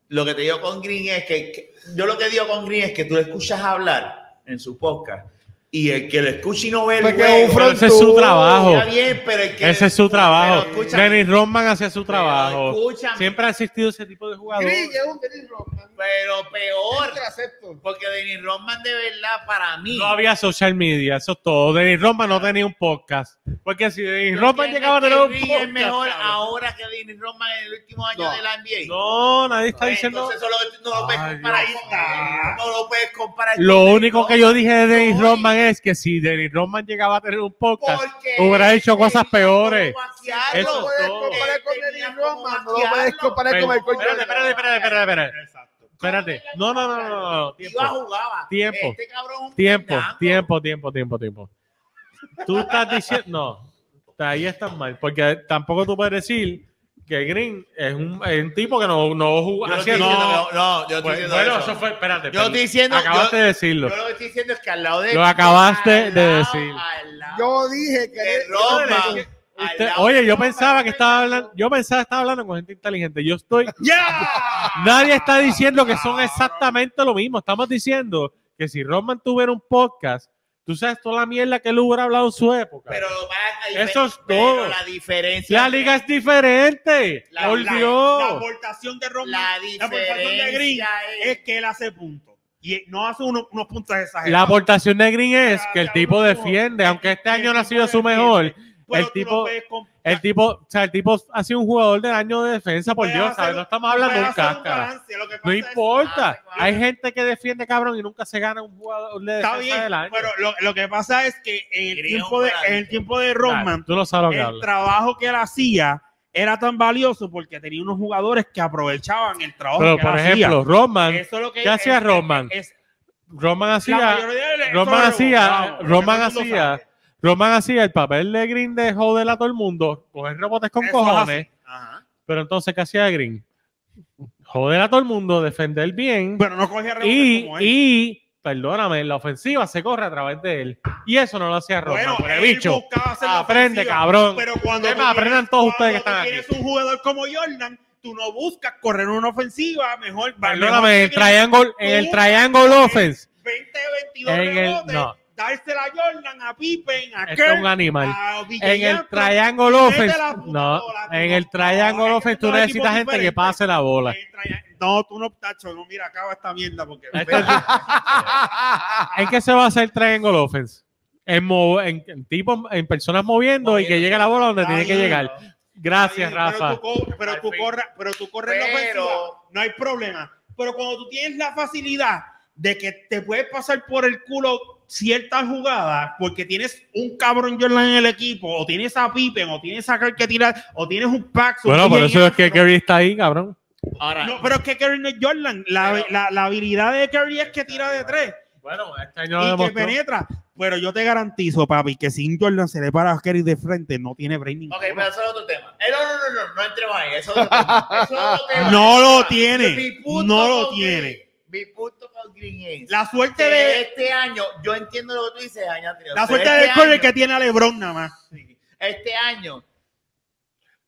B: Lo que te digo con Green es que, que- Yo lo que digo con Green es que tú lo escuchas hablar en su podcast y el que lo escucha y no ve el
C: Porque
B: juego,
C: un frontudo,
E: ese es su trabajo.
B: está bien, pero el que-
E: Ese es su trabajo.
B: pero escucha-
E: Dennis Rodman hacía su trabajo.
B: escúchame.
E: Siempre ha existido ese tipo de jugadores.
C: Green es un Dennis Rodman.
B: Pero peor,
C: Yo te lo acepto.
B: porque Denis Rodman de verdad para mí.
E: No había social media, eso es todo. Dennis Rodman no tenía un podcast. Porque si Dennis Rodman llegaba a tener un
B: Green es
E: podcast.
B: mejor
E: cabrón.
B: ahora que Denis Rodman en el último año
C: No.
B: de la NBA.
E: No, nadie está
B: Pues,
E: diciendo.
B: Entonces solo que tú no lo puedes
E: Ay,
B: comparar.
E: Dios.
B: con él, No lo puedes comparar.
E: Lo
B: con él,
E: único
B: no.
E: que yo dije de Dennis
B: Hoy,
E: Rodman es que si Dennis Rodman llegaba a tener un podcast,
B: porque
E: hubiera hecho
B: él
E: cosas
B: tenía
E: peores.
B: cómo vaciarlo.
E: Eso
C: No
E: es
C: lo puedes
E: todo.
C: comparar con
B: Él Eh, tenía
C: Dennis
B: como
C: Rodman. No lo
B: vaciarlo.
C: puedes comparar con
E: Espérate,
C: Michael
E: espérate, espérate,
C: Jordan.
E: espérate, espérate, espérate.
D: Exacto.
E: Espérate. No, no, no, no, no, no. Tiempo.
B: Iba, jugaba.
E: Tiempo.
B: Este cabrón es un
E: Tiempo,
B: pendejo.
E: tiempo, tiempo, tiempo, tiempo. Tú estás diciendo, no, ahí estás mal, porque tampoco tú puedes decir que Green es un, es un tipo que no, no
B: Yo
E: jugó.
B: no
E: así
B: estoy
E: no,
B: diciendo que no, no, yo no estoy
E: bueno,
B: diciendo
E: bueno,
B: eso.
E: eso fue, espérate.
B: Yo estoy diciendo-
E: Acabaste
B: yo-
E: de decirlo.
B: Yo lo que estoy diciendo es que al lado de.
E: Lo acabaste
B: al
E: de
B: lado,
E: decir.
B: al lado
C: Yo dije que
B: de
C: Dennis
B: Rodman,
E: Usted-
B: al
E: Usted-
B: lado
E: Este, oye,
B: de
E: yo
B: Rodman,
E: pensaba que estaba hablando, yo pensaba que estaba hablando con gente inteligente. Yo estoy.
B: ¡Ah!
E: Nadie está diciendo que son exactamente lo mismo. Estamos diciendo que si Roman tuviera un podcast, tú sabes toda la mierda que él hubiera hablado en su época.
B: Pero lo más-
E: Eso es
B: pero
E: todo.
B: La diferencia.
E: La liga es diferente.
B: La-
E: Por
B: la-
D: La
E: Dios.
D: aportación de Román.
B: La
D: La aportación de Green
B: diferencia es. Eh,
D: es que él hace puntos. Y no hace unos, unos puntos exagerados.
E: La aportación de Green es
D: La-
E: que el
D: la-
E: tipo
D: uno-
E: defiende, aunque este
D: el
E: año no ha
D: tipo
E: sido su
D: defiende.
E: mejor.
D: Pero
E: el
D: tú no
E: tipo-
D: puedes comp-
E: El tipo, o sea, el tipo ha sido un jugador del año de defensa, por
D: puedes
E: Dios,
D: hacer
E: ¿sabes?
D: un-
E: No estamos hablando de un
D: puedes hacer
E: cáscara.
D: balance. Lo que
E: No
D: pasa es-
E: importa.
B: ah,
E: Hay gente que defiende cabrón y nunca se gana un jugador de
D: Está
E: defensa
D: bien, pues,
E: del año.
D: pero lo, lo que pasa es que en el
B: Green es un
D: tiempo de, en el
B: balance.
D: tiempo de
E: Dale,
D: Roman,
E: tú no sabes lo que
D: el
E: hablas.
D: trabajo que él hacía era tan valioso porque tenía unos jugadores que aprovechaban el trabajo
E: Pero
D: que
E: por
D: él hacía.
E: ejemplo, Roman,
D: Eso es lo que
E: ¿qué hacía
D: es-
E: Roman?
D: es-
E: Roman
D: la
E: hacía,
D: mayoría de- eso
E: Roman
D: lo
E: hacía,
D: rebotaba,
E: Roman
D: eso todo el mundo
E: hacía,
D: sabe.
E: Roman hacía el papel de Green de joder a todo el mundo, coger rebotes con
D: Eso es
E: cojones.
D: así. Ajá.
E: Pero entonces, ¿qué hacía Green? Joder a todo el mundo, defender bien.
D: Pero no cogía rebotes
E: y,
D: como él.
E: y, perdóname, la ofensiva se corre a través de él. Y eso no lo hacía Roman.
D: Bueno, eh, pues,
E: Bueno,
D: él
E: bicho.
D: buscaba hacer la
E: Aprende,
D: ofensiva,
E: cabrón.
D: Pero cuando
E: Es más,
D: tú
E: aprendan
D: tienes-
E: todos ustedes que
D: cuando
E: están
D: tú tienes un jugador como Jordan, tú no buscas correr una ofensiva mejor. va mejor
E: Perdóname, en el
D: que Green,
E: triangle, en el
D: tú
E: triangle offense.
D: 20, 22
E: En el-
D: rebotes,
E: no.
D: dársela a Jordan, a Pippen, a
E: Esto es
D: Kirk,
E: un animal.
D: a Villallante.
E: En el triangle
D: Vete
E: offense,
D: pues, la puta
E: no,
D: bola, tú
E: en
D: no.
E: el triangle
D: Ahora,
E: offense
D: estos
E: tú
D: dos equipos
E: necesitas gente que
D: diferentes.
E: pase la bola.
D: El triangle- eh, no, tú no, tacho, no, mira, acaba esta mierda porque...
E: Este- ¿En qué se va a hacer triangle offense? En, mo- en, en tipo, en personas moviendo y que llegue la bola donde tiene que llegar. Gracias,
D: Está bien,
E: Rafa.
D: Pero tú, co- pero
B: Al
D: tú
B: fin.
D: corra- pero tú corres la
B: Pero-
D: ofensiva, no hay problema. Pero cuando tú tienes la facilidad de que te puedes pasar por el culo ciertas jugadas porque tienes un cabrón Jordan en el equipo, o tienes a Pippen, o tienes a Kirk que tirar, o tienes un Pax. o
E: Bueno,
D: tienes
E: por eso
D: a-
E: es que Kerry está ahí, cabrón. Ah.
B: Ahora,
D: No, pero es que Kerry no es Jordan. La,
B: Pero-
D: la- la habilidad de Kerry es que tira de tres
E: Bueno, este año
D: y que penetra. Pero yo te garantizo, papi, que sin Jordan se le para a Kerry de frente, no tiene brain ninguno.
B: ok, pero eso es otro tema. Eh, no, no, no, no, no entremos ahí. Eso es otro tema. Eso es otro tema.
D: No lo tiene,
B: Mi punto
D: no lo
B: con
D: tiene.
B: Green- Mi punto con Green es
D: La suerte
B: que
D: de,
B: este año, yo entiendo lo que tú dices, año anterior,
D: la
B: pero
D: suerte
B: este
D: de Curry
B: año-
D: que tiene a LeBron nada más.
B: Este año,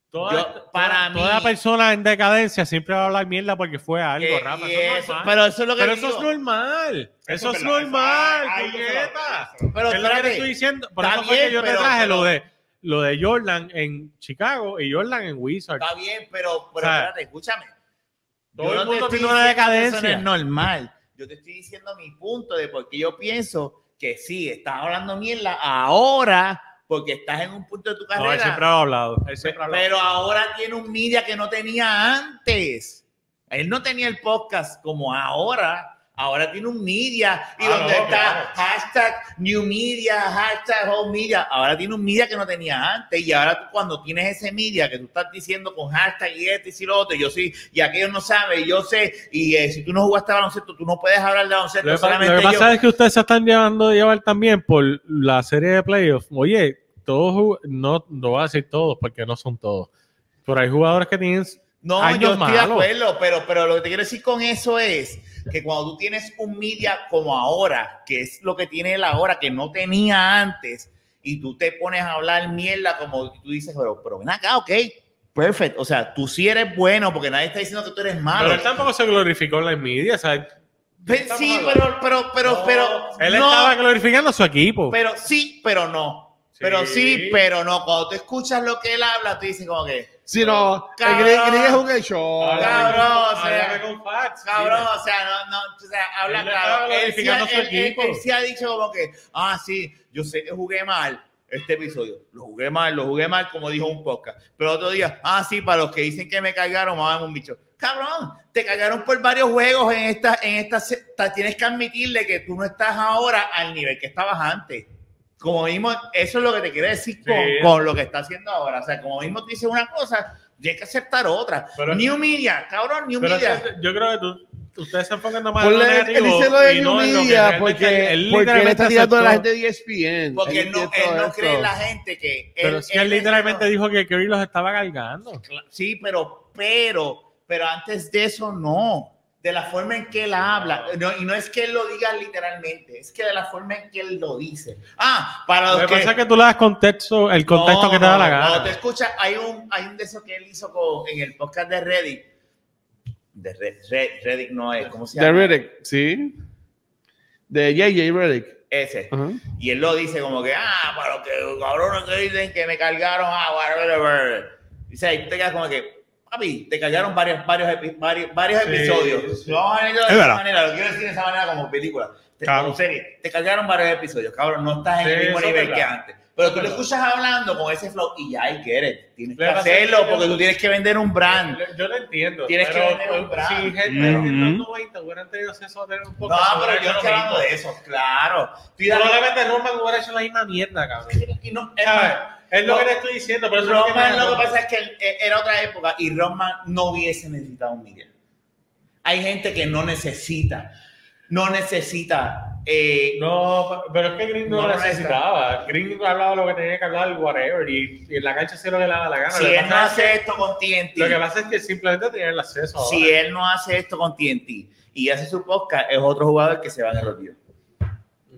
E: Toda,
B: Yo- para
E: toda- toda
B: mí-
E: persona en decadencia siempre va a hablar mierda porque fue algo,
B: que-
E: Rafa.
B: eh, y
E: Eso es
B: eso-
E: normal.
B: pero eso es lo que
E: Pero
B: digo.
E: eso es normal. Eso, es,
D: verdad, eso-
E: normal.
D: ahí- ahí yo se la-
E: puñeta.
B: Pero
E: es lo que te
B: espérate,
E: estoy diciendo. Por
B: está
E: eso fue que
B: bien,
E: yo te
B: pero-
E: traje
B: pero-
E: lo de lo de Jordan en Chicago y Jordan en Wizards.
B: Está bien, pero, pero
E: O sea,
B: espérate, escúchame. Yo
E: todo el
B: te
E: mundo
B: estoy
E: tiene una
B: diciendo que
E: decadencia.
B: Eso no es normal. Yo te estoy diciendo mi punto de por qué yo pienso que sí, estás hablando mierda ahora porque estás en un punto de tu
E: No, él
B: carrera.
E: siempre ha hablado. Él siempre ha hablado.
B: pero ahora tiene un media que no tenía antes. Él no tenía el podcast como ahora. Ahora tiene un media. ¿Y
E: Ah,
B: donde
E: no,
B: está?
E: claro.
B: Hashtag new media, hashtag home media. Ahora tiene un media que no tenía antes. Y ahora tú, cuando tienes ese media que tú estás diciendo con hashtag y este y lo otro, y yo sí, y aquello no sabe, y yo sé, y eh, si tú no jugaste baloncesto, tú no puedes hablar de baloncesto.
E: Lo que, pa- lo que
B: solamente yo.
E: pasa es que ustedes se están llevando llevar también por la serie de playoffs. Oye, todos ju- no, no voy a decir todos porque no son todos. Pero hay jugadores que tienen
B: No,
E: años
B: yo estoy de
E: malos.
B: acuerdo, pero, pero lo que te quiero decir con eso es que cuando tú tienes un media como ahora, que es lo que tiene él ahora, que no tenía antes, y tú te pones a hablar mierda, como tú dices, pero, pero ven acá, ok, perfecto. O sea, tú sí eres bueno, porque nadie está diciendo que tú eres malo.
E: Pero él tampoco se glorificó en la envidia. o sea,
B: Pe- sí, pero, pero, pero, pero.
E: él
B: no,
E: estaba glorificando a su equipo.
B: Pero sí, pero no.
E: Sí.
B: Pero sí, pero no. Cuando tú escuchas lo que él habla, tú dices como que,
C: Si no, el
B: Cabrón.
C: Green, Green es un hecho.
B: Cabrón. o sea,
E: Háblame con facts,
B: Cabrón,
E: mira.
B: o sea, no, no, o sea, habla
E: Él le
B: claro.
E: estaba
B: Él sí, ha-
E: glorificando a su
B: él- él-
E: equipo.
B: él sí ha dicho como que, ah, sí, yo sé que jugué mal este episodio. Lo jugué mal, lo jugué mal, como dijo un podcast. Pero otro día, ah, sí, para los que dicen que me cargaron, mamá un bicho. Cabrón, te cargaron por varios juegos en esta, en esta, se- ta- tienes que admitirle que tú no estás ahora al nivel que estabas antes. Como mismo, eso es lo que te quiere decir con,
E: Sí.
B: con lo que está haciendo ahora. O sea, como mismo tú dices una cosa, tienes que aceptar otra.
E: Pero-
B: New Media, cabrón, New
E: Pero es
B: Media.
E: que yo creo que tú- ustedes se enfocan nomás en lo
C: Ponle el
E: negativo
C: dice lo de
E: y no en lo que
C: Nubia,
E: realmente
C: porque,
E: él
C: porque él
E: literalmente
C: está tirando a la gente
E: aceptó.
C: de E ESPN.
B: Porque él
C: él
B: no,
C: tiene todo
B: él no
C: esto.
B: cree en la gente que.
E: Pero sí, él literalmente dijo que Curry los estaba cargando.
B: Sí, pero, pero, pero antes de eso, no. De la forma en que él habla. No, y no es que él lo diga literalmente, es que de la forma en que él lo dice. Ah, para
E: Lo
B: los
E: que
B: que.
E: pasa es que tú le das contexto, el contexto
B: No,
E: que te da
B: no,
E: la
B: no,
E: gana.
B: no, te escuchas, hay un, hay un de esos que él hizo con- en el podcast de Reddit. De Re- Re- Reddit no es, ¿cómo se
C: De
B: llama?
C: Reddick, sí. De JJ Reddick.
B: Ese.
C: Ajá.
B: Y él lo dice como que, ah, para los que cabrones que dicen que me cargaron, ah, whatever. Dice, ahí tú te quedas como que, papi, te cargaron varios, varios, epi- varios, varios
E: Sí.
B: episodios. No, no, no, de
D: Es
B: esa
D: verdad.
B: manera, lo quiero decir de esa manera como película, te,
D: Claro.
B: como serie. Te cargaron varios episodios, cabrón, no estás en
E: Sí,
B: el mismo
E: eso es
B: nivel
E: verdad.
B: que antes. Pero tú
E: Eso
B: lo
E: es
B: escuchas hablando con ese flow y ya ahí quieres. Tienes que
E: Le pasa
B: hacerlo
E: que yo-
B: porque tú tienes que vender un brand.
E: Yo lo entiendo.
B: Tienes
E: pero pues,
B: que vender un brand.
E: Si gente
D: Ujú.
E: de los 90 hubiera tenido acceso a tener un poco
B: No, pero yo no estoy hablando de eso, claro. Estoy dando-
E: Probablemente Roman hubiera hecho la misma mierda, cabrón.
B: y no- es
E: ¿Sabes?
B: más,
E: Es lo
B: no-
E: que le estoy diciendo. Pero eso es
B: Roman
E: me-
B: lo que pasa es que él- eh, era otra época y Roman no hubiese necesitado un Miguel. Hay gente que no necesita, no necesita. eh,
E: No, pero es que Green no,
B: No, no
E: necesitaba. Green hablaba lo que tenía que hablar, whatever. Y, y en la cancha sí lo que le daba la gana.
B: si
E: Lo que
B: él no
E: pasa es
B: hace esto con TNT,
E: que- lo que pasa es que simplemente tenía el acceso. ahora.
B: si él no hace esto con TNT y hace su podcast, es otro jugador que se va en el retiro.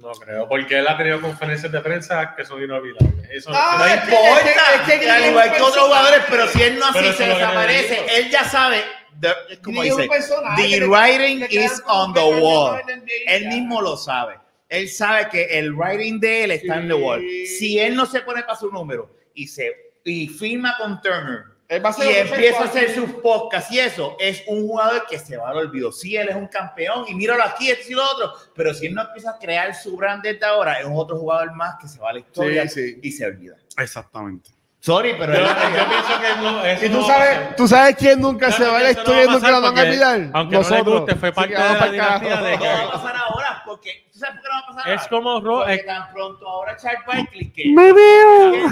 E: No creo, porque él ha tenido conferencias de prensa que son inolvidables. Eso
B: No
C: Ah,
E: eso-
C: es que- es que- es que
B: importa,
C: Green
B: al
C: es
B: igual
C: un
B: que otros
C: personaje.
B: jugadores, pero si él no
E: Pero
B: hace,
E: eso
B: se
E: es lo que te
B: desaparece.
E: digo.
B: Él ya sabe, the- como
C: Green es un
B: dice,
C: personaje que
B: the
C: te-
B: writing
C: te quedas
B: is
C: con
B: on the
C: que no
B: wall.
C: en el NBA
B: Él
C: ya.
B: mismo lo sabe. Él sabe que el writing de él está en the wall. Si él no se pone para su número y se y firma con Turner
C: Él va a ser
B: y
C: un
B: empieza a
C: cuatro.
B: hacer sus podcasts y eso, es un jugador que se va al olvido. Sí, él es un campeón y míralo aquí, esto y lo otro, pero si él no empieza a crear su brand desde ahora, es un otro jugador más que se va a la historia
C: Sí, sí.
B: y se olvida.
D: Exactamente.
B: Sorry, pero
E: Yo,
B: es
E: yo
B: la realidad.
E: pienso que no. eso
C: Y tú
E: no va a
C: sabes,
E: pasar.
C: tú sabes quién nunca se
E: Claro
C: va a
E: que
C: la
E: eso no
C: historia y
E: va a
C: nunca la
E: pasar
C: van a
E: porque,
C: olvidar.
E: aunque no le guste, fue
C: Así
E: parte
C: que vamos
E: de
C: pa'l
E: la dinastía
C: carajo.
E: de
B: no va a pasar ahora porque ¿tú sabes por qué no va a pasar
E: Es
B: ahora?
E: como Ro-
B: porque
E: es-
B: tan pronto ahora Charles Barkley que me veo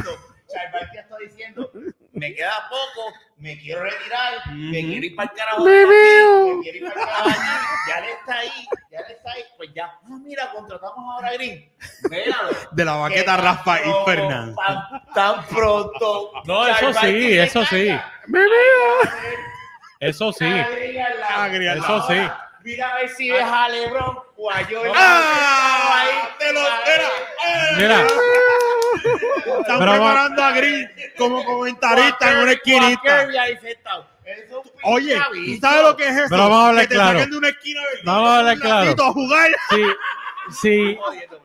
B: Charles Barkley está diciendo me queda poco me quiero retirar me
D: Ujú.
B: quiero ir para el carajo me veo me quiero ir para el carajo de aquí, ya le está ahí ya le está ahí pues ya ah, mira contratamos ahora a Green Vélalo.
D: De la
B: Que
D: baqueta
B: tan
D: Rafa y
B: pronto,
D: Fernández.
B: tan, tan pronto
E: No, eso
B: Charles Barkley
E: sí,
B: se
E: eso sí.
B: calla.
E: Eso sí.
B: Agrígala.
D: Agrígala.
E: Eso sí.
B: Mira a ver si ves a Lebron o a Jordan.
D: ¡Ah!
B: Ahí,
D: ¡Te lo espera! ¡Eh!
E: Mira,
D: Están
E: Pero va-
D: preparando a Green como comentarista en una esquinita. Oye, ¿tú ¿sabes lo que es eso?
E: Pero vamos a hablar
D: que te
E: claro.
D: saquen de una esquina ¿verdad?
E: Vamos a hablar
D: Un ladito
E: claro.
D: a jugar.
E: sí, sí.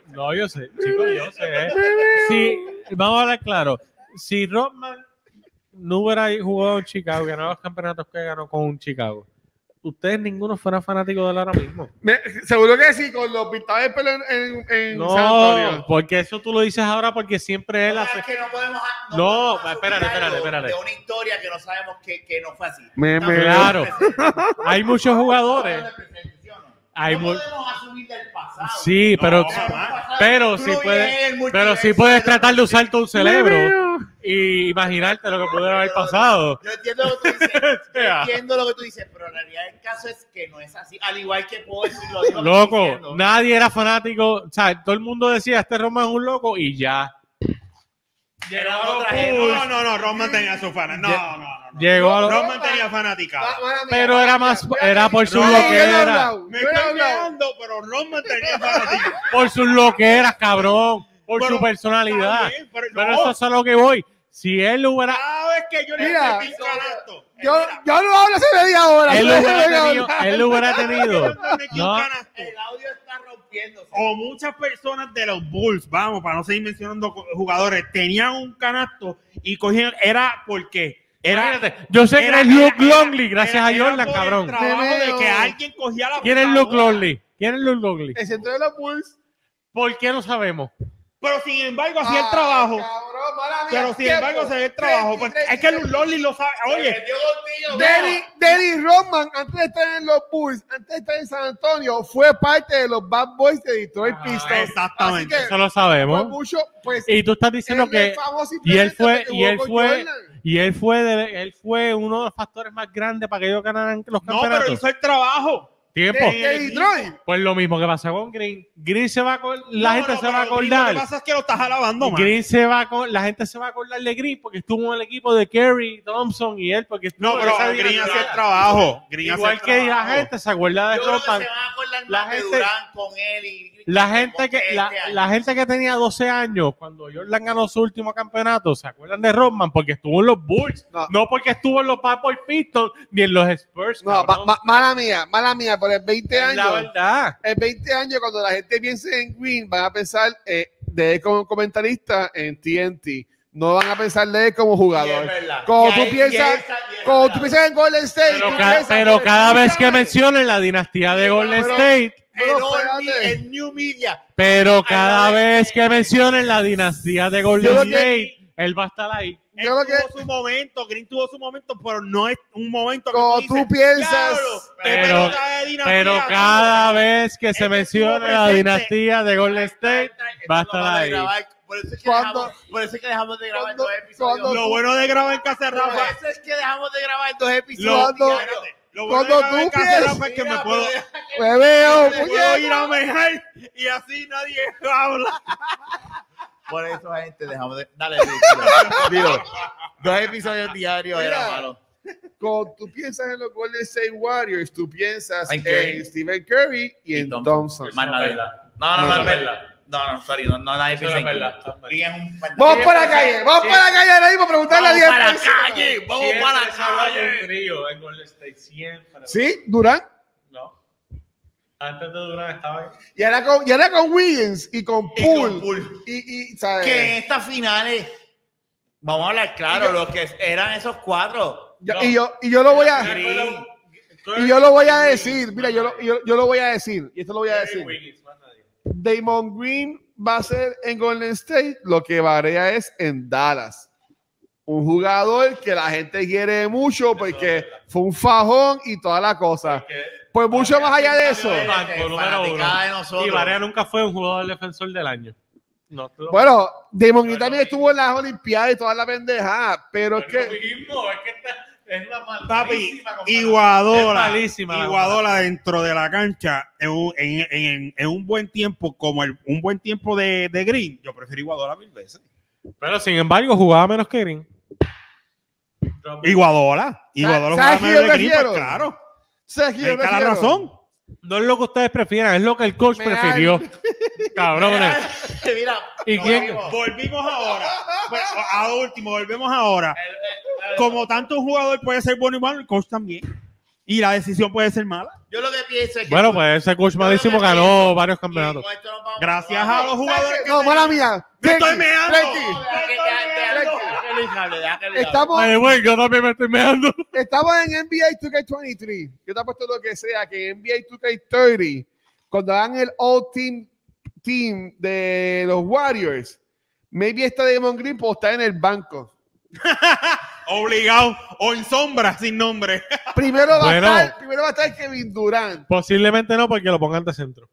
E: No, yo sé, chicos, yo sé. ¿eh? Sí, vamos a hablar claro. Si Rodman no hubiera jugado en Chicago, ganado los campeonatos que ganó con Chicago, ustedes ninguno fuera fanático de él ahora mismo.
C: Me- seguro que sí, con los pintados de pelo en, en- en San
E: No,
C: Antonio.
E: porque eso tú lo dices ahora porque siempre él hace.
B: que no podemos.
E: No,
B: podemos
E: espérate, espérate, espérate.
B: De una historia que no sabemos que, que no fue así.
C: Me-
B: Estamos
C: me-
E: Claro.
B: presentes,
E: Hay muchos jugadores.
B: estamos presentes, ¿sí o no?
E: Hay
B: no
E: mu-
B: podemos asumir del pasado.
E: Sí, pero, pero
B: Tú
E: si
B: no vives en
E: puedes,
B: el
E: pero si
B: multiverso
E: puedes
B: de-
E: tratar de usar tu cerebro y imaginarte lo que pudiera haber pasado.
B: Yo entiendo lo que tú dices.
E: O sea,
B: Entiendo lo que tú dices, pero la realidad del caso es que no es así. Al igual que puedo decir lo mismo que estoy
E: Loco,
B: diciendo.
E: nadie era fanático, o sea, todo el mundo decía, este Roma es un loco y ya.
B: Pero no lo trajimos.
D: No, no, no, Roman tenía su fan. No, no, no. no.
E: Llegó a los-
D: Roman tenía fanática.
C: Ah, mala mía,
E: Pero
C: mala
E: era
C: mía.
E: más-
C: Mira,
E: era
C: mira,
E: por su
C: mira, yo
E: loquera.
C: he hablado,
D: Me
C: yo he
D: estoy
C: hablado.
D: mirando, pero Roman tenía fanática.
E: por sus loqueras, cabrón, por
D: Pero-
E: su personalidad.
D: Está bien, Pero,
E: Pero
D: no,
E: eso es a lo que voy. Si él lo hubiera,
D: cada vez que yo le
C: Mira,
D: metí un canasto.
C: Yo, yo no hablo hace media hora.
E: él
C: yo
E: lo
C: no
E: hubiera
C: hablo hace
E: tenido,
C: media hora.
E: él lo hubiera tenido.
D: Yo le metí un
E: No.
D: canasto.
B: El audio está rompiéndose.
D: o muchas personas de los Bulls, vamos, para no seguir mencionando co- jugadores, tenían un canasto y cogían, era porque era.
E: Imagínate, yo sé que
D: era-
E: eres
D: era-
E: Luke
D: era-
E: Longley, gracias
D: era-
E: a
D: era
E: Jordan,
D: por el
E: cabrón.
D: trabajo
C: Te veo.
D: de que alguien cogía la
E: ¿Quién es Luke
D: bola.
E: Longley? ¿Quién es Luke Longley?
C: El centro de los Bulls.
E: ¿Por qué no sabemos?
D: Pero sin embargo, hacía el
C: Ah,
D: trabajo.
C: cabrón, mala mía,
D: Pero sin
C: tiempo.
D: embargo, se ve el trabajo. Pues, es que Luke Longley lo sabe. Oye,
C: Denny, Denny Rodman, antes de estar en los Bulls, antes de estar en San Antonio, fue parte de los Bad Boys de Detroit
E: Ah,
C: Pistons.
D: exactamente.
C: Así que,
E: Eso lo
C: fue
E: sabemos.
C: mucho, pues,
E: Y tú estás diciendo
C: él
E: que
C: es famoso
E: y él fue-
C: simplemente porque
E: y él
C: jugó con
E: fue-
C: Jordan.
E: y él fue de- él fue uno de los factores más grandes para que ellos ganaran los
D: no, pero
E: campeonatos.
D: hizo el trabajo.
E: Tiempo.
C: de, de Detroit.
E: Pues lo mismo que pasa con Green. Green se va a acor- la
D: No,
E: gente
D: no,
E: se va a
D: pero Green, Lo que
E: acordar.
D: pasa es que lo estás alabando, man.
E: Green se va a acor- la gente se va a acordar de Green porque estuvo en el equipo de Kerry, Thompson y él porque estuvo
D: No,
E: en
D: pero
E: esa
D: Green
E: dinámica.
D: hacía el trabajo. Green hacía
E: Igual
D: el
E: que la
D: trabajo.
E: gente se acuerda de
B: Yo creo que se
E: Rodman.
B: van a acordar
E: La
B: más de
E: gente-
B: Durant con él y-
E: La
B: con
E: gente que
B: este
E: la,
B: año.
E: la gente que tenía 12 años cuando Jordan ganó su último campeonato, ¿se acuerdan de Rodman? Porque estuvo en los Bulls, no,
C: No.
E: porque estuvo en los Bad Boy Pistons ni en los Spurs.
C: No,
E: cabrón.
C: ma- ma- mala mía, mala mía, por el 20
E: Es la
C: años.
E: verdad.
C: En 20 años, cuando la gente piense en Green, van a pensar eh, de él como comentarista en TNT. No van a pensar de él como
B: Y es
C: jugador.
B: verdad.
C: Como
B: Y
C: tú
B: ahí- y
C: piensas,
B: esa- y es
C: como
B: verdad.
C: tú piensas en Golden State,
E: Pero,
C: tú
E: ca-
C: piensas
E: pero
C: que-
E: cada vez que
C: Escúchame,
E: mencionen la dinastía de Golden
C: pero-
E: State,
C: pero
B: Enorme
C: espérate.
B: en New Media.
E: pero cada
B: Ay,
E: vez que mencionen la dinastía de Golden
C: creo que-
E: State, él va a estar ahí.
D: Él
C: Yo lo que-
D: tuvo su momento, Green tuvo su momento, pero no es un momento que
C: Como tú piensas,
D: "Diablo, qué
E: Pero-
D: pelota de dinastía,
E: Pero
D: tío".
E: cada vez
D: Él
E: que se
D: estuvo
E: menciona la
D: presente.
E: dinastía de Golden State, Este va a
B: Esto lo
E: estar
B: vamos
E: ahí.
B: grabar. Por eso es que
C: Cuando-
B: dejamos, por eso es que dejamos de grabar
C: cuando-
B: dos episodios.
C: cuando-
D: Lo bueno de grabar Casa
B: Por
D: Rafa.
B: eso es que dejamos de grabar dos episodios.
C: Cuando-
B: diarios.
D: Lo bueno de
C: cuando
D: grabar
C: tú
D: Casa Rafa
C: piensas-
D: es que me
B: Mira,
D: puedo,
B: pues,
C: Me veo,
D: me puedo ir a mejar y así nadie habla.
B: Por eso, gente, dejamos de. Dale, Luis, Digo, dos episodios diarios
C: Mira.
B: era malo.
C: Cuando tú piensas en los Golden State Warriors, tú piensas
B: En
C: en,
B: Curry.
C: Stephen Curry y,
B: Y
C: en
B: Thompson.
C: Thompson.
B: Más nada. No, no, no, es verdad. No, no, sorry, no, no nadie piensa en Curry. Y en un-
C: Vamos para la calle, vamos para la calle ahora mismo a preguntarle a
B: Vamos
C: 10
B: para la
C: personas.
B: calle, vamos para la calle.
E: trío en Golden State, siempre.
C: Sí, Durán.
E: No. Antes de Durán estaba
C: Y ahora con, y ahora con Wiggins y con
B: Y con
C: Poole.
B: Poole.
C: Y, y, ¿sabes?
B: Que en estas finales Vamos a hablar claro, los que eran esos cuatro.
C: Yo-
B: No,
C: y, yo, y yo lo voy a.
B: Green,
C: Y yo lo voy a decir, mira, yo lo, yo, yo lo voy a decir, y esto lo voy a decir. Damon Green va a ser en Golden State lo que varía es en Dallas. Un jugador que la gente quiere mucho porque fue un fajón y toda la cosa. Pues mucho más allá de eso.
E: Banco número uno.
B: fanaticada de
E: Y
B: nosotros.
E: Varea nunca fue un jugador defensor del año. No, tú lo-
C: Bueno, Damon Green también estuvo en las Olimpiadas y toda la pendeja, pero es que
B: Es una maldita
D: Papi,
B: comparación.
D: Iguadora.
E: Es malísima la
D: Iguadora dentro de la cancha en un, en- en- en un buen tiempo, como el, un buen tiempo de, de Green. Yo prefiero Iguadora mil veces.
E: Pero sin embargo, jugaba menos que Green.
D: Iguadora. Iguadora
C: ¿Sabes
D: jugaba
C: quién yo
D: mejor de Green,
C: prefiero?
D: pues claro.
C: ¿sabes quién
D: Ahí
C: yo
D: está la
C: prefiero?
D: razón.
E: No es lo que ustedes prefieran, es lo que el coach
C: Me
E: prefirió. Cabrones.
B: Mira,
E: ¿Y
B: no
E: quién?
B: vimos.
D: Volvimos ahora. Bueno, a último, volvemos ahora.
B: El- el- el-
D: Como tanto un jugador puede ser bueno y malo, el coach también. Y la decisión puede ser mala.
B: Yo lo que pienso es que.
E: Bueno, pues ese coach malísimo ganó varios campeonatos.
D: Gracias a los jugadores que.
C: No, mala mía.
D: ¡Me estoy
C: Frankie,
D: meando!
C: Frankie, Estamos,
E: Ay, güey, yo también me estoy meando.
C: Estamos en NBA 2K23. Yo te apuesto lo que sea que en NBA 2K30, cuando hagan el All Team Team de los Warriors, maybe esta Demon Green puede estar en el banco.
D: Obligado. O en sombra, sin nombre.
C: Primero va,
E: Bueno.
C: a, estar, primero va a estar Kevin Durant.
E: Posiblemente no, porque lo pongan de centro.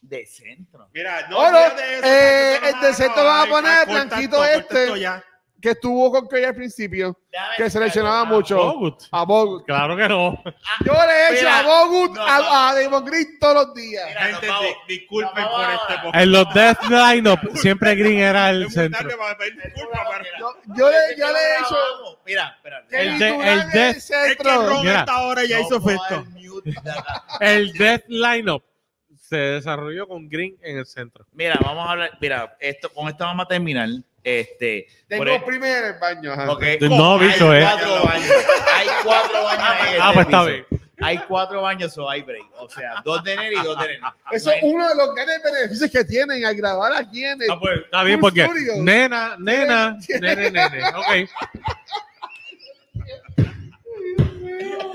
B: De centro.
D: Mira,
C: Oh, no.
D: olvides de eso,
C: Eh,
D: que eso no
C: el
D: nos
C: tercero
D: acaba,
C: va a
D: ya,
C: poner
D: corta esto,
C: Blanquito
D: corta
C: este.
D: esto ya.
C: Que estuvo con Curry al principio,
B: Déjame
C: que
B: decirte
C: seleccionaba
B: algo.
C: mucho
E: Bogut.
C: a Bogut.
E: Oh, Claro que no.
C: Yo le he hecho
B: Mira,
C: a Bogut
B: no, no.
C: a, a Demon Green todos los días.
B: Mira,
D: Gente,
B: nos vamos.
D: di- disculpen
B: Nos
D: por
B: vamos
D: este
B: ahora.
D: podcast.
E: En los Death Lineup siempre Green era el
D: Es muy tarde
E: centro.
D: para pedir disculpas, pero-
C: Yo, yo le, yo le he hecho
B: Mira, espérate.
E: El
C: Kevin
E: de- el
C: Durant en
E: de-
C: el
D: Es que
C: centro.
D: Ron
E: Mira.
D: a esta hora ya
B: No
D: hizo
B: puedo
D: festo.
B: dar mute de acá.
E: El Death Lineup se desarrolló con Green en el centro.
B: Mira, vamos a hablar. Mira, esto, con esto vamos a terminar. Este.
C: Tengo
B: por el-
C: primero en el baño. ajá.
B: porque-
E: No, bicho,
B: hay
E: eh.
B: cuatro baños. Hay cuatro baños. en
E: Ah,
B: este
E: pues está
B: piso.
E: bien.
B: Hay cuatro baños o hay break. O sea, dos de enero y dos de enero.
C: Eso es uno de los grandes beneficios que tienen al grabar aquí en el...
E: Ah, pues, está bien,
C: Full
E: porque
C: Studios.
E: nena, nena, nene, nene. Ok.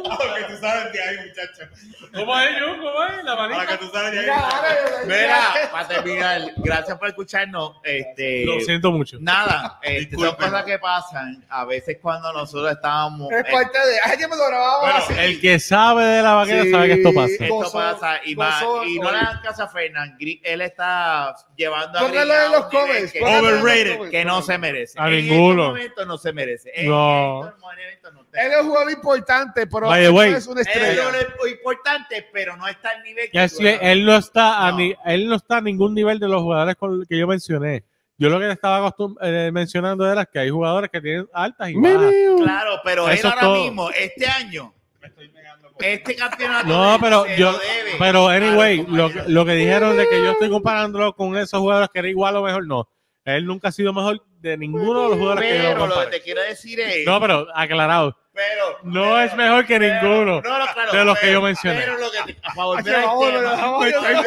D: Ahora que tú sabes de ahí, muchacho.
E: ¿Cómo es, Jun? ¿Cómo es? La
D: Ahora que tú sabes de ahí.
C: Mira, ahora-
B: Mira, para terminar, gracias por escucharnos. Este,
E: Lo siento mucho.
B: nada, este, son
D: Disculpen.
B: cosas que pasan. A veces cuando nosotros estábamos.
C: Es parte de... Ay, que me lo grababa
B: Bueno,
C: así.
E: El que sabe de la vaquera
C: Sí.
E: sabe que esto pasa.
B: Esto
C: Gozó-
B: pasa y más.
C: gozó
B: Y no
C: hoy.
B: le hagan caso a Fernan. Gri- Él está llevando a
C: Póngalo
B: Gris a
C: en los
B: un nivel
C: comments.
B: que-
C: póngalo en los
D: Overrated.
C: comments.
B: Que no se merece.
E: A
B: En este
E: ninguno.
B: momento no se merece. En
E: No.
B: este momento no
C: Él es un jugador importante, pero
E: By the
C: él no
E: way,
C: es una
B: Él
C: estrella.
B: es lo importante, pero no está al nivel
E: Ya
B: que
E: sí, él no está a
B: No.
E: ni- él no está a ningún nivel de los jugadores con- que yo mencioné. Yo lo que le estaba acostum- eh, mencionando era que hay jugadores que tienen altas y bajas.
B: Claro, pero él
E: Eso es
B: ahora
E: todo.
B: mismo, este año,
D: Me estoy pegando.
B: este campeonato.
E: No,
B: él
E: pero
B: se
E: yo,
B: lo debe
E: pero
B: a los
E: anyway, lo, que-
B: compañeros.
E: lo que dijeron de que yo estoy comparándolo con esos jugadores que era igual o mejor, no. Él nunca ha sido mejor de ninguno de los jugadores que yo lo
B: Pero lo que
E: compare.
B: te quiero decir es.
E: No, pero aclarado,
B: pero,
E: no es mejor que ninguno.
B: No, no, claro,
E: de los que
B: pero-
E: yo mencioné.
B: Pero lo que te, a favor este,
C: Ay,
B: del
C: vamos,
B: tema,
C: vamos,
B: lo que
C: vamos.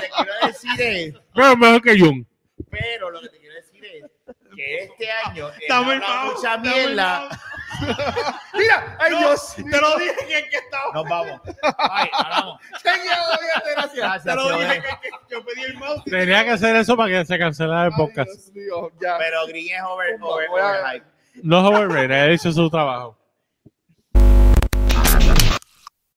B: te quiero decir es.
E: Pero mejor que Jung.
B: Pero lo que te quiero decir es que este año él
D: Dame el
B: habla
D: mouse,
B: mucha
D: dame el
B: mierda.
D: mouse.
C: Mira, ay Dios.
D: Te lo dije que es que estaba.
B: Nos vamos. Bye, hablamos.
C: Señor, Dios, gracias.
B: Gracias,
D: Te lo
B: Teodoro.
D: dije que, que yo pedí el mouse.
E: Tenía que hacer eso para que se cancelara el
C: Ay,
E: podcast.
C: Dios mío, ya.
B: Pero Green es over,
C: Pumba,
B: over,
C: voy a-
B: overhyped.
E: No es overrated, él hizo su trabajo.